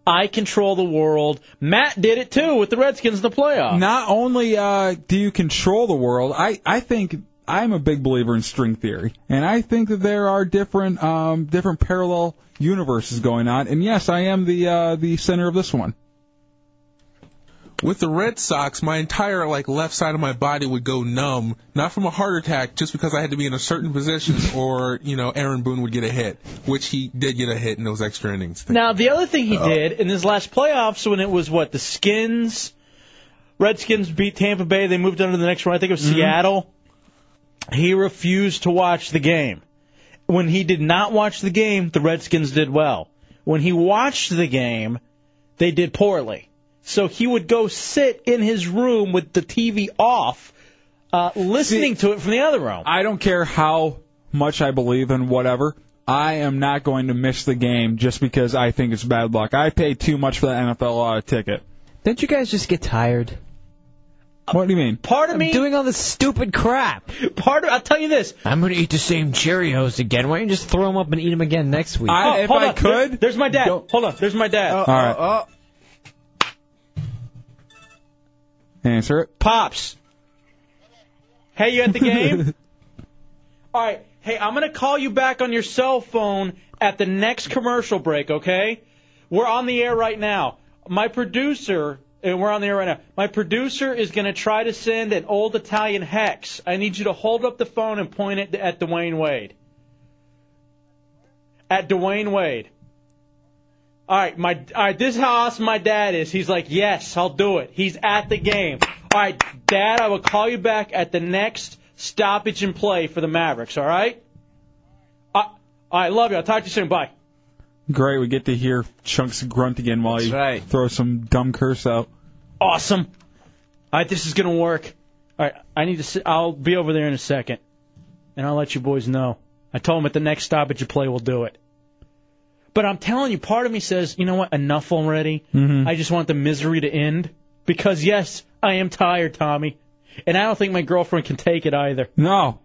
I control the world. Matt did it too with the Redskins in the playoffs.
Not only uh, do you control the world, I, I think I'm a big believer in string theory, and I think that there are different um, different parallel universes going on. And yes, I am the uh, the center of this one.
With the Red Sox, my entire like left side of my body would go numb, not from a heart attack, just because I had to be in a
*laughs*
certain position, or you know, Aaron Boone would get a hit, which he did get a hit in those extra innings.
Now the other thing he did in his last playoffs when it was what the Skins, Redskins beat Tampa Bay. They moved on to the next round. I think it was Seattle. He refused to watch the game. When he did not watch the game, the Redskins did well. When he watched the game, they did poorly. So he would go sit in his room with the TV off, uh, listening to it from the other room.
I don't care how much I believe in whatever. I am not going to miss the game just because I think it's bad luck. I paid too much for that NFL uh, ticket.
Don't you guys just get tired?
What do you mean?
Part of me
doing all this stupid crap.
Part of I'll tell you this.
I'm gonna eat the same Cheerios again. Why don't you just throw them up and eat them again next week?
Oh, hold on. There- there's my dad. Hold on, there's my dad.
oh, All right. oh.
Answer it.
Pops. Hey, you at the game? All right. Hey, I'm going to call you back on your cell phone at the next commercial break, okay? We're on the air right now. My producer, and we're on the air right now. My producer is going to try to send an old Italian hex. I need you to hold up the phone and point it at Dwayne Wade. At Dwayne Wade. All right, my all right. This is how awesome my dad is. He's like, yes, I'll do it. He's at the game. All right, Dad, I will call you back at the next stoppage and play for the Mavericks. All right. Uh, all right, love you. I'll talk to you soon. Bye.
Great, we get to hear Chunks grunt again while you throw some dumb curse out.
Awesome. All right, this is gonna work. All right, I need to. Sit, I'll be over there in a second, and I'll let you boys know. I told him at the next stoppage of play we'll do it. But I'm telling you, part of me says, you know what? Enough already. I just want the misery to end because yes, I am tired, Tommy, and I don't think my girlfriend can take it either.
No,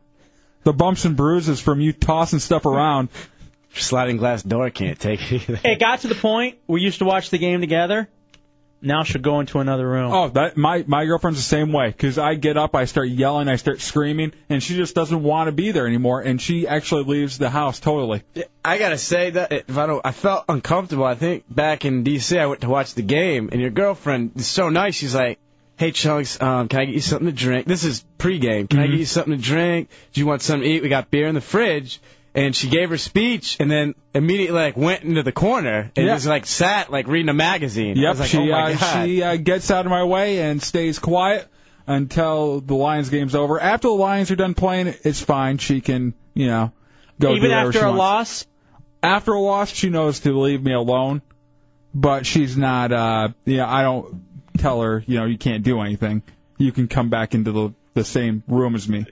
the bumps and bruises from you tossing stuff around.
Sliding glass door can't take it either.
It got to the point we used to watch the game together. Now she'll go into another room.
Oh, that my my girlfriend's the same way. 'Cause I get up, I start yelling, I start screaming, and she just doesn't want to be there anymore. And she actually leaves the house totally.
I gotta say that if I don't, I felt uncomfortable. I think back in D.C. I went to watch the game, and your girlfriend is so nice. She's like, "Hey, Chunks, um, can I get you something to drink? This is pregame. Can I
Mm-hmm.
get you something to drink? Do you want something to eat? We got beer in the fridge." And she gave her speech, and then immediately like went into the corner and
Yeah.
just like sat like reading a magazine. I
Yep,
was like,
she
"Oh my
uh,
God."
she uh, gets out of my way and stays quiet until the Lions game's over. After the Lions are done playing, it's fine. She can you know go do
Even
whatever
after
she
a
wants.
loss.
After a loss, she knows to leave me alone, but she's not. uh You know, I don't tell her. You know, you can't do anything. You can come back into the the same room as me.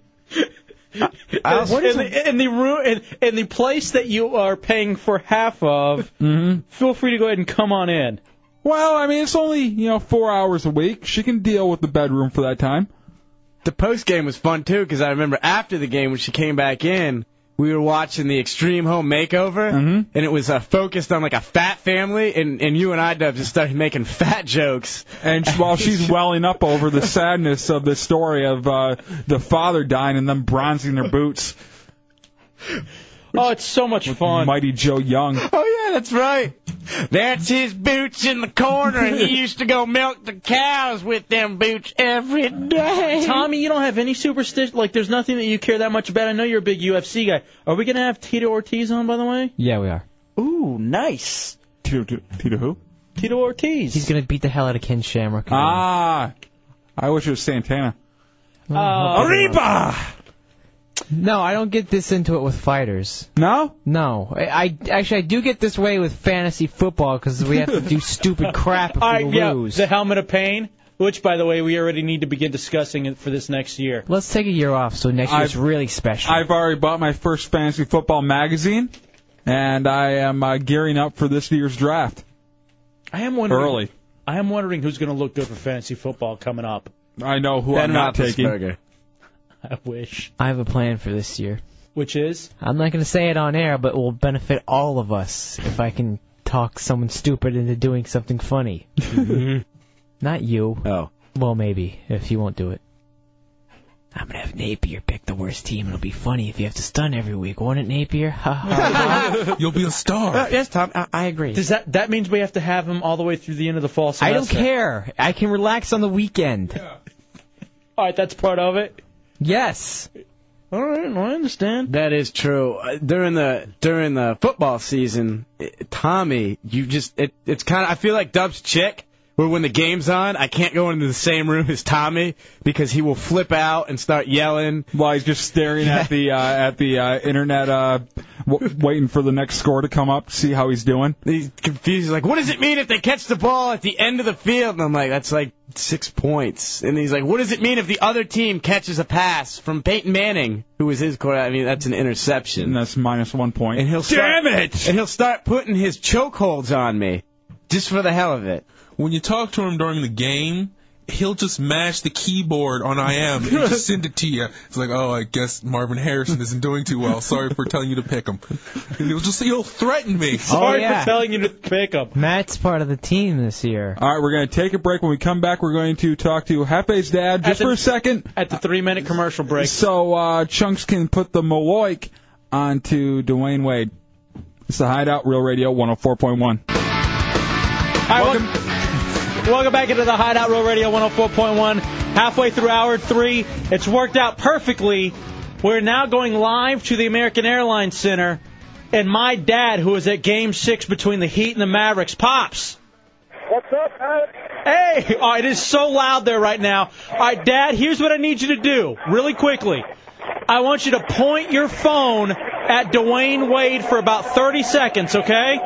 in, the, in the room, in, in the place that you are paying for half of, feel free to go ahead and come on in.
Well, I mean, it's only you know four hours a week. She can deal with the bedroom for that time.
the post game was fun too because I remember after the game when she came back in, we were watching the Extreme Home Makeover, and it was uh, focused on like a fat family, and and you and I Dub just started making fat jokes.
And while she's welling up over the sadness of the story of uh, the father dying and them bronzing their boots.
Oh, it's so much
fun. Mighty Joe Young.
Oh yeah, that's right. That's his boots in the corner, and *laughs* he used to go milk the cows with them boots every day.
Tommy, you don't have any superstition. Like, there's nothing that you care that much about. I know you're a big UFC guy. Are we gonna have Tito Ortiz on, by the way?
Yeah, we are.
Ooh, nice.
Tito, Tito who?
Tito Ortiz.
He's gonna beat the hell out of Ken Shamrock.
Ah, I wish it was Santana.
Uh,
Oh,
Arriba!
No, I don't get this into it with fighters.
No?
No. I, I actually I do get this way with fantasy football because we have to *laughs* do stupid crap if
All right,
we
yeah,
lose.
the helmet of pain, which, by the way, we already need to begin discussing it for this next year.
Let's take a year off so next year's
I've-
really special.
I've already bought my first fantasy football magazine, and I am uh, gearing up for this year's draft.
I am wondering.
Early.
I am wondering who's going to look good for fantasy football coming up.
I know who
Ben
I'm not
Roethlisberger.
taking.
I wish.
I have a plan for this year.
Which is?
I'm not going to say it on air, but it will benefit all of us if I can talk someone stupid into doing something funny. Mm-hmm. *laughs* not you.
Oh.
Well, maybe, if you won't do it. I'm going to have Napier pick the worst team. It'll be funny if you have to stun every week, won't it, Napier? Ha ha.
You'll be a
*laughs*
star.
*laughs*
yes, Tom, I, I agree.
Does that that means we have to have him all the way through the end of the fall
I
semester?
don't care. I can relax on the weekend.
All right, that's part of it.
Oh, Yes.
All right, well, I understand.
That is true. Uh, During the during the football season, it- Tommy, you just it, it's kind of I feel like Dub's chick. Where when the game's on, I can't go into the same room as Tommy because he will flip out and start yelling.
While he's just staring at the uh, at the uh, internet, uh, w- waiting for the next score to come up, see how he's doing.
He's confused. He's like, "What does it mean if they catch the ball at the end of the field?" And I'm like, "That's like six points." And he's like, "What does it mean if the other team catches a pass from Peyton Manning, who was his quarterback? I mean, that's an interception."
And that's minus one point.
And he'll start, And he'll start putting his chokeholds on me, just for the hell of it.
When you talk to him during the game, he'll just mash the keyboard on IM and just send it to you. It's like, oh, I guess Marvin Harrison isn't doing too well. Sorry for telling you to pick him. And he'll just he'll threaten me.
Sorry for Oh, yeah.
telling you to pick him.
Matt's part of the team this year.
All right, we're going to take a break. When we come back, we're going to talk to Hefe's dad just
At the-
for a second.
At the three minute commercial break.
So uh, Chunks can put the Maloik onto Dwayne Wade. It's the Hideout Real Radio 104.1.
Hi, welcome. Welcome back into the Hideout Row Radio 104.1. Halfway through hour three, it's worked out perfectly. We're now going live to the American Airlines Center, and my dad, who is at Game Six between the Heat and the Mavericks, pops.
What's up, Pat?
Hey, oh, it is so loud there right now. All right, Dad, here's what I need you to do, really quickly. I want you to point your phone at Dwayne Wade for about 30 seconds, okay?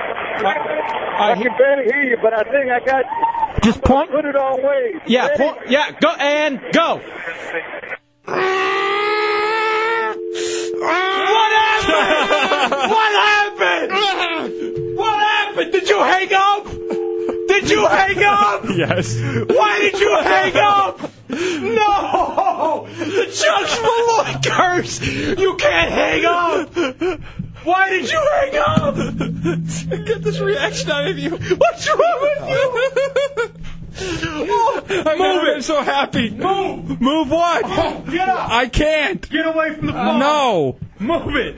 I can barely hear you, but I think I got you.
Just point.
Put it all ways.
Yeah, point, yeah, go and go.
What happened? what happened? What happened? Did you hang up? Did you hang up?
Yes.
Why did you hang up? No! The Chuck's Malloy curse! You can't hang up! Why did you hang up? Get this reaction out of you. What's wrong with you? Oh,
I've never been so happy. Move. Move what?
Oh, Get up!
I can't.
Get away from the phone.
No.
Move it.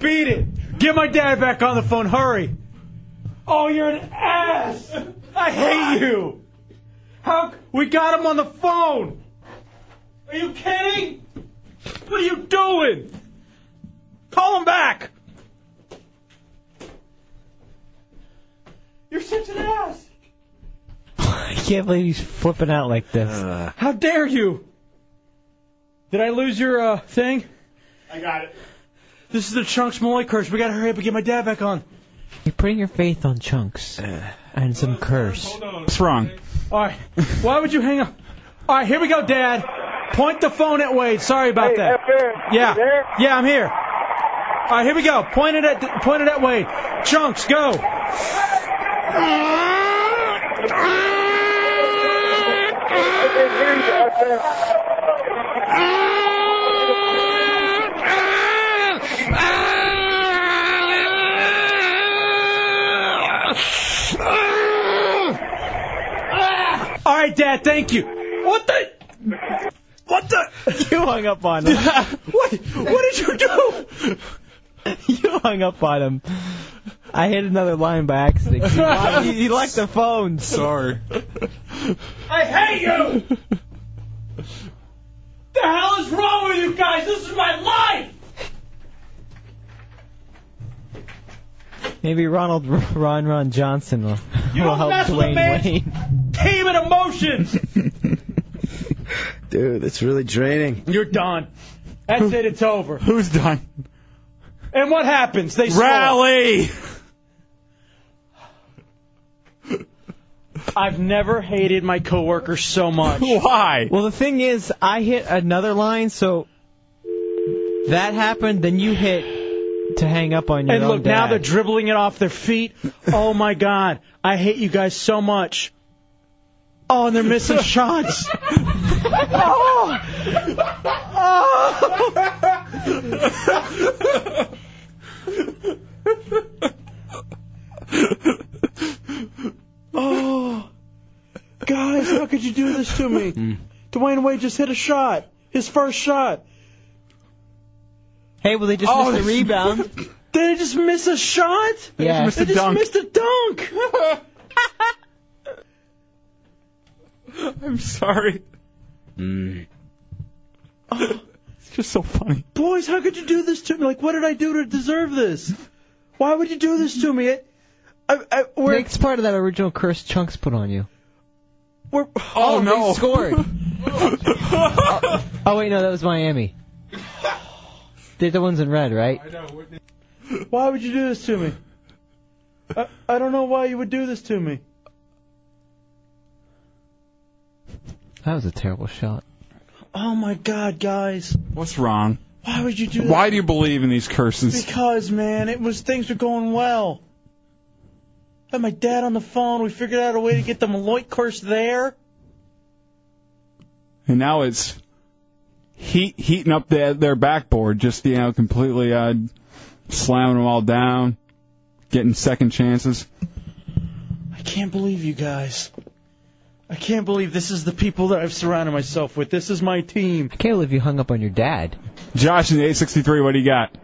Beat it. Get my dad back on the phone. Hurry.
Oh, you're an ass!
I hate you. How? We got him on the phone.
Are you kidding?
What are you doing? Call him back.
You're such an ass!
*laughs* I can't believe he's flipping out like this.
Uh.
How dare you? Did I lose your uh, thing?
I got it.
This is the Chunks Malloy curse. We gotta hurry up and get my dad back on.
You're putting your faith on chunks and some curse.
What's wrong? All right. Why would you hang up? All right, here we go, Dad. Point the phone at Wade. Sorry about that. yeah. Yeah, I'm here. All right, here we go. Point it at point it at Wade. Chunks, go. All right, Dad. Thank you. What the? What the?
You *laughs* hung up
*laughs*
on him.
what? What did you do?
you hung up on him. I hit another line by accident. He locked, he locked the
*laughs*
phone.
Sorry.
I hate you! the hell is wrong with you guys? This is my life!
Maybe Ronald Ron Ron Johnson will, will help
mess with
Dwayne
me.
Wayne.
Team and emotions!
Dude, it's really draining.
*laughs* You're done. That's it. It's over.
Who's done?
And what happens? They score.
Rally.
I've never hated my coworker so much. Why?
Well, the thing is, I hit another line, so that happened. Then you hit to hang up on your
And
own
look, now
dad.
they're dribbling it off their feet. Oh my God, I hate you guys so much. Oh, and they're
*laughs*
missing shots.
oh! Oh!
Oh, guys, how could you do this to
Hmm.
me? Dwayne Wade just hit a shot, his first shot.
Hey, well, they just missed
*laughs*
the rebound.
Did Oh, they just miss a shot?
They just Yeah. missed a
They just
dunk.
missed a
*laughs*
dunk.
I'm sorry.
Mm.
It's just so funny. *laughs* Boys, how could you do this to me? Like, what did I do to deserve this? Why would you do this to me? It, I, I, we're,
Next part of that original curse chunks put on you.
we're,
Oh, no! They scored. *laughs* oh, wait, no, that was Miami. They're the ones in red, right?
Why would you do this to me? I, I don't know why you would do this to me.
That was a terrible shot.
Oh my God, guys,
What's wrong?
why would you do that?
Why do you believe in these curses?
Because man, it was things were going well. Had my dad on the phone. We figured out a way to get the Malloy curse there.
And now it's heat heating up their their backboard, just you know, completely uh, slamming them all down, getting second chances.
I can't believe you guys. I can't believe this is the people that I've surrounded myself with. This is my team.
I can't believe you hung up on your dad.
Josh in the 863, what do you got?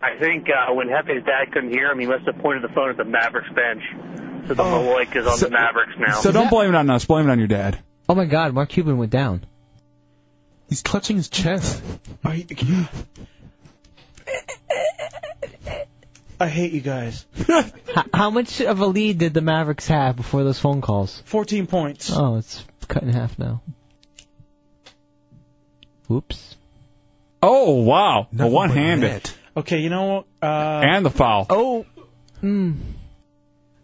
I think uh, when Hefe's dad couldn't hear him, he must have pointed the phone at the Mavericks bench. So the Malloy is on the Mavericks now.
So don't blame it on us. Blame it on your dad.
Oh my God, Mark Cuban went down.
He's clutching his chest.
I hate you guys.
How, how much of a lead did the Mavericks have before those phone calls?
14 points.
Oh, it's cut in half now. Oops.
Oh wow, a one-handed
Okay, you know what? Uh,
and the foul.
Oh. Mm.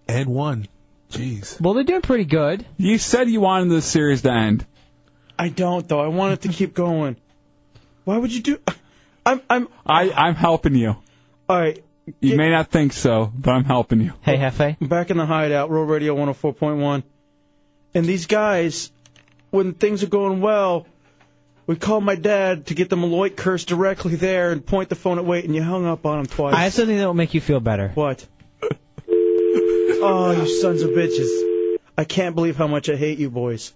and one. Jeez.
Well, they're doing pretty good.
You said you wanted this series to end.
I don't though. I want it to keep going.
Why would you do? I'm I'm
I, I'm helping you.
All right.
You may not think so, but I'm helping you.
Hey, Hefe.
I'm back in the hideout, Roll Radio 104.1.
And these guys, when things are going well, we called my dad to get the Malloy curse directly there and point the phone at Wait, and you hung up on him twice.
I have something that will make you feel better.
What? *laughs* oh, you sons of bitches. I can't believe how much I hate you boys.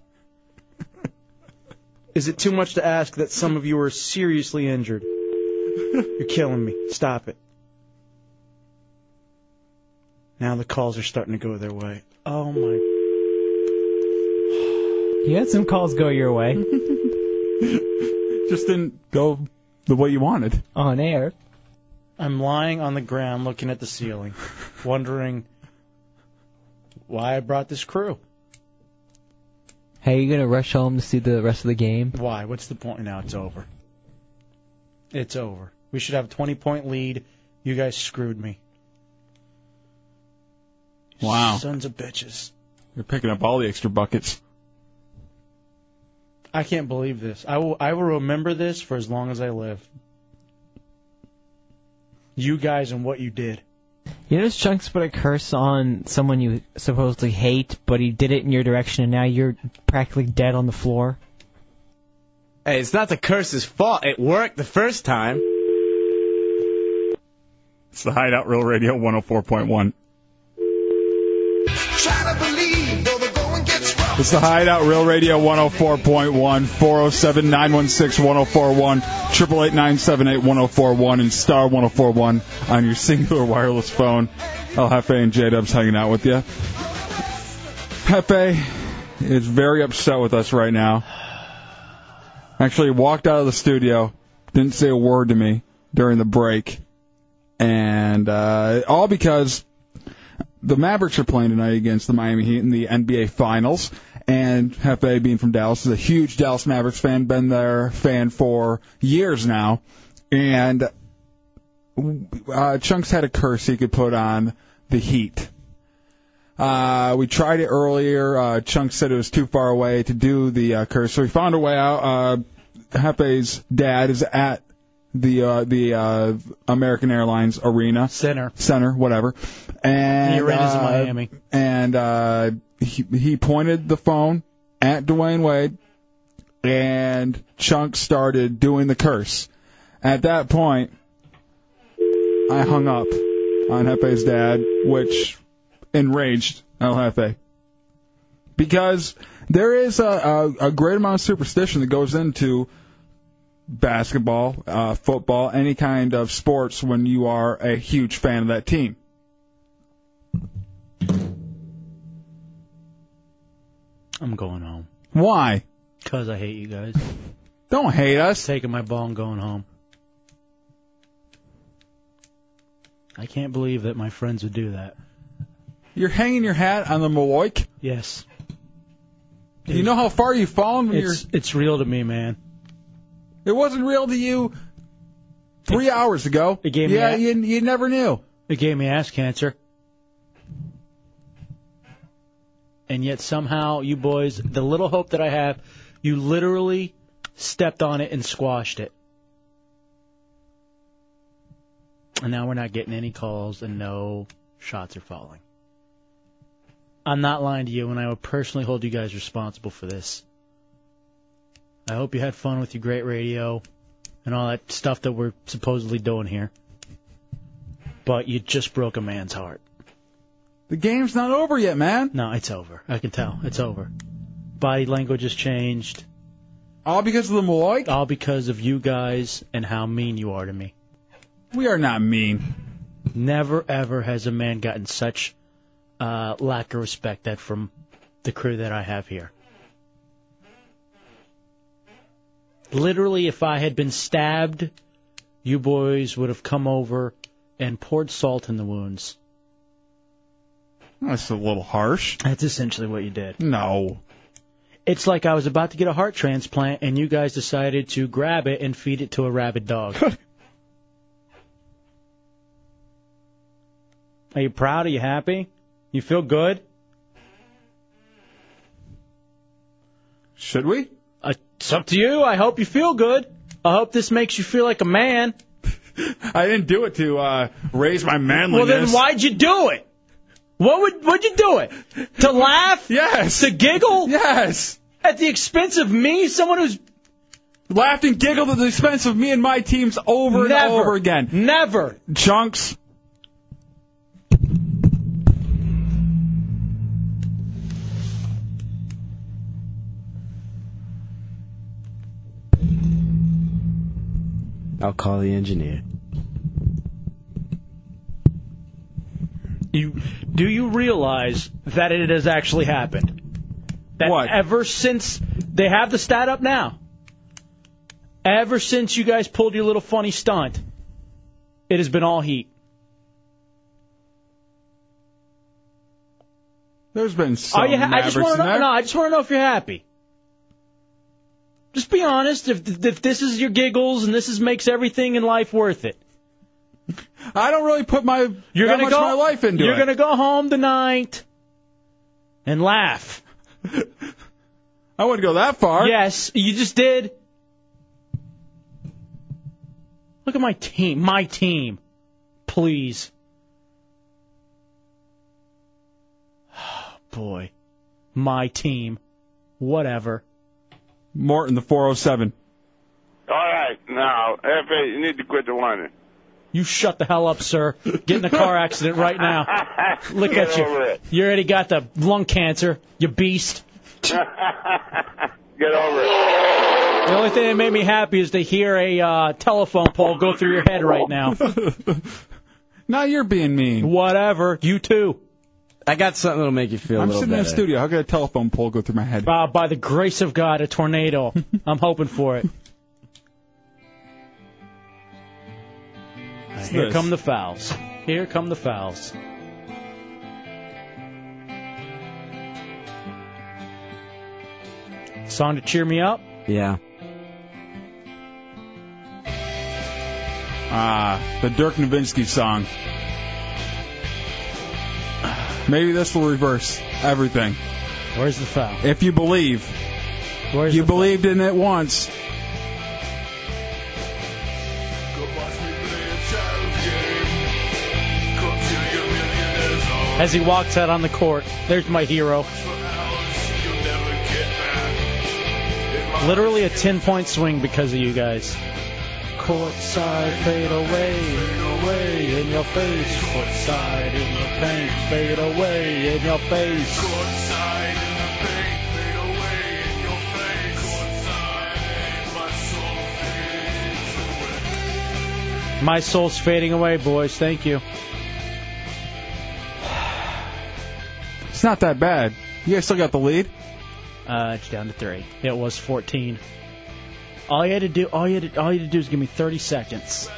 Is it too much to ask that some of you are seriously injured? You're killing me. Stop it. Now the calls are starting to go their way. Oh my.
You had some calls go your way. *laughs*
Just didn't go the way you wanted.
On air.
I'm lying on the ground looking at the ceiling, wondering why I brought this crew.
Hey, you gonna rush home to see the rest of the game?
Why? What's the point? Now it's over. It's over. We should have a 20 point lead. You guys screwed me.
Wow.
Sons of bitches.
You're picking up all the extra buckets.
I can't believe this. I will I will remember this for as long as I live. You guys and what you did.
You notice Chunks put a curse on someone you supposedly hate, but he did it in your direction, and now you're practically dead on the floor.
Hey, it's not the curse's fault. It worked the first time.
It's the Hideout Real Radio 104.1. It's the Hideout Real Radio 104.1, 407 916 1041, 888 978 1041, and star 1041 on your singular wireless phone. El Jefe and J Dub's hanging out with you. Pepe is very upset with us right now. Actually, walked out of the studio, didn't say a word to me during the break, and uh, all because the Mavericks are playing tonight against the Miami Heat in the NBA Finals. And Hefe, being from Dallas, is a huge Dallas Mavericks fan, been their fan for years now. And uh, Chunks had a curse he could put on the Heat. Uh, we tried it earlier. Uh, Chunks said it was too far away to do the uh, curse, so we found a way out. Uh, Hefe's dad is at the uh, the uh, American Airlines Arena
Center
Center whatever, and
The arena's in
uh,
Miami.
And uh, he he pointed the phone at Dwayne Wade, and Chunk started doing the curse. At that point, I hung up on Hefe's dad, which enraged El Hefe because there is a, a, a great amount of superstition that goes into basketball, uh, football, any kind of sports when you are a huge fan of that team.
I'm going home.
Why?
Because I hate you guys.
Don't hate us.
Taking my ball and going home. I can't believe that my friends would do that.
You're hanging your hat on the Maloik.
Yes.
You know how far you've fallen when
It's, it's real to me, man.
you're. It wasn't real to you three hours ago.
It gave me
yeah,
a-
you, you never knew.
It gave me ass cancer. And yet somehow you boys, the little hope that I have, you literally stepped on it and squashed it. And now we're not getting any calls and no shots are falling. I'm not lying to you and I would personally hold you guys responsible for this. I hope you had fun with your great radio and all that stuff that we're supposedly doing here but you just broke a man's heart.
The game's not over yet, man.
No, it's over. I can tell. It's over. Body language has changed.
All because of the Maloik?
All because of you guys and how mean you are to me.
We are not mean.
Never ever has a man gotten such uh, lack of respect that from the crew that I have here. Literally, if I had been stabbed, you boys would have come over and poured salt in the wounds.
That's a little harsh.
That's essentially what you did.
No.
It's like I was about to get a heart transplant and you guys decided to grab it and feed it to a rabid dog. Are you proud? Are you happy? You feel good?
Should we?
Uh, it's up to you. I hope you feel good. I hope this makes you feel like a man.
I didn't do it to uh, raise my manliness.
Well, then why'd you do it? What would would you do it? To
*laughs*
laugh?
Yes.
To giggle?
Yes.
At the expense of me, someone who's
laughed and giggled at the expense of me and my teams over and
Never.
over again.
Never.
Chunks.
I'll call the engineer.
You do you realize that it has actually happened? That ever since they have the stat up now. Ever since you guys pulled your little funny stunt, it has been all heat.
There's been some
Are you ha- I just
Mavericks
want
in
to know.
there.
No, I just want to know if you're happy. Just be honest. If if this is your giggles and this is makes everything in life worth it.
I don't really put my
you're
that
gonna
much
go,
my life into
You're
it.
gonna go home tonight and laugh.
I wouldn't go that far.
Yes, you just did. Look at my team. My team. Please. *sighs* Boy. My team. Whatever.
Morton, the 407.
All right, now, FA, you need to quit the whining.
You shut the hell up, sir. Get in a car accident
*laughs*
right now. Look
Get
at you.
over it.
You already got the lung cancer, you beast.
Get over it.
The only thing that made me happy is to hear a uh, telephone pole go through your head right now.
*laughs*
now you're being mean.
Whatever. You too.
I got something that'll make you feel
I'm
a little
sitting in the
better.
studio. How could a telephone pole go through my head?
Uh, by the grace of God, a tornado. I'm hoping for it. Here
this?
come the fouls. Here come the fouls. Song to cheer me up.
Yeah.
Ah, the Dirk Nowitzki song. Maybe this will reverse everything.
Where's the foul?
If you believe.
Where's
you believed in it once.
As he walks out on the court, there's my hero. Literally a 10 point swing because of you guys. Courtside fade away, fade away in your face. Courtside in the paint, fade away in your face. My soul's fading away, boys. Thank you.
It's not that bad. You guys still got the lead?
Uh, it's down to three. It was 14. All you had to do, all you had to, all you had to do is give me 30 seconds.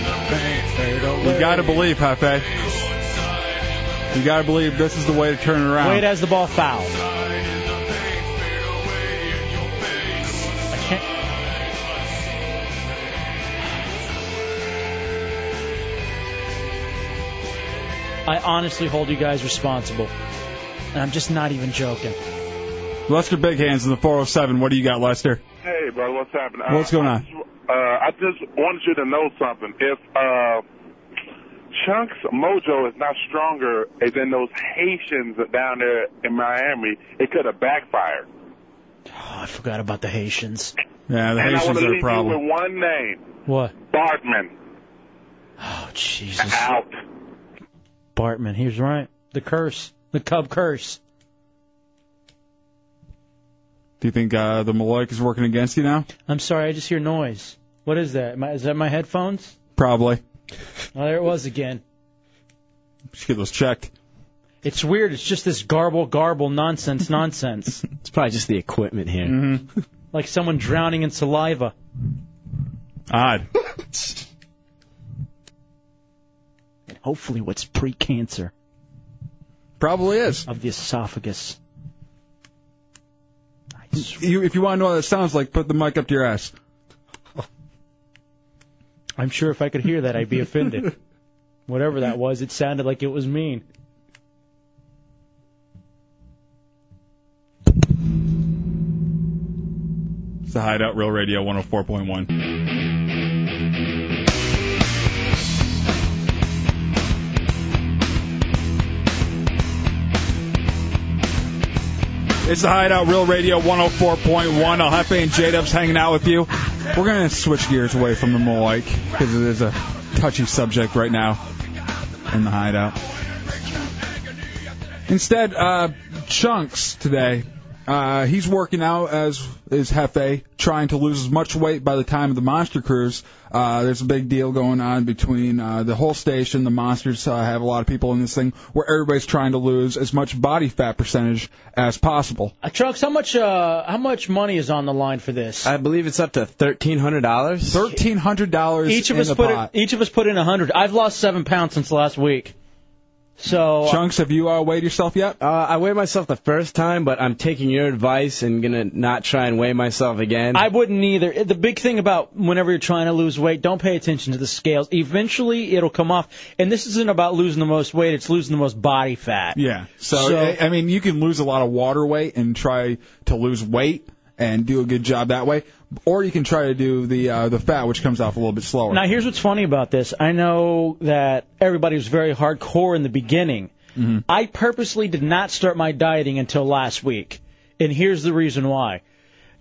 You gotta believe, Hefe. You gotta believe this is the way to turn it around.
Wade has the ball fouled. I can't. I honestly hold you guys responsible, and I'm just not even joking.
Lester Big Hands in the 407. What do you got, Lester?
Hey, brother, what's happening?
What's going on?
Uh, I just wanted you to know something. If uh, Chunk's mojo is not stronger than those Haitians down there in Miami, it could have backfired.
Oh, I forgot about the Haitians.
Yeah,
and I want to leave you with one name,
What?
Bartman.
Oh, Jesus.
Out.
Bartman, he was right. The curse. The Cub curse.
Do you think uh, the Maloik is working against you now?
I'm sorry, I just hear noise. What is that? My, is that my headphones?
Probably.
Oh, there it was again.
Should get those checked.
It's weird. It's just this garble, garble, nonsense, nonsense.
*laughs*
Mm-hmm.
It's probably just the equipment here.
like someone drowning in saliva.
Odd.
And hopefully, what's pre cancer?
*laughs* Probably is.
Of the esophagus.
You, if you want to know what that sounds like, put the mic up to your ass.
I'm sure if I could hear that, I'd be
*laughs*
offended. Whatever that was, it sounded like it was mean.
It's the Hideout Real Radio 104.1. It's the Hideout Real Radio 104.1. El Jefe and J Dubs hanging out with you. We're going to switch gears away from the Molike because it is a touchy subject right now in the Hideout. Instead, uh, Chunks today. Uh, he's working out as is Hefe, trying to lose as much weight by the time of the Monster Cruise. Uh, there's a big deal going on between uh, the whole station. The Monsters uh, have a lot of people in this thing where everybody's trying to lose as much body fat percentage as possible.
Uh, Trunks, how much uh, how much money is on the line for this?
I believe it's up to Uh, thirteen hundred dollars.
Thirteen hundred dollars.
Each of us put in, each of us put in a hundred. I've lost seven pounds since last week. So
Chunks, have you uh, weighed yourself yet?
Uh, I weighed myself the first time, but I'm taking your advice and gonna not try and weigh myself again.
I wouldn't either. The big thing about whenever you're trying to lose weight, don't pay attention to the scales. Eventually, it'll come off. And this isn't about losing the most weight; it's losing the most body fat.
Yeah. So,
So-
I- I mean, you can lose a lot of water weight and try to lose weight and do a good job that way, or you can try to do the uh, the fat, which comes off a little bit slower.
Now, here's what's funny about this. I know that everybody was very hardcore in the beginning. I purposely did not start my dieting until last week, and here's the reason why.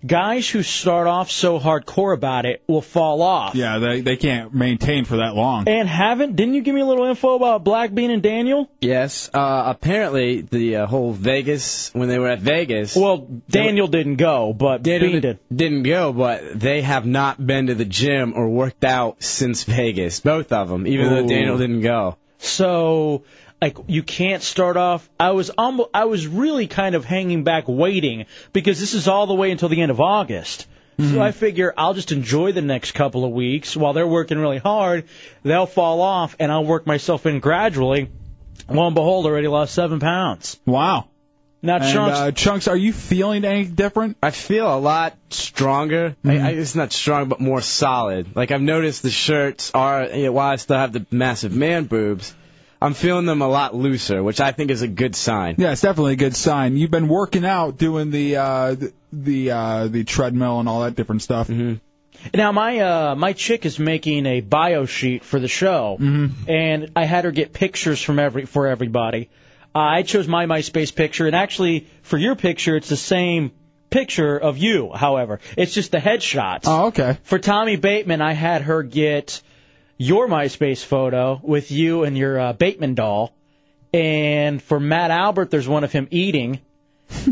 Guys who start off so hardcore about it will fall off.
Yeah, they they can't maintain for that long.
And haven't? Didn't you give me a little info about Black Bean and Daniel?
Yes. Uh, apparently, the uh, whole Vegas when they were at Vegas.
Well, Daniel didn't go,
uh,
but Bean did.
Didn't go, but they have not been to the gym or worked out since Vegas. Both of them, even
Ooh.
though Daniel didn't go.
So, like, you can't start off. I was almost, I was really kind of hanging back, waiting because this is all the way until the end of August.
Mm-hmm.
So I figure I'll just enjoy the next couple of weeks while they're working really hard. They'll fall off, and I'll work myself in gradually. Lo and behold, already lost seven pounds.
Wow.
Now,
And,
Chunks,
uh, Chunks, are you feeling any different?
I feel a lot stronger. I, I, it's not strong, but more solid. Like I've noticed the shirts are, you know, while I still have the massive man boobs, I'm feeling them a lot looser, which I think is a good sign.
Yeah, it's definitely a good sign. You've been working out, doing the uh, the the, uh, the treadmill and all that different stuff. Mm-hmm.
Now my uh, my chick is making a bio sheet for the show, and I had her get pictures from every for everybody. Uh, I chose my MySpace picture, and actually for your picture, it's the same picture of you. However, it's just the headshots.
Oh, okay.
For Tommy Bateman, I had her get your MySpace photo with you and your uh, Bateman doll, and for Matt Albert, there's one of him eating. *laughs*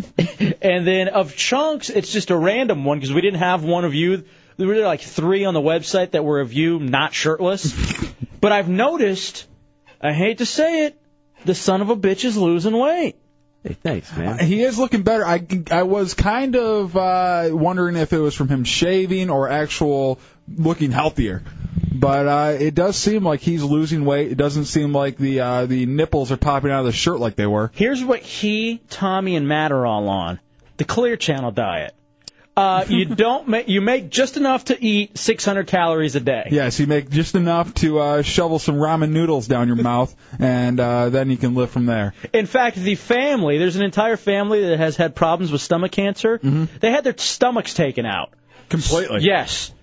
And then of chunks, it's just a random one because we didn't have one of you. There were like three on the website that were of you not shirtless. but I've noticed, I hate to say it, the son of a bitch is losing weight.
Hey, thanks, man.
He is looking better. I, I was kind of uh, wondering if it was from him shaving or actual looking healthier. But uh, it does seem like he's losing weight. It doesn't seem like the uh, the nipples are popping out of the shirt like they were.
Here's what he, Tommy, and Matt are all on: the Clear Channel diet. Uh,
*laughs*
you don't make you make just enough to eat 600 calories a day.
Yes, you make just enough to uh, shovel some ramen noodles down your mouth, and uh, then you can live from there.
In fact, the family, there's an entire family that has had problems with stomach cancer.
Mm-hmm.
They had their stomachs taken out.
Completely.
Yes.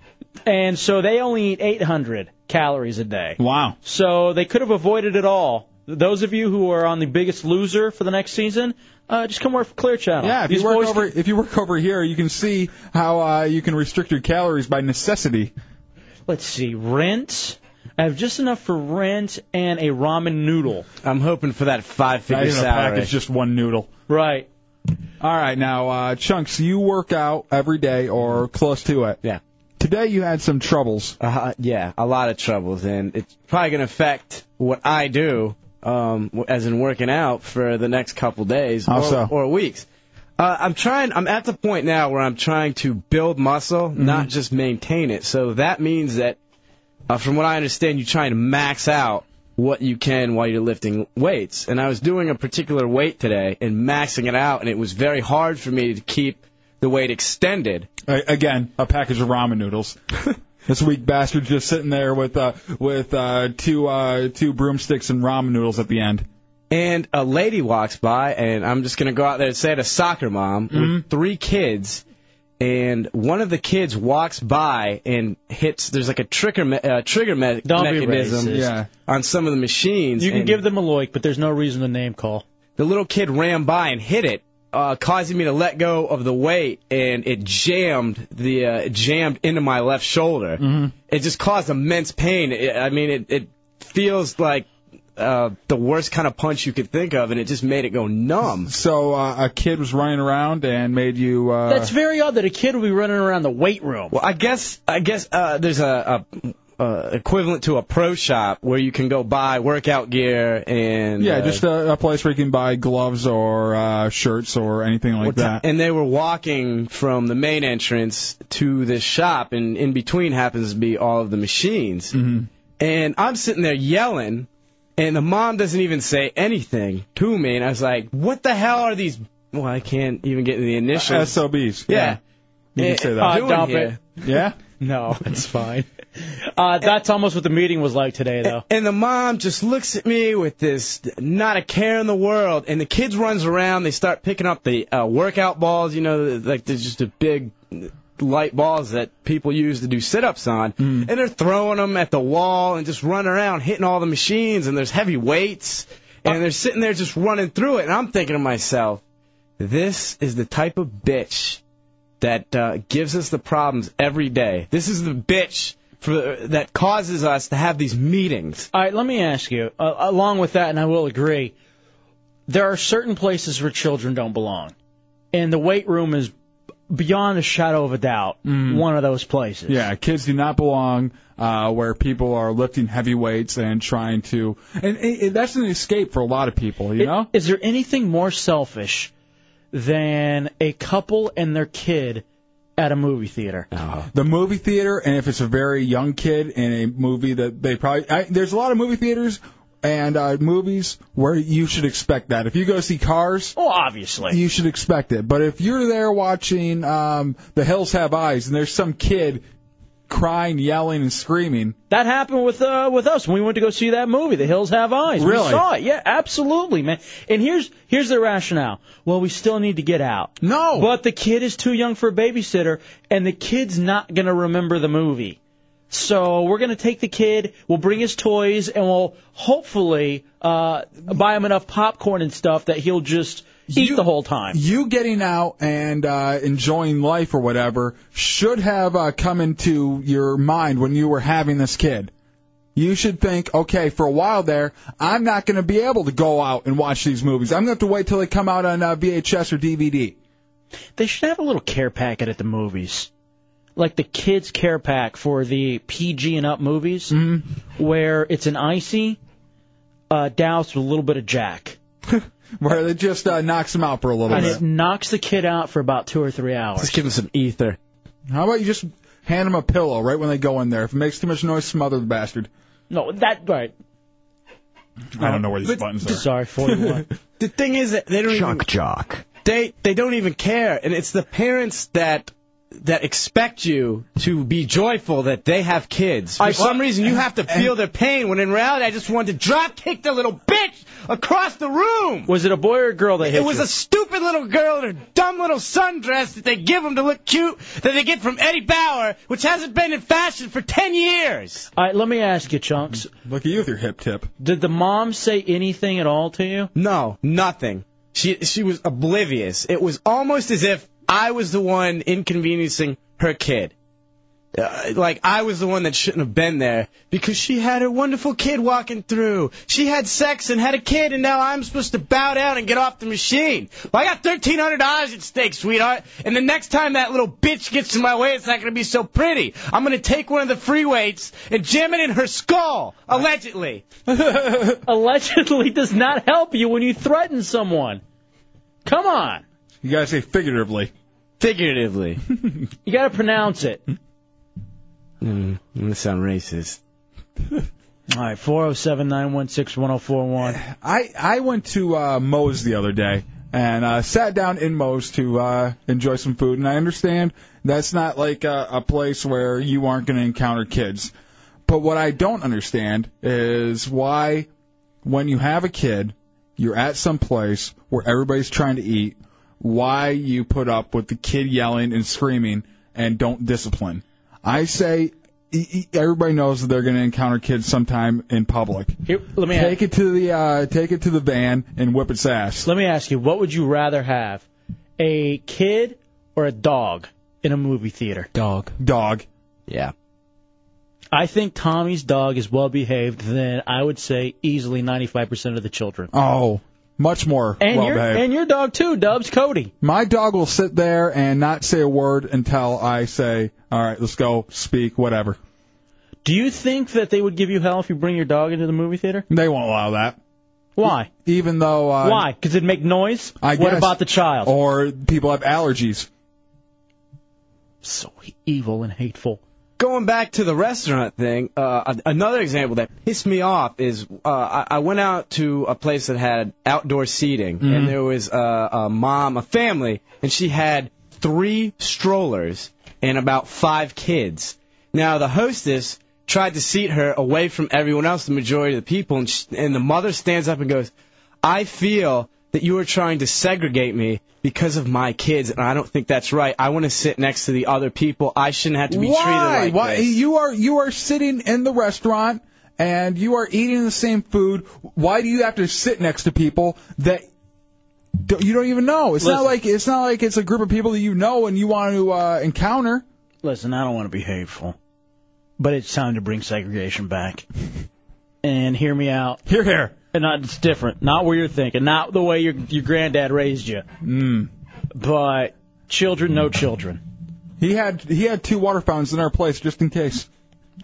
And so they only eat 800 calories a day.
Wow.
So they could have avoided it all. Those of you who are on the biggest loser for the next season, uh, just come work for Clear Channel.
Yeah, if
These
you work
boys
over
can-
if you work over here, you can see how uh, you can restrict your calories by necessity.
Let's see, rent. I have just enough for rent and a ramen noodle.
I'm hoping for that five-figure
Not even a
salary.
package, just one noodle.
Right.
All right, now uh, chunks. You work out every day or close to it.
Yeah.
Today you had some troubles.
Uh, yeah, a lot of troubles, and it's probably going to affect what I do, um, w- as in working out for the next couple days
How so?
or, or weeks. Uh, I'm trying. I'm at the point now where I'm trying to build muscle,
Mm-hmm.
not just maintain it. So that means that, uh, from what I understand, you're trying to max out what you can while you're lifting weights. And I was doing a particular weight today and maxing it out, and it was very hard for me to keep the weight extended.
A- again, a package of ramen noodles. this weak bastard just sitting there with uh, with uh, two uh, two broomsticks and ramen noodles at the end.
And a lady walks by, and I'm just going to go out there and say it a soccer mom
Mm-hmm.
with three kids. And one of the kids walks by and hits. There's like a trigger me- uh, trigger me-
Don't be
mechanism
racist. Yeah.
on some of the machines.
You can
and
give them a loik, but there's no reason to name call.
the little kid ran by and hit it, uh, causing me to let go of the weight, and it jammed the uh, it jammed into my left shoulder.
Mm-hmm.
It just caused immense pain. It, I mean, it it feels like uh, the worst kind of punch you could think of, and it just made it go numb.
So uh, a kid was running around and made you. Uh,
That's very odd that a kid would be running around the weight room.
Well, I guess I guess uh, there's a. a uh, equivalent to a pro shop where you can go buy workout gear and
yeah,
uh,
just a, a place where you can buy gloves or uh, shirts or anything like that.
And they were walking from the main entrance to this shop, and in between happens to be all of the machines. And I'm sitting there yelling, and the mom doesn't even say anything to me. And I was like, "What the hell are these?" Well, I can't even get the initials.
SOBs.
Yeah. Eh,
You can say that. Uh,
Doing
dump
here?
it.
Yeah.
No, *laughs* it's fine. Uh, that's almost what the meeting was like today, though.
And the mom just looks at me with this not a care in the world. And the kids runs around. They start picking up the uh, workout balls. You know, like there's just a big light balls that people use to do sit-ups on. And they're throwing them at the wall and just running around hitting all the machines. And there's heavy weights. And they're sitting there just running through it. And I'm thinking to myself, this is the type of bitch that uh, gives us the problems every day. This is the bitch for, that causes us to have these meetings.
All right, let me ask you, uh, along with that, and I will agree, there are certain places where children don't belong. And the weight room is beyond a shadow of a doubt one of those places.
Yeah, Uh, kids do not belong uh, where people are lifting heavy weights and trying to. And, and and that's an escape for a lot of people, you know?
Is there anything more selfish than a couple and their kid at a movie theater?
The movie theater, and if it's a very young kid in a movie that they probably. I, there's a lot of movie theaters and uh, movies where you should expect that. If you go see Cars.
Oh, obviously.
You should expect it. But if you're there watching um, The Hills Have Eyes and there's some kid crying, yelling, and screaming.
That happened with uh, with us when we went to go see that movie, The Hills Have Eyes.
Really?
We saw it. Yeah, absolutely, man. And here's here's the rationale. Well, we still need to get out.
No.
But the kid is too young for a babysitter, and the kid's not gonna remember the movie. So we're gonna take the kid. We'll bring his toys, and we'll hopefully uh, buy him enough popcorn and stuff that he'll just eat the whole time.
you getting out and uh, enjoying life or whatever should have uh, come into your mind when you were having this kid. You should think, okay, for a while there, I'm not going to be able to go out and watch these movies. I'm going to have to wait till they come out on uh, VHS or DVD.
They should have a little care packet at the movies. Like the kids care pack for the PG and up movies Mm-hmm. where it's an icy uh doused with a little bit of jack.
Where it just uh, knocks them out for a little
and
bit.
it knocks the kid out for about two or three hours.
give them some ether.
How about you just hand them a pillow right when they go in there? If it makes too much noise, smother the bastard.
No, that right.
I don't know where these buttons are.
Sorry, 41.
the thing is that they don't even,
jock.
They they don't even care, and it's the parents that that expect you to be joyful that they have kids. For
I-
some reason, you have to feel their pain when in reality, I just wanted to drop kick the little bitch across the room.
Was it a boy or a girl that hit
It was
you?
a stupid little girl in her dumb little sundress that they give them to look cute that they get from Eddie Bauer, which hasn't been in fashion for ten years.
All right, let me ask you, Chunks.
Look at you with your hip tip.
Did the mom say anything at all to you?
No, nothing. She she was oblivious. It was almost as if I was the one inconveniencing her kid. Uh, like I was the one that shouldn't have been there because she had her wonderful kid walking through. She had sex and had a kid, and now I'm supposed to bow down and get off the machine. Well, I got thirteen hundred dollars at stake, sweetheart. And the next time that little bitch gets in my way, it's not going to be so pretty. I'm going to take one of the free weights and jam it in her skull, allegedly.
Allegedly does not help you when you threaten someone. Come on.
You gotta say figuratively.
Figuratively.
You gotta pronounce it.
Mm, that sound racist.
All right, 407 916 1041.
I I went to uh, Moe's the other day and uh, sat down in Moe's to uh, enjoy some food. And I understand that's not like a, a place where you aren't going to encounter kids. But what I don't understand is why, when you have a kid, you're at some place where everybody's trying to eat. Why you put up with the kid yelling and screaming and don't discipline? I say e- e- everybody knows that they're going to encounter kids sometime in public.
let me
take it to the uh, take it to the van and whip its ass.
Let me ask you, what would you rather have? A kid or a dog in a movie theater?
Dog.
Dog.
Yeah.
I think Tommy's dog is well behaved than I would say easily 95% of the children.
Uh,
Oh, much more
And
well
your
behaved.
and your dog too, Dubs Cody.
My dog will sit there and not say a word until I say, "All right, let's go speak, whatever."
Do you think that they would give you hell if you bring your dog into the movie theater?
They won't allow that.
Why?
Even though uh,
Why? Because it'd make noise.
I
what
guess.
about the child?
Or people have allergies.
So evil and hateful.
Going back to the restaurant thing, uh, an- another example that pissed me off is uh, I, I went out to a place that had outdoor seating, and there was a, a mom, a family, and she had three strollers and about five kids. Now the hostess tried to seat her away from everyone else, the majority of the people, and, sh and the mother stands up and goes, "I feel." That you are trying to segregate me because of my kids, and I don't think that's right. I want to sit next to the other people. I shouldn't have to be
Why?
treated like
Why?
this.
You are you are sitting in the restaurant and you are eating the same food. Why do you have to sit next to people that don't, you don't even know? It's not
Listen.
like it's not like it's a group of people that you know and you want to uh, encounter.
Listen, I don't want to be hateful, but it's time to bring segregation back. *laughs* and hear me out.
Here, here.
And not, it's different. Not where you're thinking. Not the way your your granddad raised you.
Mm.
But children, no children.
He had he had two water fountains in our place just in case.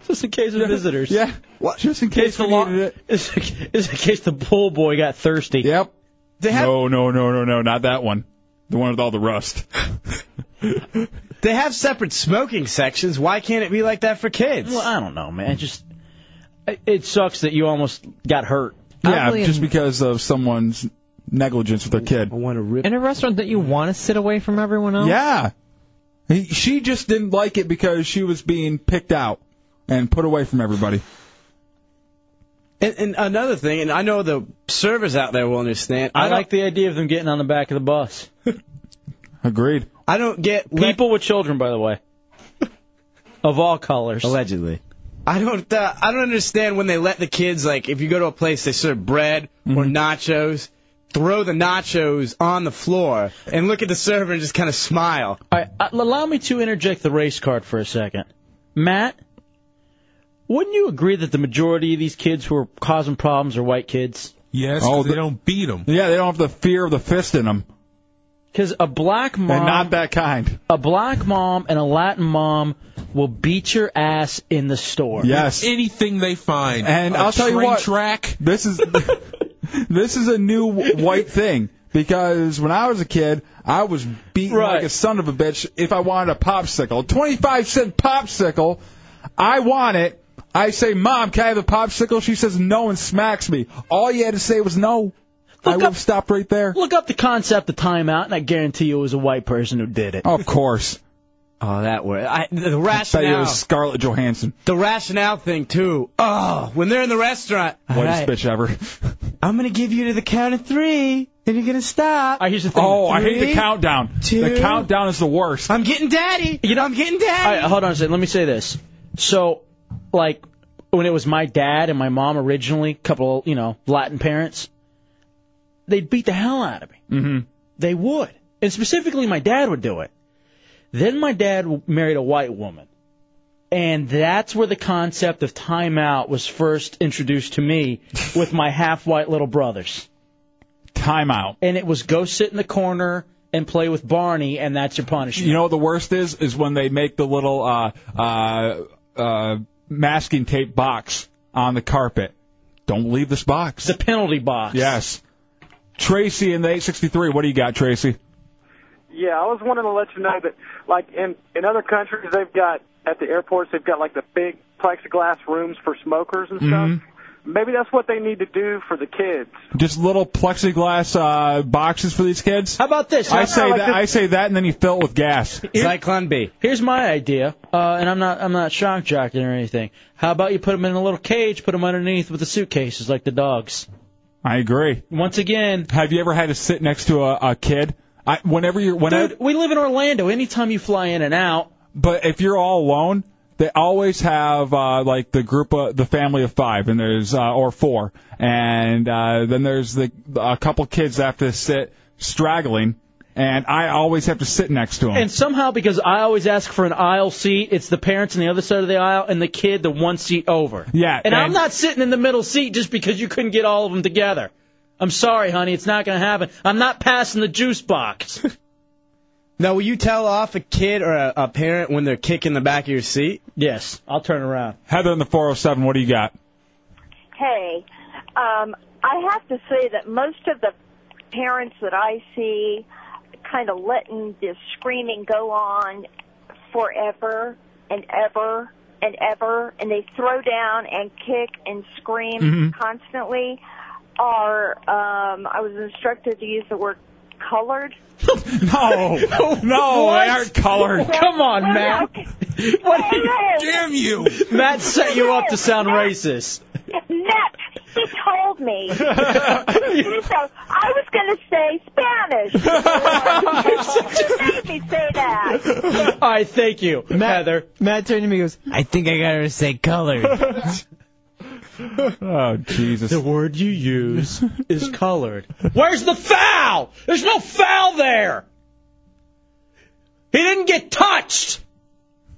Just in case of visitors.
Yeah. Just in case we needed it.
Is *laughs* is in case the pool boy got thirsty.
Yep. no, no, no, no, no, not that one. The one with all the rust.
They have separate smoking sections. Why can't it be like that for kids?
Well, I don't know, man. Just it- it sucks that you almost got hurt.
*laughs* Yeah, just because of someone's negligence with their kid. I
want to rip.
In a restaurant that you want to sit away from everyone else?
Yeah. He, she just didn't like it because she was being picked out and put away from everybody.
And, and another thing, and I know the servers out there will understand.
I like the idea of them getting on the back of the bus.
Agreed.
I don't get
people with children, by
*laughs*
the way, of all colors.
Allegedly. I don't. Uh, I don't understand when they let the kids like. If you go to a place, they serve bread or nachos. Throw the nachos on the floor and look at the server and just kind of smile.
All right, uh, allow me to interject the race card for a second. Matt, wouldn't you agree that the majority of these kids who are causing problems are white kids?
Yes,
Oh,
'cause
the-
they don't beat them.
Yeah, they don't have the fear of the fist in them.
Because a black mom.
And not that kind.
A black mom and a Latin mom will beat your ass in the store.
Yes.
Anything they find.
And
i
I'll tell you what,
Track.
this is *laughs* this is a new white thing because when I was a kid, I was beaten like a son of a bitch if I wanted a popsicle, twenty five cent popsicle. I want it. I say, Mom, can I have a popsicle? She says no and smacks me. All you had to say was no. I would have stopped right there.
Look up the concept of timeout, and I guarantee you it was a white person who did it.
Of course.
Oh, that word. I,
I
the
bet you it
rationale.
was Scarlett Johansson.
The rationale thing too. Oh, when they're in the restaurant.
Whitest bitch ever. *laughs*
I'm gonna give you to the count of three, and you're gonna stop.
I here's the
thing.
Oh, I hate the countdown. The countdown is the worst.
I'm getting daddy. You know, I'm getting daddy.
All right, hold on a second. Let me say this. So, like, when it was my dad and my mom originally, couple, you know, Latin parents, they'd beat the hell out of me.
Mm-hmm.
They would. And specifically, my dad would do it. Then my dad w- married a white woman. And that's where the concept of timeout was first introduced to me with my half white little brothers.
Timeout.
And it was go sit in the corner and play with Barney, and that's your punishment.
You know what the worst is? Is when they make the little uh, uh, uh, masking tape box on the carpet. Don't leave this box. The
penalty box.
Yes. Tracy in the 863. What do you got, Tracy?
Yeah, I was wanting to let you know that, like in in other countries, they've got at the airports they've got like the big plexiglass rooms for smokers and stuff.
Mm-hmm.
Maybe that's what they need to do for the kids.
Just little plexiglass uh, boxes for these kids. How
about this?
I say that. I say that, and then you fill it with gas.
Cyclone B. Here's my idea, uh, and I'm not I'm not shock jocking or anything. How about you put them in a little cage, put them underneath with the suitcases like the dogs?
I agree.
Once again,
have you ever had to sit next to a, a kid? I, whenever you're, when
Dude, we live in Orlando. Anytime you fly in and out,
but if you're all alone, they always have uh, like the group of the family of five, and there's uh, or four, and uh, then there's the a couple kids that have to sit straggling, and I always have to sit next to them.
and somehow because I always ask for an aisle seat, it's the parents on the other side of the aisle and the kid the one seat over.
yeah,
And I'm not sitting in the middle seat just because you couldn't get all of them together. I'm sorry, honey, it's not going to happen. I'm not passing the juice box.
Now, will you tell off a kid or a, a parent when they're kicking the back of your seat?
Yes, I'll turn around.
Heather in the 407, what do you got?
Hey, um, I have to say that most of the parents that I see kind of letting this screaming go on forever and ever and ever, and they throw down and kick and scream
Mhm.
constantly. Are um, I was instructed to use the word colored.
No, *laughs* no,
What?
they aren't colored.
Come on,
Well,
Matt.
What
Damn
you!
Matt set you up to sound racist.
Matt, he told me. so I was going to say Spanish. he made me say that.
All right, thank you, Heather.
Matt turned to me and goes, I think I got her to say colored.
oh, Jesus.
The word you *laughs* use is colored. Where's the foul? There's no foul there. He didn't get touched.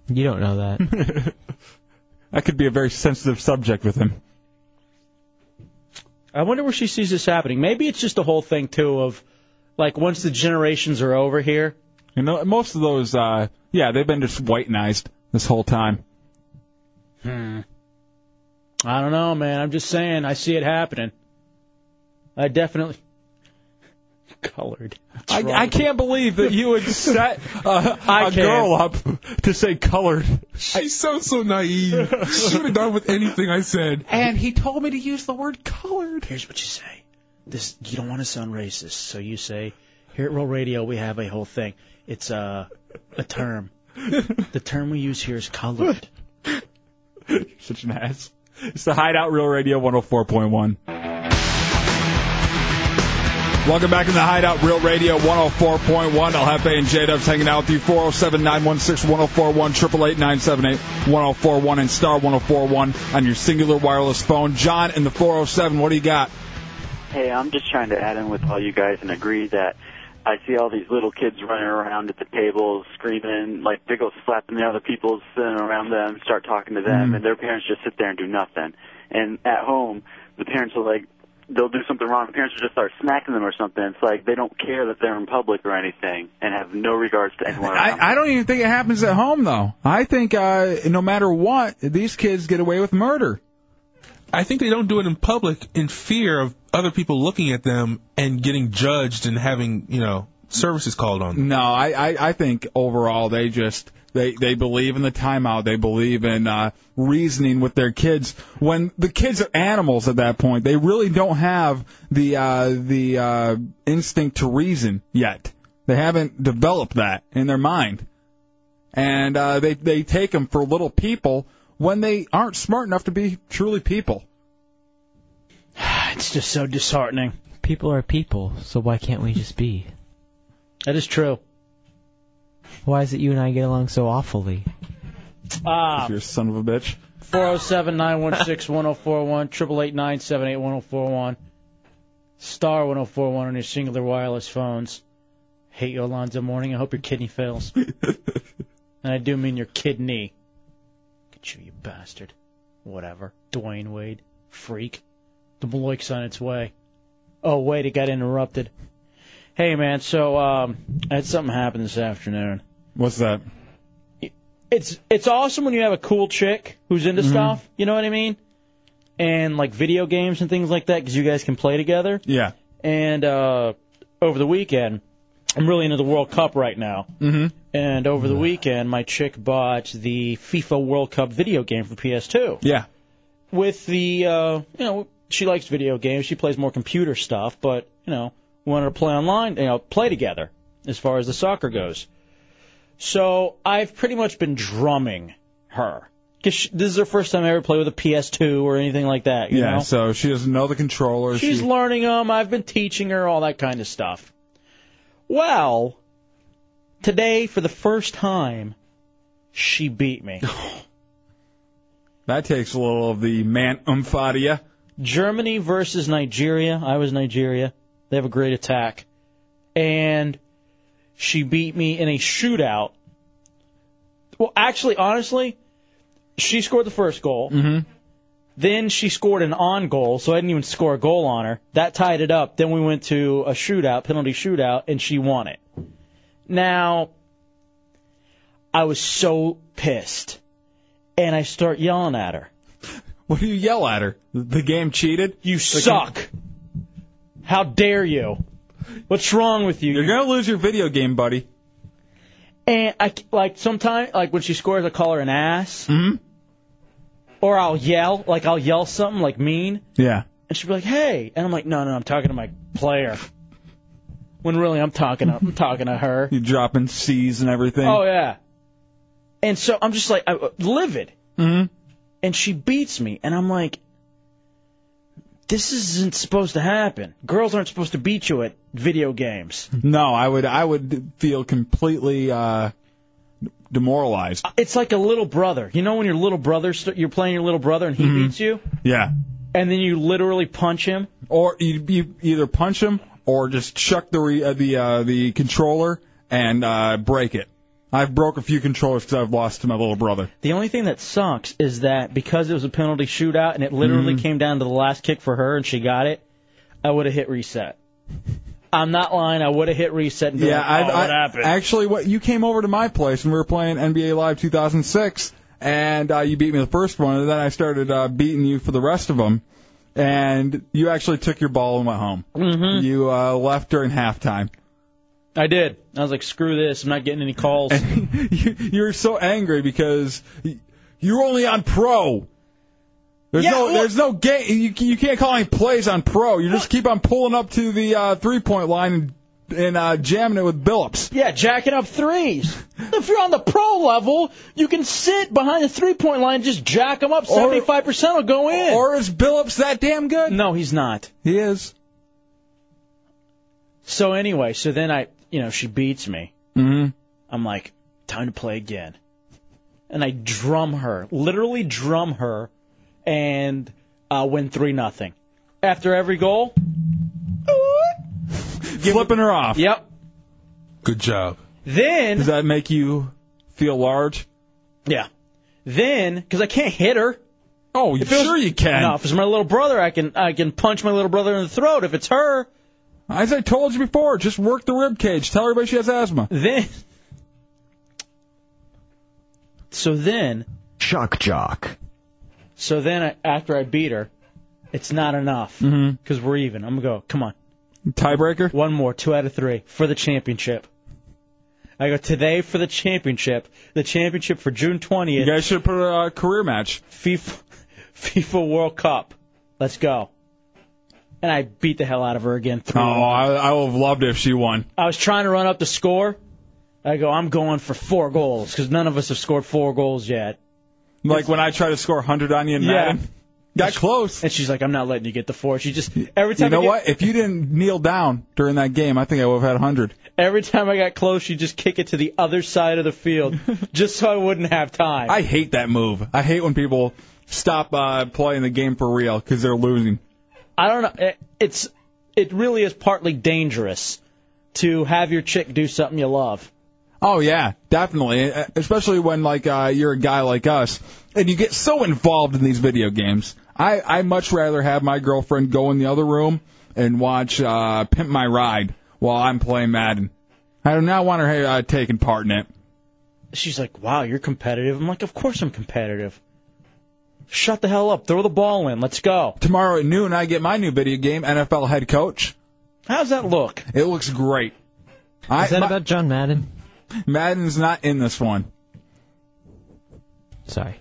You don't know that.
that could be a very sensitive subject with him.
I wonder where she sees this happening. Maybe it's just the whole thing too of like once the generations are over here.
You know, most of those, uh, yeah, they've been just whitenized this whole time.
Hmm. *laughs* I don't know, man. I'm just saying. I see it happening. I definitely colored.
I, I can't believe that you
*laughs*
would set a,
I
a
can.
girl up to say colored.
She sounds so naive. She would have done with anything I said.
And he told me to use the word colored. Here's what you say. This you don't want to sound racist, so you say here at Roll Radio we have a whole thing. It's a a term. the term we use here is colored.
Such an ass. It's the Hideout Real Radio 104.1. Welcome back in the Hideout Real Radio 104.1. El Jefe and J Dubs hanging out with you. 407 916 1041, 888 978 1041, and star 1041 on your singular wireless phone. John in the 407, what do you got?
Hey, I'm just trying to add in with all you guys and agree that I see all these little kids running around at the tables, screaming, like big old slapping the other people sitting around them, start talking to them,
Mm-hmm.
Mhm.
and their parents just sit there and do nothing. And at home, the parents will like, they'll do something wrong. The parents will just start smacking them or something. It's like they don't care that they're in public or anything, and have no regards to anyone. around.
I, I don't even think it happens at home, though. I think uh, no matter what, these kids get away with murder.
I think they don't do it in public in fear of other people looking at them and getting judged and having, you
Oh,
know, services called on them.
No, I, I, I think overall they just they they believe in the timeout. They believe in uh, reasoning with their kids. When the kids are animals at that point, they really don't have the uh, the uh, instinct to reason yet. They haven't developed that in their mind, and uh, they they take them for little people when they aren't smart enough to be truly people.
Ah, It's just so disheartening.
People are people, so why can't we just be?
That is true.
Why is it you and I get along so awfully?
Ah,
You're a son of a bitch.
407 916 1041, 888 978 1041, star 1041 on your singular wireless phones. Hate you, Alonzo Morning. I hope your kidney fails. and I do mean your kidney. Look at you, you bastard. Whatever. Dwayne Wade. Freak. The Maloik's on its way. Oh, wait, it got interrupted. Hey, man, so um, I had something happen this afternoon.
What's that?
it's it's awesome when you have a cool chick who's into
Mhm.
stuff. You know what I mean? And like video games and things like that, because you guys can play together.
Yeah.
And uh, over the weekend, I'm really into the World Cup right now.
Mm-hmm.
And over the weekend, my chick bought the FIFA World Cup video game for PS2.
Yeah.
with the, uh, you know, she likes video games. She plays more computer stuff, but you know, wanted to play online, you know, play together as far as the soccer goes. So I've pretty much been drumming her because this is her first time I ever played with a PS2 or anything like that. You
yeah,
know?
so she doesn't know the controller.
She's
she,
learning them. I've been teaching her all that kind of stuff. Well, today for the first time, she
*laughs*
beat me.
that takes a little of the man umph out of ya.
Germany versus Nigeria. I was Nigeria. They have a great attack, and she beat me in a shootout. Well, actually, honestly, she scored the first goal.
Mm-hmm.
Then she scored an on goal, so I didn't even score a goal on her. That tied it up. Then we went to a shootout, penalty shootout, and she won it. Now, I was so pissed, and I start yelling at her.
What do you yell at her? The game cheated?
You suck. How dare you? What's wrong with you?
You're gonna lose your video game, buddy.
And I like sometimes like when she scores, I call her an ass. Mm-hmm. Or I'll yell, like I'll yell something like mean,
Yeah.
and she'll be like, "Hey," and I'm like, "No, no, I'm talking to my player." When really I'm talking, to, I'm talking to her.
You dropping C's and everything.
Oh yeah. And so I'm just like I, livid.
Mm-hmm.
And she beats me, and I'm like, this isn't supposed to happen. Girls aren't supposed to beat you at
*laughs*
video games.
No, I would I would feel completely uh demoralized.
It's like a little brother. You know when your little brother st- you're playing your little brother and he
Mm-hmm.
beats you,
Yeah.
and then you literally punch him.
Or you, you either punch him or just chuck the re, uh, the uh, the controller and uh break it. I've broke a few controllers cuz I've lost to my little brother.
The only thing that sucks is that because it was a penalty shootout and it
Mm-hmm.
literally came down to the last kick for her and she got it, I would have hit reset. I'm not lying. I would have hit reset. And been
Yeah,
like,
I,
"Oh,
I
what happened?
actually what you came over to my place and we were playing NBA Live 2006 and uh, you beat me the first one and then I started uh, beating you for the rest of them and you actually took your ball and went home. Mm-hmm. You uh, left during halftime. *laughs*
I did. I was like, screw this. I'm not getting any calls.
you, you were so angry because y- you're only on pro. There's
Yeah,
no,
well-
there's no game. You, you can't call any plays on pro. You just keep on pulling up to the uh, three point line and, and uh, jamming it with Billups.
Yeah, jacking up threes. if you're on the pro level, you can sit behind the three point line, and just jack them up. Seventy five percent will go in.
Or is Billups that damn good?
No, he's not.
He is.
So anyway, so then I, you know, she beats me.
Mm-hmm.
I'm like, time to play again. And I drum her, literally drum her, and uh, win three nothing. After every goal,
Flipping her off.
Yep.
Good job.
Then
does that make you feel large?
yeah. Then, because I can't hit her.
Oh, sure you can.
No, if it's my little brother, I can I can punch my little brother in the throat. If it's her,
As I told you before, just work the rib cage. Tell everybody she has asthma.
Then. *laughs* So then.
Shock jock.
So then, I, after I beat her, it's not enough
Mhm.
because we're even. I'm gonna go. Come on.
Tiebreaker.
One more. Two out of three for the championship. I go today for the championship. The championship for June 20th.
You guys should put a uh, career match.
FIFA, FIFA World Cup. Let's go. And I beat the hell out of her again.
Oh,
Three.
I, I would have loved it if she won.
I was trying to run up the score. I go, I'm going for four goals because none of us have scored four goals yet.
Like when I try to score 100 on you in Madden. Got close.
And she's like, I'm not letting you get the four. She just every time
You know
I get,
what? If you didn't kneel down during that game, I think I would have had 100.
Every time I got close, she'd just kick it to the other side of the field just so I wouldn't have time.
I hate that move. I hate when people stop uh, playing the game for real because they're losing.
I don't know. It, it's it really is partly dangerous to have your chick do something you love.
Oh yeah, definitely. Uh, Especially when like uh, you're a guy like us, and you get so involved in these video games. I I much rather have my girlfriend go in the other room and watch uh, Pimp My Ride while I'm playing Madden. I do not want her uh, taking part in it.
She's like, "Wow, you're competitive." I'm like, "Of course I'm competitive." Shut the hell up. Throw the ball in. Let's go.
Tomorrow at noon, I get my new video game, NFL Head Coach.
How's that look?
It looks great. I,
Is that
my-
about John Madden?
Madden's not in this one.
Sorry.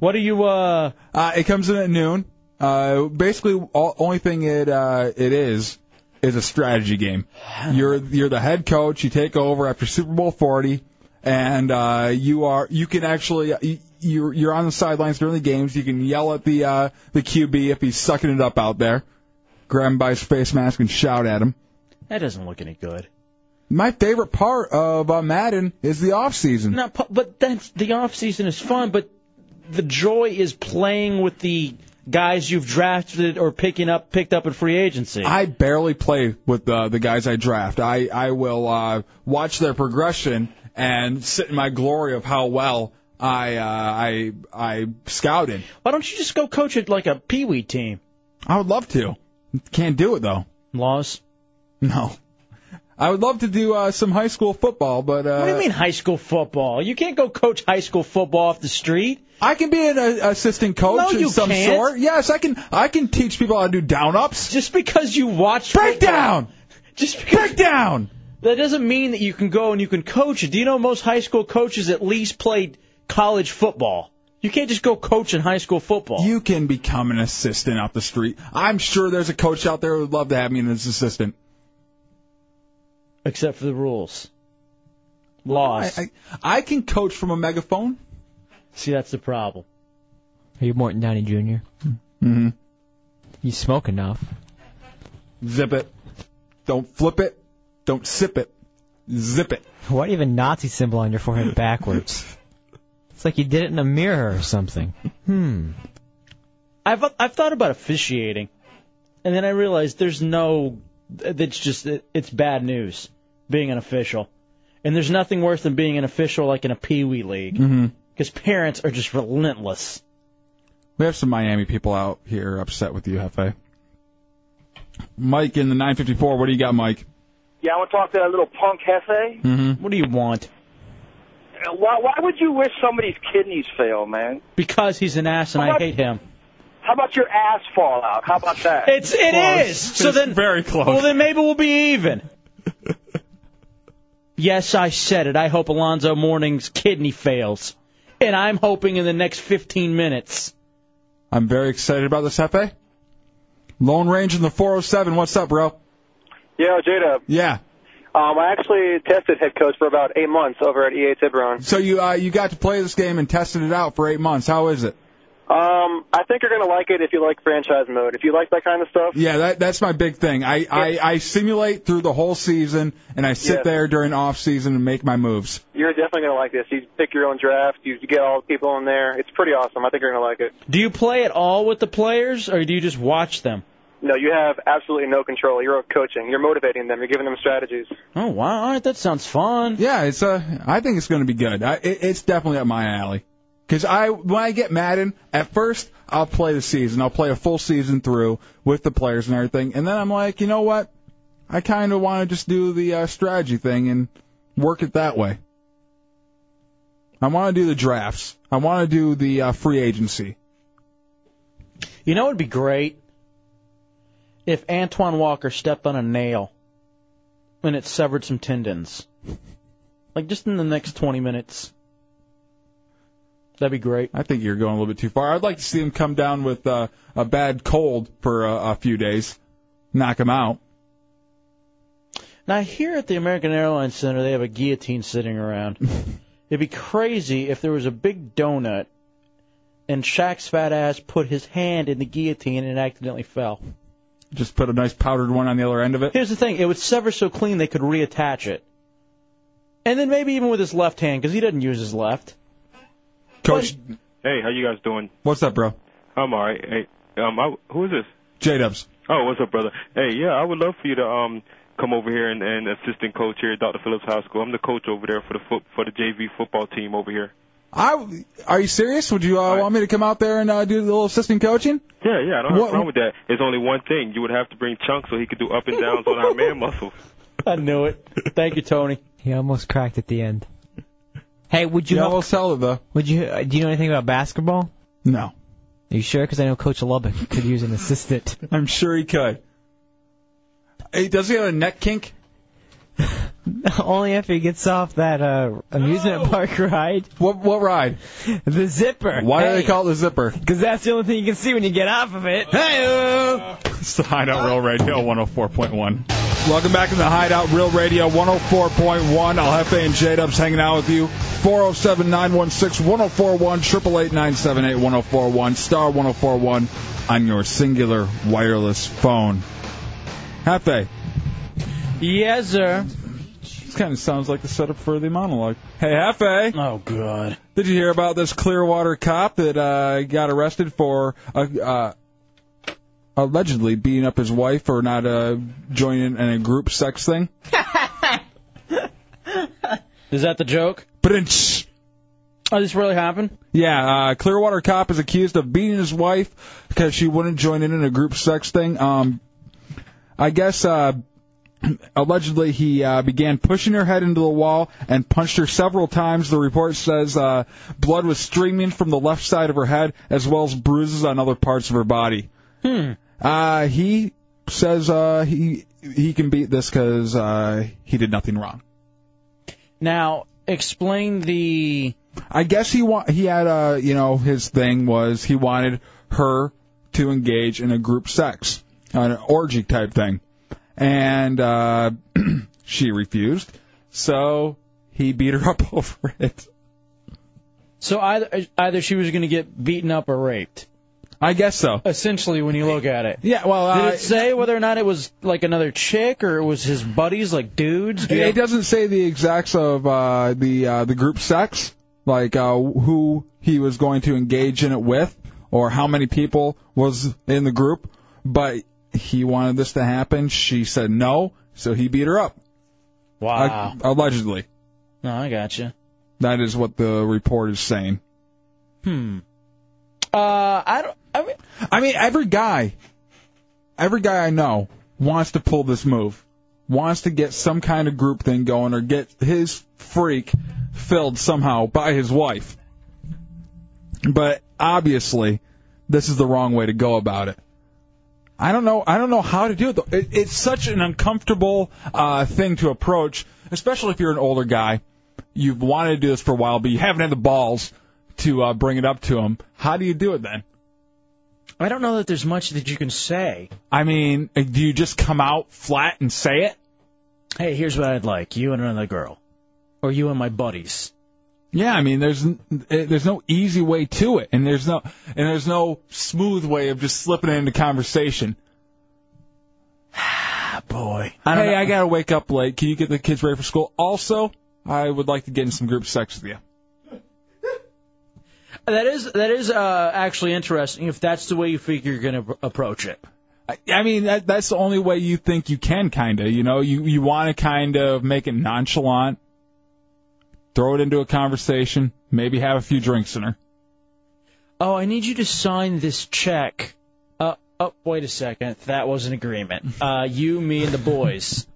What do you uh?
Uh, it comes in at noon. Uh, basically, all, only thing it uh, it is is a strategy game. You're you're the head coach. You take over after Super Bowl forty, and uh, you are you can actually you- you're you're on the sidelines during the games. You can yell at the uh, the QB if he's sucking it up out there. Grab him by his face mask and shout at him.
That doesn't look any good.
My favorite part of uh, Madden is the off season.
No, pu- but that's the off season is fun, but the joy is playing with the guys you've drafted or picking up picked up in free agency.
I barely play with uh, the guys I draft. I I will uh, watch their progression and sit in my glory of how well I uh, I I scouted.
Why don't you just go coach it like a pee wee team?
I would love to. Can't do it though. *laughs*
Laws?
No. I would love to do uh, some high school football, but uh,
What do you mean high school football? You can't go coach high school football off the street.
I can be an uh, assistant coach
No,
of
you
some
can't.
sort. Yes, I can. I can teach people how to do down ups.
Just because you watch
breakdown.
Just because
breakdown.
That doesn't mean that you can go and you can coach it. Do you know most high school coaches at least played college football? You can't just go coach in high school football.
You can become an assistant out the street. I'm sure there's a coach out there who would love to have me as an assistant.
Except for the rules. Lost.
I, I, I can coach from a megaphone.
See, that's the problem.
Are you Morton Downey Jr.?
Mm-hmm.
You smoke enough. *laughs*
Zip it. Don't flip it. Don't sip it. Zip it.
Why do you have a Nazi symbol on your forehead
*laughs*
backwards? it's like you did it in a mirror or something. Hmm.
I've I've thought about officiating, and then I realized there's no. That's just it's bad news being an official, and there's nothing worse than being an official like in a pee wee league
Mm-hmm.
because parents are just relentless.
We have some Miami people out here upset with you, Hefe. Mike in the 954. What do you got, Mike?
Yeah, I want to talk to that little punk Hefe.
Mm-hmm.
What do you want?
Uh, Why, why would you wish somebody's kidneys fail, man?
Because he's an ass and I hate him.
How about your ass fall out? How about that?
It's it is. So then
very close.
Well then maybe we'll be even. *laughs* yes, I said it. I hope Alonzo Mourning's kidney fails, and I'm hoping in the next 15 minutes.
I'm very excited about this, Hefe. Lone Range in the 407. What's up, bro?
Yeah, Jada.
Yeah.
Um, I actually tested head coach for about eight months over at EA Tiburon.
So you uh, you got to play this game and tested it out for eight months. How is it?
Um, I think you're gonna like it if you like franchise mode. If you like that kind of stuff,
Yeah, that, that's my big thing. I, I, I simulate through the whole season, and I sit
Yeah.
there during off season and make my moves.
you're definitely gonna like this. You pick your own draft. You get all the people in there. It's pretty awesome. I think you're gonna like it.
Do you play at all with the players, or do you just watch them?
No, you have absolutely no control. You're coaching. You're motivating them. You're giving them strategies.
Oh wow, all right, that sounds fun.
Yeah, it's uh, I think it's going to be good. I, it, it's definitely up my alley. Because I, when I get Madden, at first I'll play the season. I'll play a full season through with the players and everything, and then I'm like, you know what? I kind of want to just do the uh, strategy thing and work it that way. I want to do the drafts. I want to do the uh, free agency.
You know, it'd be great if Antoine Walker stepped on a nail and it severed some tendons. Like just in the next 20 minutes. That'd be great.
I think you're going a little bit too far. I'd like to see him come down with uh, a bad cold for uh, a, a few days, knock him out.
Now here at the American Airlines Center, they have a guillotine sitting *laughs* around. It'd be crazy if there was a big donut and Shaq's fat ass put his hand in the guillotine and accidentally fell.
Just put a nice powdered one on the other end of it.
Here's the thing: it would sever so clean they could reattach it, and then maybe even with his left hand because he doesn't use his left.
Coach,
Hey, how you guys doing?
what's up, bro?
I'm all right. Hey, um, I, who is this?
J Dubs.
Oh, what's up, brother? Hey, yeah, I would love for you to um come over here and, and assistant coach here at Dr. Phillips High School. I'm the coach over there for the foot for the JV football team over here.
I are you serious? Would you uh, want me to come out there and uh, do the little assistant coaching?
Yeah, yeah, I don't have
What-
a problem with that. There's only one thing: you would have to bring Chunk so he could do up and downs on our man muscle.
I knew it. Thank you, Tony.
He almost cracked at the end. Hey, would you
Yeah,
help?
I'll sell it though.
Would you? uh, Do you know anything about basketball?
No.
Are you sure? Because I know Coach Lubbock could use an assistant.
I'm sure he could. Hey, does he have a neck kink?
*laughs* Only after he gets off that uh, amusement park ride.
What what ride?
The zipper.
Why do
Hey.
they call it the zipper?
Because that's the only thing you can see when you get off of
*laughs*
it. Hey!
It's the Hideout Real Radio 104.1. Welcome back to the Hideout Real Radio 104.1. I'll Hefe and J Dubs hanging out with you. 407 916 1041 888 978 1041 star 1041 on your singular wireless phone. Hefe.
Yes, sir.
This kind of sounds like the setup for the monologue. Hey, Hefe.
Oh, God.
Did you hear about this Clearwater cop that uh, got arrested for uh, uh, allegedly beating up his wife for not uh, joining in a group sex thing?
Is that the joke? Oh, this really happened?
Yeah, uh, Clearwater cop is accused of beating his wife because she wouldn't join in in a group sex thing. Um, I guess uh, *clears throat* allegedly he uh, began pushing her head into the wall and punched her several times. The report says uh, blood was streaming from the left side of her head as well as bruises on other parts of her body.
Hmm.
Uh, he says uh, he he can beat this because uh, he did nothing wrong.
Now, explain the.
I guess he wa- he had uh you know his thing was he wanted her to engage in a group sex, an orgy type thing, and uh, *clears throat* she refused, so he beat her *laughs* up over it.
So either either she was going to get beaten up or raped.
I guess so.
Essentially, when you look at it.
Yeah. Well, uh,
Did it say whether or not it was like another chick or it was his buddies, like dudes? Do you
it
have-
doesn't say the exacts of uh, the uh, the group sex, like uh, who he was going to engage in it with, or how many people was in the group. But he wanted this to happen. She said no, so he beat her up.
Wow.
A- allegedly,
no, I gotcha.
that is what the report is saying.
Hmm. Uh, I don't. I mean,
I mean, every guy, every guy I know wants to pull this move, wants to get some kind of group thing going or get his freak filled somehow by his wife. But obviously, this is the wrong way to go about it. I don't know. I don't know how to do it. Though. It, it's such an uncomfortable uh, thing to approach, especially if you're an older guy. You've wanted to do this for a while, but you haven't had the balls to uh, bring it up to him. How do you do it then?
I don't know that there's much that you can say.
I mean, eh, do you just come out flat and say it?
Hey, here's what I'd like: you and another girl, or you and my buddies.
Yeah, I mean, there's n- eh, there's no easy way to it, and there's no and there's no smooth way of just slipping it into conversation.
boy.
hey, I gotta wake up late. Can you get the kids ready for school? Also, I would like to get in some group sex with you.
That is that is uh, actually interesting. If that's the way you figure you're going to approach it.
I, I mean, that, that's the only way you think you can, kind of. You know, you you want to kind of make it nonchalant, throw it into a conversation, maybe have a few drinks in her.
Oh, I need you to sign this check. Uh, oh, wait a second. That was an agreement. Uh, you, me, and the boys.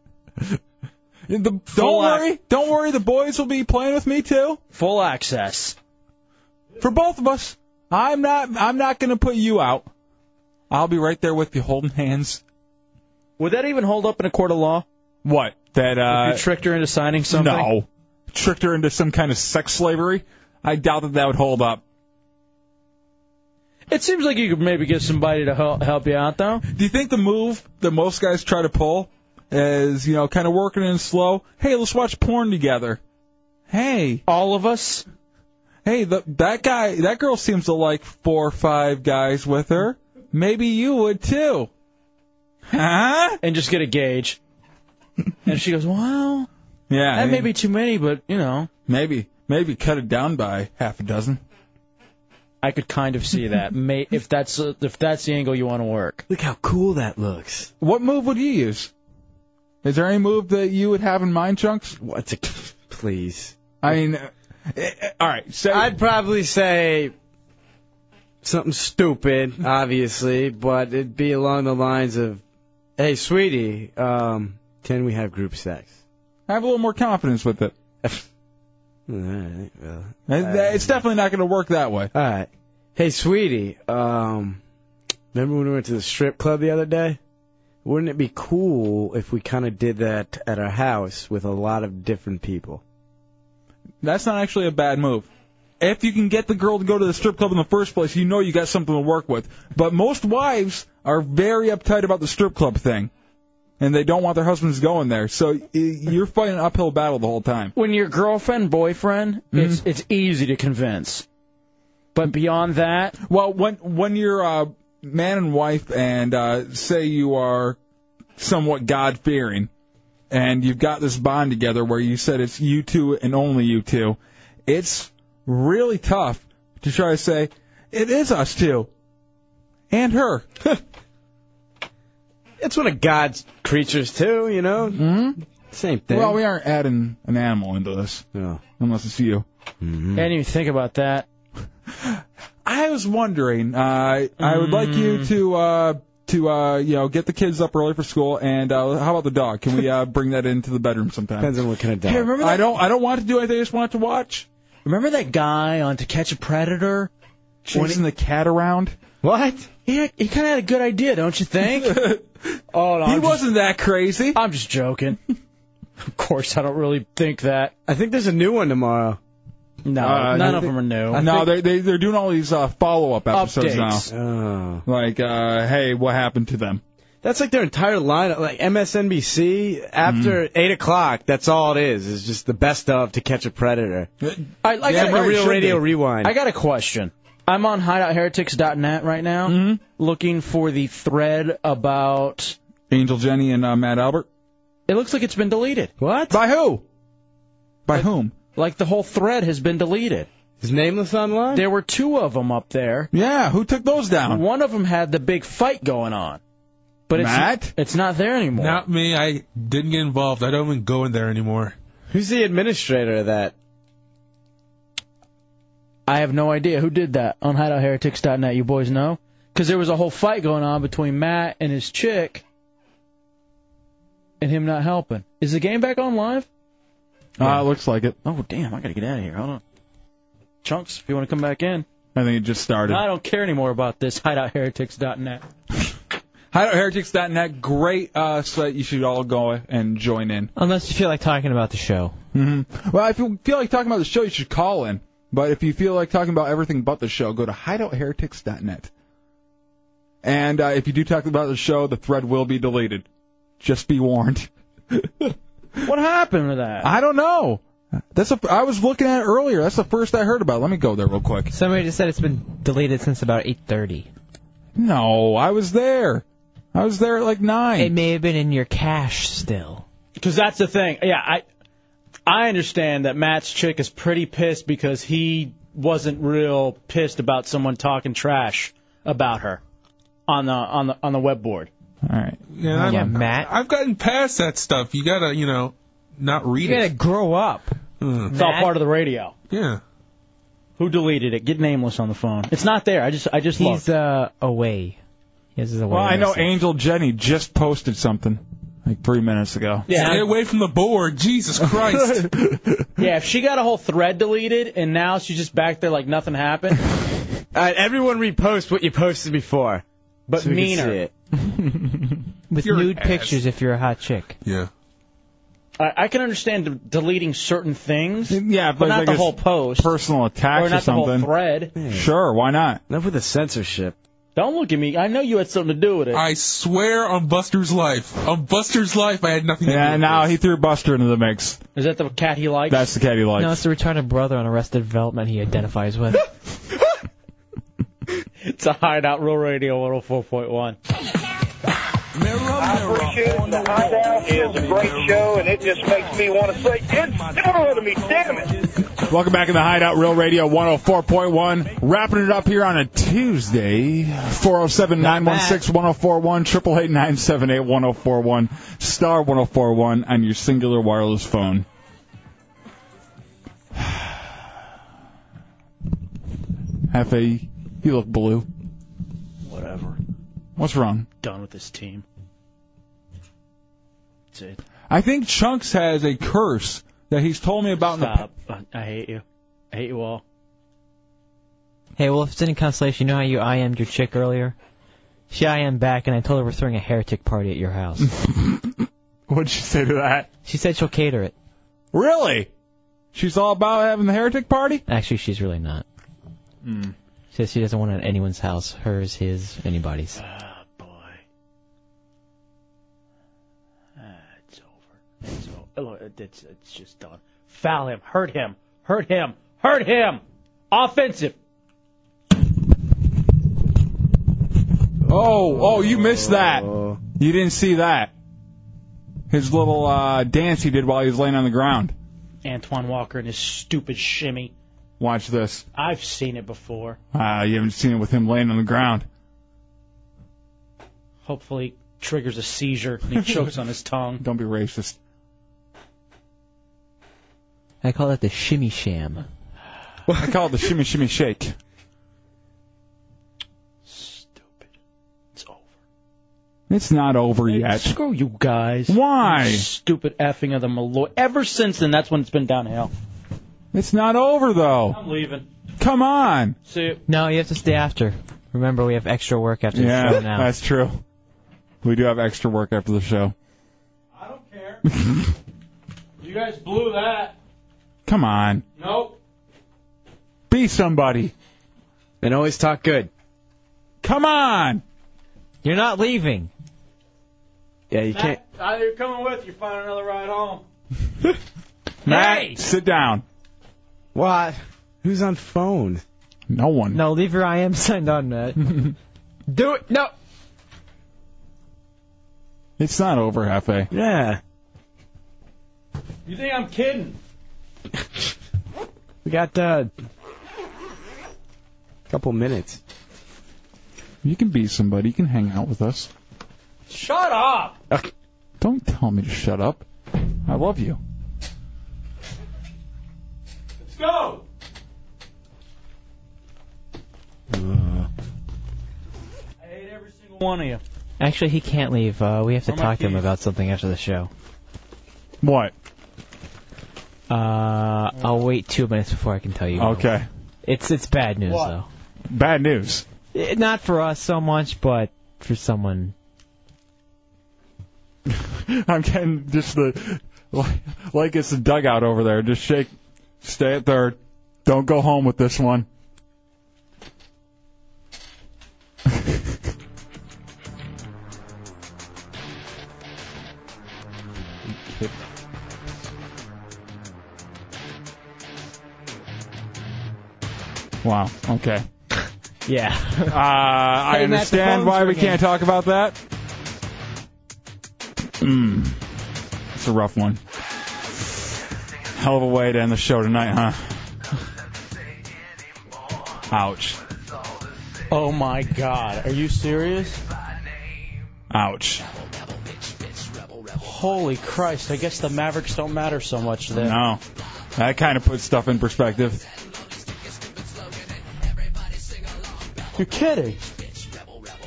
The, don't worry, don't worry. The boys will be playing with me too.
Full access
for both of us. I'm not. I'm not going to put you out. I'll be right there with you, holding hands.
Would that even hold up in a court of law?
What? That uh,
you tricked her into signing something.
No, tricked her into some kind of sex slavery. I doubt that that would hold up.
It seems like you could maybe get somebody to help help you out though.
Do you think the move that most guys try to pull is, you know, kind of working in slow? Hey, let's watch porn together. Hey,
all of us.
Hey, the, that guy, that girl seems to like four or five guys with her. Maybe you would too. Huh?
And just get a gauge. And she goes, "Well,
Yeah.
that
I
may
mean-
be too many, but you know,
Maybe, maybe cut it down by half a dozen.
I could kind of see *laughs* that. may if that's uh, if that's the angle you want to work.
Look how cool that looks. What move would you use? Is there any move that you would have in mind, Chunks?
What? *laughs* Please.
I mean, uh, eh, eh, all right. So
I'd probably say something stupid, obviously, but it'd be along the lines of, "Hey, sweetie, um, can we have group sex?"
have a little more confidence with it.
*laughs*
All right. Well,
It- it's definitely not going to work that way.
All right. Hey, sweetie, um, remember when we went to the strip club the other day? Wouldn't it be cool if we kind of did that at our house with a lot of different people?
That's not actually a bad move. If you can get the girl to go to the strip club in the first place, you know you got something to work with.
But most wives are very uptight about the strip club thing, and they don't want their husbands going there. So y- you're fighting an uphill battle the whole time.
When your girlfriend, boyfriend, it's it's easy to convince. But beyond that,
well, when when you're uh, man and wife, and uh, say you are somewhat God fearing, and you've got this bond together where you said it's you two and only you two, it's really tough to try to say it is us two and her.
It's one of God's creatures too, you know.
Mm-hmm.
Same thing.
Well, we aren't adding an animal into this, unless it's you.
Mm-hmm.
I didn't even think about that.
I was wondering. Uh, I would like you
Mm.
to uh, to uh, you know get the kids up early for school, and uh, how about the dog? Can
*laughs*
we uh, bring that into the bedroom sometime?
Depends on what kind of dog.
Hey, remember that-
I don't I don't want to do anything. I just want to watch.
Remember that guy on To Catch a Predator?
Chasing the cat around.
What? He he kind of had a good idea, don't you *laughs* think? oh, no,
he wasn't that crazy.
I'm just *laughs* joking. of course, I don't really think that.
I think there's a new one tomorrow.
No,
Uh,
none
I
of
thi-
them are new.
No, they they they're doing all these uh, follow up episodes
Updates.
now. Like, uh, hey, what happened to them?
That's like their entire lineup, like MSNBC. After
Mm-hmm.
eight o'clock, that's all it is. Is just the best of to catch a predator.
I, I
Yeah,
got
but
a
Real Radio Rewind.
I got a question. I'm on hideoutheretics.net right now, looking for the thread about.
Angel Jenny and uh, Matt Albert.
It looks like it's been deleted.
What?
By who? By whom?
Like the whole thread has been deleted.
Is Nameless online?
There were two of them up there.
Yeah, who took those down?
One of them had the big fight going on, but it's
Matt?
it's not there anymore.
Not me. I didn't get involved. I don't even go in there anymore.
Who's the administrator of that?
I have no idea who did that on hideoutheretics.net. You boys know? Because there was a whole fight going on between Matt and his chick, and him not helping. Is the game back on live?
Uh, looks like it.
Oh damn! I gotta get out of here. Hold on. Chunks, if you want to come back in.
I think it just started.
I don't care anymore about this hideoutheretics.net.
HideoutHeretics.net, great uh, site. You should all go and join in.
Unless you feel like talking about the show.
hmm Well, if you feel like talking about the show, you should call in. But if you feel like talking about everything but the show, go to hideoutheretics.net. And uh, if you do talk about the show, the thread will be deleted. Just be warned.
What happened to that?
I don't know. That's a, I was looking at it earlier. That's the first I heard about. it. Let me go there real quick.
Somebody just said it's been deleted since about 8:30.
No, I was there. I was there at like nine.
It may have been in your cache still.
Because that's the thing. Yeah, I I understand that Matt's chick is pretty pissed because he wasn't real pissed about someone talking trash about her on the on the on the web board.
All right.
Yeah, I'm- I've gotten past that stuff. You gotta, you know, not read
You
it. Hmm.
gotta
grow up.
It's all part of the radio.
Yeah.
Who deleted it? Get nameless on the phone. It's not there. I just I just
He's
looked.
uh, away. His is away.
Well, I know Angel Jenny just posted something like three minutes ago.
Yeah.
Stay away from the board, Jesus
*laughs*
Christ.
yeah, if she got a whole thread deleted and now she's just back there like nothing happened.
All right, uh, everyone repost what you posted before,
But
so we can
meaner.
see it.
With
You're an
nude
ass.
pictures if you're a hot chick.
Yeah.
I, I can understand de- deleting certain things.
Yeah,
but not the whole post.
Personal attacks
Or
or,
not the whole
something.
thread.
Sure, why not?
Enough with the censorship.
Don't look at me. I know you had something to do with it.
I swear on Buster's life. On Buster's life, I had nothing to do
Yeah,
with
now Oh, he threw Buster into the mix.
Is that the cat he likes?
That's the cat he likes.
No, it's the retarded brother on Arrested Development he
*laughs*
identifies with.
It's a hideout, Real Radio 104.1.
I appreciate it. The Hideout is a great show, and it just makes me want to say, it's still to me, damn it.
Welcome back in the Hideout, Real Radio 104.1. Wrapping it up here on a Tuesday. 407 916 1041, 888 978 1041, star 1041 on your singular wireless phone. Hefe, you look blue.
Whatever.
What's wrong?
Done with this team. That's it.
I think Chunks has a curse that he's told me about in the
Stop. I I hate you. I hate you all.
hey, well, if it's any consolation, you know how you IM'd your chick earlier?
Here I am back, and I told her we're throwing a heretic party at your house.
What'd she say to that?
She said she'll cater it.
*laughs* Really? She's all about having the heretic party?
Actually, she's really not. Hmm. She says she doesn't want it at anyone's house hers, his, anybody's.
Look, It's, it's just done. Foul him. Hurt him. Hurt him. Hurt him. Offensive.
Oh, oh, you missed that. You didn't see that. His little uh, dance he did while he was laying on the ground.
Antoine Walker and his stupid shimmy.
Watch this.
I've seen it before.
Uh, you haven't seen it with him laying on the ground.
Hopefully triggers a seizure and he chokes on his
*laughs*
tongue.
Don't be racist.
I call that the shimmy sham.
I call it the shimmy shimmy shake. It's not over yet.
Screw you guys.
Why?
Stupid effing of the Malloy. Ever since then, that's when it's been downhill.
It's not over though.
I'm leaving.
Come on.
See you.
No, you have to stay after. Remember, we have extra work after the
Yeah,
show now.
that's true. We do have extra work after the show. *laughs*
You guys blew that.
Come on.
Nope.
Be somebody.
And always talk good.
Come on.
You're not leaving.
Yeah, you can't.
Either you're coming with, you find another ride home.
Matt, sit down.
What? Who's on phone?
No one.
No, leave your I am signed on, Matt.
*laughs*
Do it. No.
It's not over, Hefe.
Yeah.
You think I'm kidding?
We got uh, couple minutes.
You can be somebody. You can hang out with us.
Shut up.
Don't tell me to shut up. I love you.
Let's go.
Uh.
One of you.
Actually, he can't leave. Uh, we have to
Where are my
talk to him
keys?
about something after the show.
What?
Uh, I'll wait two minutes before I can tell you.
Okay.
It's it's bad news
What?
though.
Bad news.
Eh, not for us so much, but for someone.
*laughs* I'm getting just the like it's a dugout over there. Just shake, stay at third. Don't go home with this one. *laughs* Wow. Okay.
Yeah.
Uh, I
Hey, Matt, the
understand
phone's
why we
ringing.
can't talk about that. Mm. It's a rough one. Hell of a way to end the show tonight, huh? Ouch.
Oh my God. Are you serious?
Ouch.
Holy Christ. I guess the Mavericks don't matter so much then.
No. That kind of puts stuff in perspective.
You're kidding.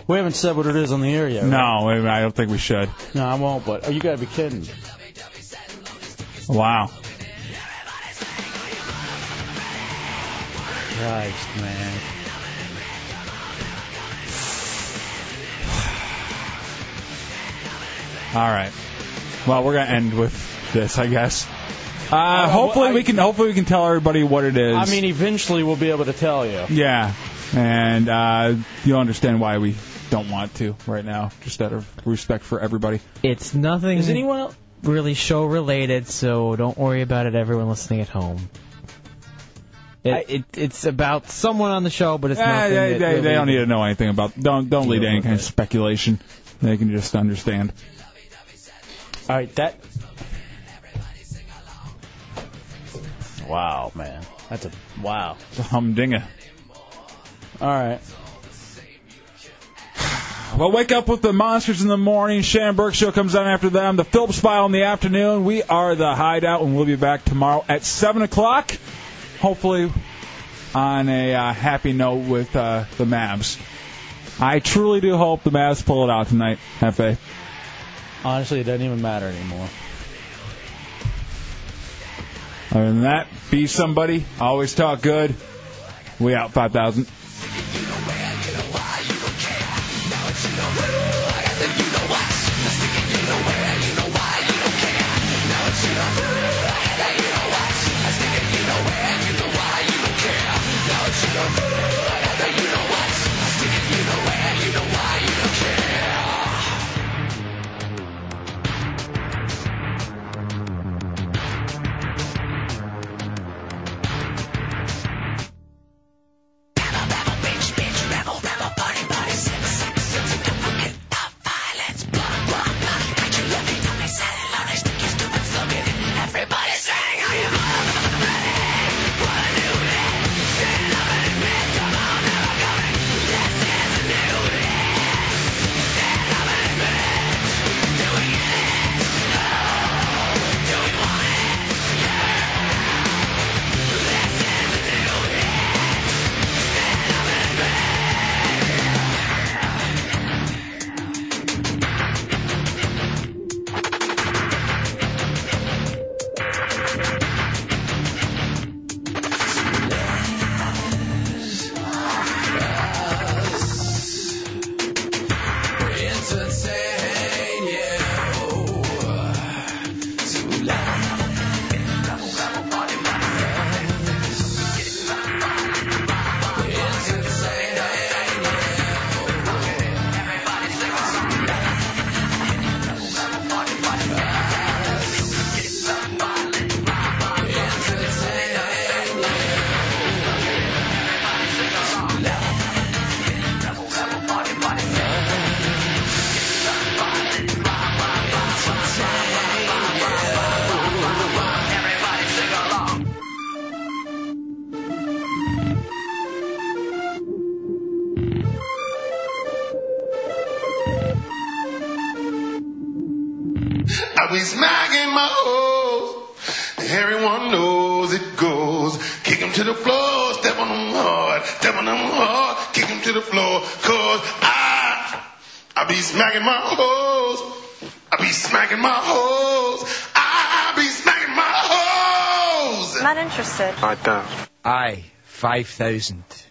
We haven't said what it is on the air yet.
No, wait a minute, I don't think we should.
No, I won't, but oh, you gotta be kidding.
Wow.
Christ, man.
All right. Well, we're gonna end with this, I guess. Uh, hopefully we can. Hopefully we can tell everybody what it is.
I mean, eventually we'll be able to tell you.
Yeah, and uh, you'll understand why we don't want to right now, just out of respect for everybody.
*laughs* It's nothing.
Is anyone else?
really show related? So don't worry about it, everyone listening at home. It, it it's about someone on the show, but it's
Eh,
nothing.
they,
that
they-
really-
they don't need to know anything about. Don't don't lead to any kind of speculation. They can just understand.
All right, that. Wow, man, that's a wow.
It's a humdinger.
All right.
Well, wake up with the monsters in the morning. Shannon Burke show comes on after them. The Phillips file in the afternoon. We are the Hideout, and we'll be back tomorrow at seven o'clock. Hopefully, on a uh, happy note with uh, the Mavs. I truly do hope the Mavs pull it out tonight, Hefe.
Honestly, it doesn't even matter anymore.
Other than that, be somebody. Always talk good. We out 5,000.
Now it's
I've been smacking my hoes. Everyone knows it goes. Kick 'em to the floor, step on 'em hard, step on 'em hard, kick 'em to the floor. Cause I, I be smacking my hoes. I be smacking my hoes. I be smacking my hoes.
Not interested.
I, 5,000.